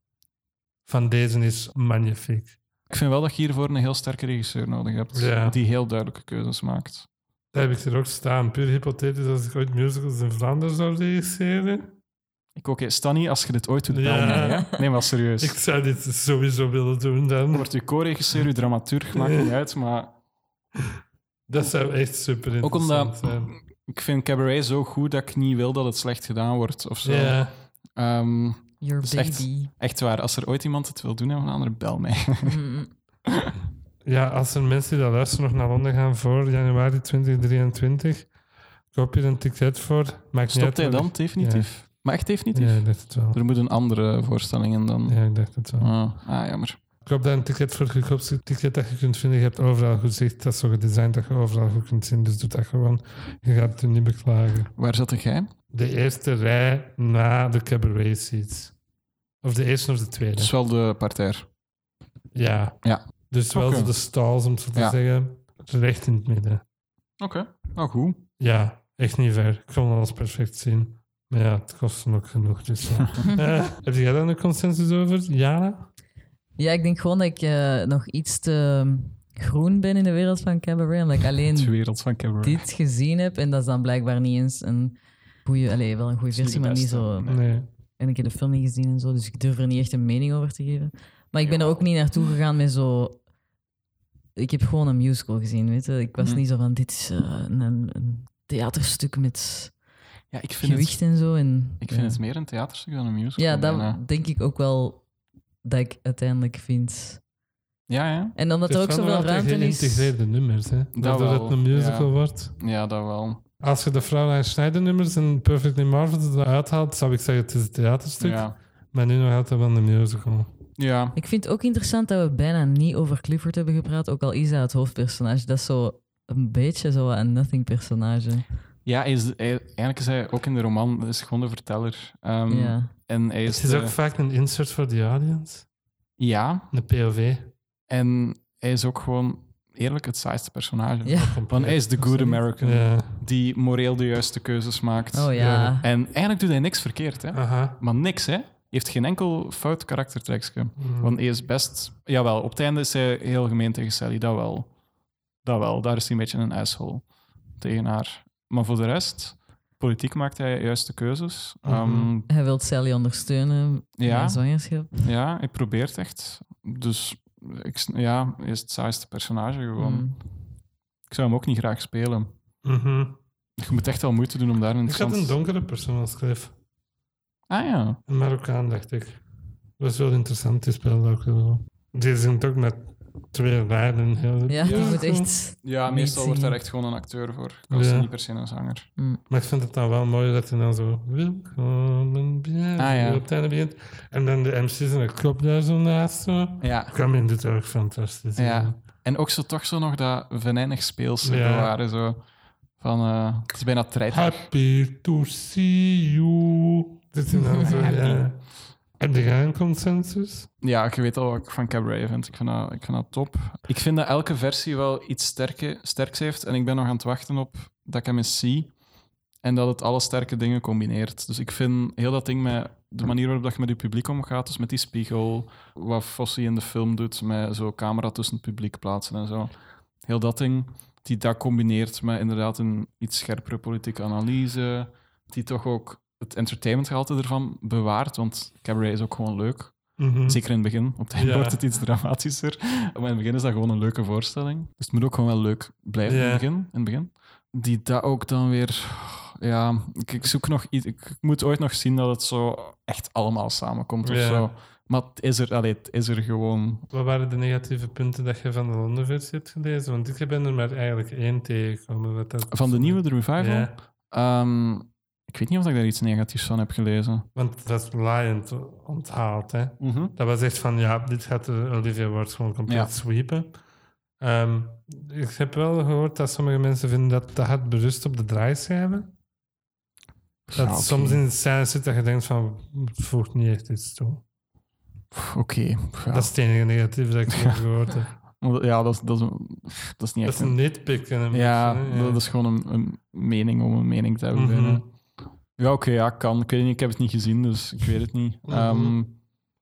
Speaker 1: Van deze is magnifiek.
Speaker 3: Ik vind wel dat je hiervoor een heel sterke regisseur nodig hebt.
Speaker 1: Ja.
Speaker 3: Die heel duidelijke keuzes maakt.
Speaker 1: Daar heb ik er ook staan. Puur hypothetisch, als ik ooit musicals in Vlaanderen zou regisseren,
Speaker 3: Ik oké, Stanny, als je dit ooit doet, bel
Speaker 1: Ja.
Speaker 3: mij, hè. Neem maar serieus.
Speaker 1: Ik zou dit sowieso willen doen dan.
Speaker 3: Wordt je co-regisseur, je dramaturg, maakt niet uit, maar
Speaker 1: Dat zou echt uh, super
Speaker 3: Ook
Speaker 1: interessant
Speaker 3: omdat-
Speaker 1: zijn.
Speaker 3: ik vind Cabaret zo goed dat ik niet wil dat het slecht gedaan wordt of zo.
Speaker 1: Ja,
Speaker 3: Ehm,
Speaker 2: Your
Speaker 3: Dat is echt-
Speaker 2: baby.
Speaker 3: echt waar, als er ooit iemand het wil doen en een ander, bel mij. *laughs*
Speaker 2: Mm.
Speaker 1: ja, als er mensen die dat luisteren nog naar Londen gaan voor januari 2023, koop je een ticket voor. Maakt niet uit
Speaker 3: Stopt hij
Speaker 1: wanneer-
Speaker 3: dan definitief? Maar echt definitief?
Speaker 1: Ja, ik dacht het wel.
Speaker 3: Er moeten andere voorstellingen dan.
Speaker 1: Ja, ik dacht het wel.
Speaker 3: Ah, ah, jammer.
Speaker 1: Ik hoop dat een ticket voor goedkoopste ticket dat je kunt vinden. Je hebt overal goed zicht. Dat is zo gedesigned dat je overal goed kunt zien. Dus doe dat gewoon. Je gaat het niet beklagen.
Speaker 3: Waar zat jij?
Speaker 1: De eerste rij na de cabaret seats. Of de eerste of de
Speaker 3: Dat
Speaker 1: tweede.
Speaker 3: is wel de parterre.
Speaker 1: Ja.
Speaker 3: Ja.
Speaker 1: Dus wel
Speaker 3: Oké.
Speaker 1: zo de stalls, om het zo te
Speaker 3: Ja.
Speaker 1: zeggen. Recht in het midden.
Speaker 3: Oké. Nou, goed.
Speaker 1: Ja, echt niet ver. Ik kon alles perfect zien. Maar ja, het kost dan ook genoeg. Dus
Speaker 2: *laughs*
Speaker 1: ja. Eh, heb jij daar een consensus over? Ja?
Speaker 2: Ja, ik denk gewoon dat ik eh, nog iets te ehm, groen ben in de wereld van cabaret. Omdat ik
Speaker 3: De
Speaker 2: alleen
Speaker 3: wereld van Cabaret.
Speaker 2: dit gezien heb. En dat is dan blijkbaar niet eens een goede, allez, wel een goede
Speaker 3: is niet
Speaker 2: versie,
Speaker 3: de
Speaker 2: maar niet
Speaker 3: beste.
Speaker 2: zo.
Speaker 1: Nee.
Speaker 2: En ik heb de film niet gezien en zo, dus ik durf er niet echt een mening over te geven. Maar ik ben er ook niet naartoe gegaan met zo. Ik heb gewoon een musical gezien, weet je. Ik was
Speaker 3: Mhm.
Speaker 2: niet zo van: dit is eh, een, een theaterstuk met
Speaker 3: Ja, ik vind,
Speaker 2: gewicht
Speaker 3: het,
Speaker 2: en zo. En,
Speaker 3: ik vind
Speaker 2: ja.
Speaker 3: het meer een theaterstuk dan een musical.
Speaker 2: Ja,
Speaker 3: bijna.
Speaker 2: dat denk ik ook wel dat ik uiteindelijk vind.
Speaker 3: Ja, ja.
Speaker 2: En omdat
Speaker 1: Het
Speaker 2: er
Speaker 1: is wel
Speaker 2: ook
Speaker 1: nog
Speaker 2: zoveel
Speaker 1: altijd
Speaker 2: ruimte is.
Speaker 1: geïntegreerde nummers, hè. Daardoor dat
Speaker 3: wel,
Speaker 1: het een musical
Speaker 3: ja.
Speaker 1: wordt.
Speaker 3: Ja, dat wel.
Speaker 1: Als je de Fraulein Schneider nummers en Perfectly Marvelous eruit haalt, zou ik zeggen het is een theaterstuk.
Speaker 3: Ja.
Speaker 1: Maar nu nog altijd wel een musical.
Speaker 3: ja.
Speaker 2: Ik vind het ook interessant dat we bijna niet over Clifford hebben gepraat, ook al is dat het hoofdpersonage. Dat is zo een beetje zo een nothing personage.
Speaker 3: Ja, hij is, hij- eigenlijk is hij ook in de roman hij is gewoon de verteller. Ehm,
Speaker 2: ja.
Speaker 3: En hij is,
Speaker 1: Het is
Speaker 3: de-
Speaker 1: ook vaak een insert voor de audience.
Speaker 3: Ja,
Speaker 1: Een POV.
Speaker 3: en hij is ook gewoon eerlijk het saaiste personage.
Speaker 2: Ja.
Speaker 3: Want hij is de good American
Speaker 1: Ja.
Speaker 3: die moreel de juiste keuzes maakt.
Speaker 2: Oh ja. Ah.
Speaker 1: Ja.
Speaker 3: En eigenlijk doet hij niks verkeerd, hè?
Speaker 1: Aha.
Speaker 3: Maar niks, hè? Hij heeft geen enkel fout karaktertrekje. Want hij is best... Jawel, op het einde is hij heel gemeen tegen Sally, dat wel. Dat wel, daar is hij een beetje een asshole tegen haar. Maar voor de rest, politiek maakt hij juiste keuzes. Ehm,
Speaker 1: Mhm.
Speaker 2: Hij wil Sally ondersteunen in
Speaker 3: Ja.
Speaker 2: haar zwangerschap.
Speaker 3: Ja, hij probeert echt. Dus ik, s- ja, hij is het saaiste personage gewoon.
Speaker 2: Mm.
Speaker 3: Ik zou hem ook niet graag spelen.
Speaker 1: Mhm.
Speaker 3: Je moet echt wel moeite doen om daar een
Speaker 1: Ik had
Speaker 3: interessant...
Speaker 1: een donkere persoon als Cliff.
Speaker 3: Ah ja.
Speaker 1: Een Marokkaan, dacht ik. Dat was wel interessant, die speelde ook wel. Die zijn ook met twee rijden. Heel
Speaker 2: Ja, die moet echt.
Speaker 3: Ja,
Speaker 2: Niet
Speaker 3: meestal wordt
Speaker 2: zingen.
Speaker 3: daar echt gewoon een acteur voor. Ik was
Speaker 1: Ja.
Speaker 3: niet per se een zanger.
Speaker 1: Maar ik vind het dan wel mooi dat hij dan zo... Welkom bij
Speaker 3: Ah, ja.
Speaker 1: op het einde begint. En dan de MC's en de kop daar zo naast. Zo.
Speaker 3: Ja.
Speaker 1: kwam in dit ook fantastisch.
Speaker 3: ja. En ook zo toch zo nog dat venijnig speelse
Speaker 1: Ja.
Speaker 3: bewaren. Zo van, eh, het is bijna treiter.
Speaker 1: Happy to see you. Dit is dan
Speaker 2: *laughs*
Speaker 1: zo, ja. Heb jij een consensus?
Speaker 3: Ja, je weet al wat ik van Cabaret vind. Ik vind dat, ik vind dat top. Ik vind dat elke versie wel iets sterke, sterks heeft. En ik ben nog aan het wachten op dat ik hem eens zie. En dat het alle sterke dingen combineert. Dus ik vind heel dat ding met de manier waarop dat je met je publiek omgaat. Dus met die spiegel, wat Fossi in de film doet. Met zo camera tussen het publiek plaatsen en zo. Heel dat ding, die dat combineert met inderdaad een iets scherpere politieke analyse. Die toch ook het entertainmentgehalte ervan bewaart. Want Cabaret is ook gewoon leuk.
Speaker 1: Mhm.
Speaker 3: Zeker in het begin. Op het einde
Speaker 1: Ja.
Speaker 3: wordt het iets dramatischer. Maar in het begin is dat gewoon een leuke voorstelling. Dus het moet ook gewoon wel leuk blijven in,
Speaker 1: Ja.
Speaker 3: het begin, in het begin. Die dat ook dan weer... Ja, ik, ik zoek nog iets... Ik, ik moet ooit nog zien dat het zo echt allemaal samenkomt of
Speaker 1: Ja.
Speaker 3: zo. Maar het is er, allee, het is er gewoon...
Speaker 1: Wat waren de negatieve punten dat je van de Londenversie hebt gelezen? Want ik ben er maar eigenlijk één tegengekomen. Wat dat
Speaker 3: Van de nieuwe, de revival...
Speaker 1: Ja,
Speaker 3: ehm, ik weet niet of ik daar iets negatiefs van heb gelezen.
Speaker 1: want dat is laaiend onthaald. Hè? Dat was echt van, ja, dit gaat de Olivia Ward gewoon compleet
Speaker 3: Ja.
Speaker 1: sweepen. Ehm, ik heb wel gehoord dat sommige mensen vinden dat dat had berust op de draaischijven. Dat
Speaker 3: Ja, oké.
Speaker 1: soms in de scène zit dat je denkt van, het voegt niet echt iets toe.
Speaker 3: Pff, Oké. Ja.
Speaker 1: Dat is het enige negatieve
Speaker 3: *laughs*
Speaker 1: dat ik heb gehoord heb.
Speaker 3: Ja, dat is, dat, is, een- dat is niet
Speaker 1: Dat
Speaker 3: echt
Speaker 1: is een nitpick. in een
Speaker 3: Ja,
Speaker 1: beetje, hè.
Speaker 3: dat is gewoon een, een mening om een mening te hebben.
Speaker 1: Mhm.
Speaker 3: bijna. Ja, oké, ja, kan. Ik weet niet, ik heb het niet gezien, dus ik weet het niet.
Speaker 1: Mhm.
Speaker 3: Ehm,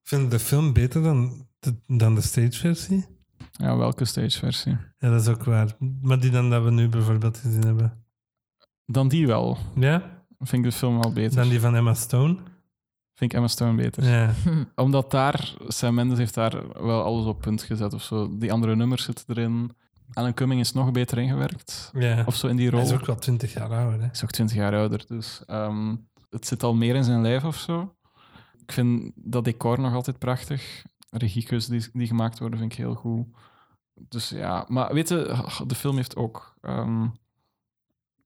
Speaker 1: Vind je de film beter dan de, dan de stageversie?
Speaker 3: ja, welke stageversie?
Speaker 1: Ja, dat is ook waar. Maar die dan dat we nu bijvoorbeeld gezien hebben.
Speaker 3: Dan die wel.
Speaker 1: Ja?
Speaker 3: Vind ik de film wel beter.
Speaker 1: Dan die van Emma Stone?
Speaker 3: Vind ik Emma Stone beter.
Speaker 1: Ja.
Speaker 3: Omdat daar, Sam Mendes heeft daar wel alles op punt gezet of zo. Die andere nummers zitten erin. Alan Cumming is nog beter ingewerkt.
Speaker 1: ja.
Speaker 3: Of zo in die rol.
Speaker 1: Hij is ook wel 20 jaar ouder. Hè?
Speaker 3: is ook 20 jaar ouder, dus ehm, het zit al meer in zijn lijf of zo. Ik vind dat decor nog altijd prachtig. Regiekeuzen die, die gemaakt worden vind ik heel goed. Dus ja, maar weet je, ah, de film heeft ook ehm,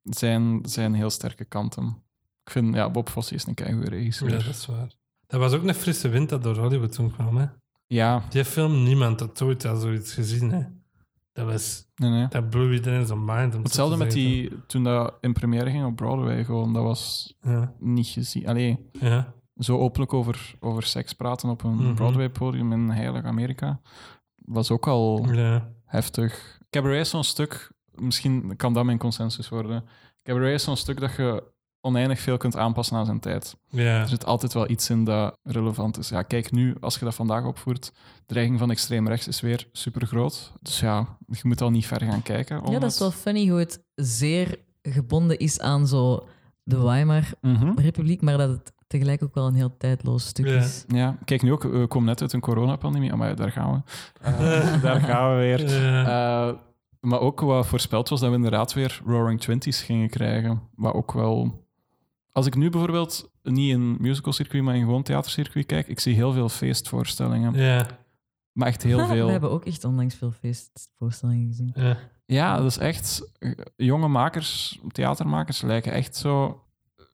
Speaker 3: zijn, zijn heel sterke kanten. Ik vind, ja, Bob Fosse is een keigoede regisseur.
Speaker 1: Ja, dat is waar. Dat was ook een frisse wind dat door Hollywood toen kwam. Hè?
Speaker 3: Ja,
Speaker 1: Die film, niemand had ooit al zoiets gezien. Hè? Dat, was,
Speaker 3: nee, nee.
Speaker 1: dat blew iedereen zijn mind. om
Speaker 3: Hetzelfde
Speaker 1: zo te
Speaker 3: met
Speaker 1: zeggen.
Speaker 3: die, toen dat in première ging op Broadway, gewoon, dat was
Speaker 1: Ja,
Speaker 3: niet gezien. Allee,
Speaker 1: ja.
Speaker 3: zo openlijk over, over seks praten op een
Speaker 1: Mhm.
Speaker 3: Broadway-podium in heilig Amerika was ook al
Speaker 1: ja.
Speaker 3: heftig. Cabaret is zo'n stuk, misschien kan dat mijn consensus worden. Cabaret is zo'n stuk dat je oneindig veel kunt aanpassen aan zijn tijd.
Speaker 1: ja.
Speaker 3: Er zit altijd wel iets in dat relevant is. Ja, kijk nu, als je dat vandaag opvoert, de dreiging van extreem rechts is weer super groot. Dus ja, je moet al niet ver gaan kijken. om
Speaker 2: Ja, dat
Speaker 3: het-
Speaker 2: is wel funny hoe het zeer gebonden is aan zo de Weimar
Speaker 3: Mhm.
Speaker 2: Republiek, maar dat het tegelijk ook wel een heel tijdloos stuk
Speaker 1: Ja.
Speaker 2: is.
Speaker 3: Ja, kijk nu ook, we komen net uit een coronapandemie. Maar daar gaan we.
Speaker 1: *laughs*
Speaker 3: Eh, daar gaan we weer.
Speaker 1: Ja.
Speaker 3: Eh, maar ook wat voorspeld was dat we inderdaad weer Roaring Twenties gingen krijgen. Wat ook wel. Als ik nu bijvoorbeeld niet in musicalcircuit, maar in gewoon theatercircuit kijk, ik zie heel veel feestvoorstellingen.
Speaker 1: ja.
Speaker 3: Maar echt heel
Speaker 2: Ha, *laughs*
Speaker 3: veel.
Speaker 2: We hebben ook echt onlangs veel feestvoorstellingen gezien.
Speaker 1: ja.
Speaker 3: Ja, dat is echt. eh, Jonge makers, theatermakers lijken echt zo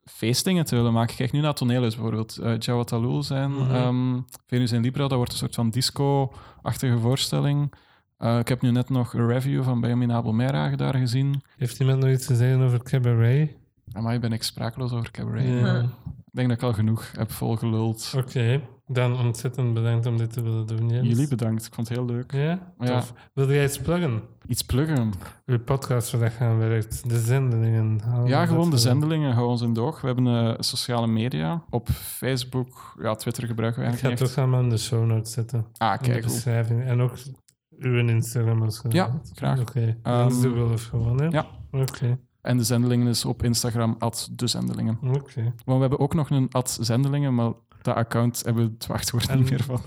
Speaker 3: feestdingen te willen maken. Kijk nu naar toneelhuis bijvoorbeeld. eh Jawad Talul zijn
Speaker 1: Mhm.
Speaker 3: ehm, Venus en Libra, dat wordt een soort van disco-achtige voorstelling. Eh, ik heb nu net nog een review van Benjamin Abel Meirage daar gezien.
Speaker 1: Heeft iemand nog iets te zeggen over cabaret?
Speaker 3: Amai, ben ik sprakeloos over cabaret.
Speaker 1: Ja. Oh,
Speaker 3: Ik denk dat ik al genoeg heb volgeluld.
Speaker 1: Oké, dan ontzettend bedankt om dit te willen doen. Jens.
Speaker 3: Jullie bedankt, ik vond het heel leuk.
Speaker 1: Ja? Oh,
Speaker 3: Ja.
Speaker 1: Tof. Wil jij iets pluggen?
Speaker 3: Iets pluggen.
Speaker 1: Uw podcast waar dat gaan werkt. De zendelingen. Hou
Speaker 3: Ja,
Speaker 1: dat eh,
Speaker 3: gewoon de
Speaker 1: voor.
Speaker 3: zendelingen, hou ons in de oog. We hebben eh, sociale media. Op Facebook, ja, Twitter gebruiken we
Speaker 1: Ik ga
Speaker 3: eigenlijk
Speaker 1: het
Speaker 3: niet
Speaker 1: ook allemaal in de show notes zetten.
Speaker 3: echt. Ah,
Speaker 1: in de
Speaker 3: kijk, goed.
Speaker 1: beschrijving. En ook uw Instagram als je
Speaker 3: Ja,
Speaker 1: wilt.
Speaker 3: graag.
Speaker 1: Oké, dat is
Speaker 3: Ehm,
Speaker 1: dubbel of gewoon, hè?
Speaker 3: ja.
Speaker 1: Oké,
Speaker 3: En de zendelingen is op Instagram, at de zendelingen.
Speaker 1: oké.
Speaker 3: Want we hebben ook nog een at zendelingen, maar dat account hebben we het wachtwoord
Speaker 1: En-
Speaker 3: niet meer van.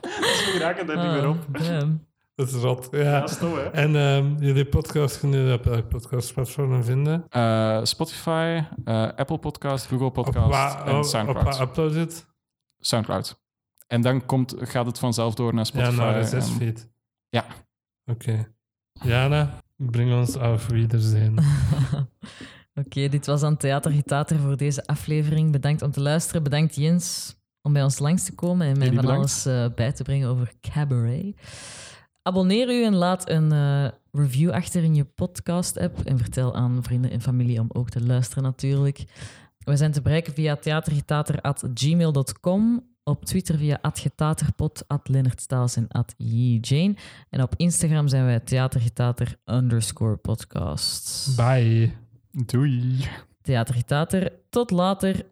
Speaker 3: dus we raken daar niet meer op.
Speaker 2: Ah, damn.
Speaker 1: Dat is rot, ja.
Speaker 3: stom, hè?
Speaker 1: En ehm, jullie podcast kunnen jullie op elk podcastplatform vinden.
Speaker 3: Eh, Spotify, eh, Apple Podcast, Google
Speaker 1: Op
Speaker 3: Podcast
Speaker 1: waar
Speaker 3: en
Speaker 1: op
Speaker 3: Soundcloud.
Speaker 1: waar upload het?
Speaker 3: Soundcloud. En dan komt, gaat het vanzelf door naar
Speaker 1: Ja,
Speaker 3: Spotify.
Speaker 1: nou, dat is
Speaker 3: en-
Speaker 1: feed.
Speaker 3: ja.
Speaker 1: Oké. Jana, breng ons af wiedersehen.
Speaker 3: *laughs*
Speaker 2: Oké, dit was dan Theater Gitater voor deze aflevering. Bedankt om te luisteren. Bedankt Jens om bij ons langs te komen en mij
Speaker 3: Jullie
Speaker 2: van
Speaker 3: bedankt.
Speaker 2: alles eh, bij te brengen over cabaret. Abonneer u en laat een eh, review achter in je podcast-app. En vertel aan vrienden en familie om ook te luisteren natuurlijk. We zijn te bereiken via theatergetater.gmail.com. Op Twitter via @getaterpot, @leonardstaals en @yjane. En op Instagram zijn wij theatergetater underscore podcast.
Speaker 1: Bye.
Speaker 3: Doei.
Speaker 2: Theatergitater. Tot later.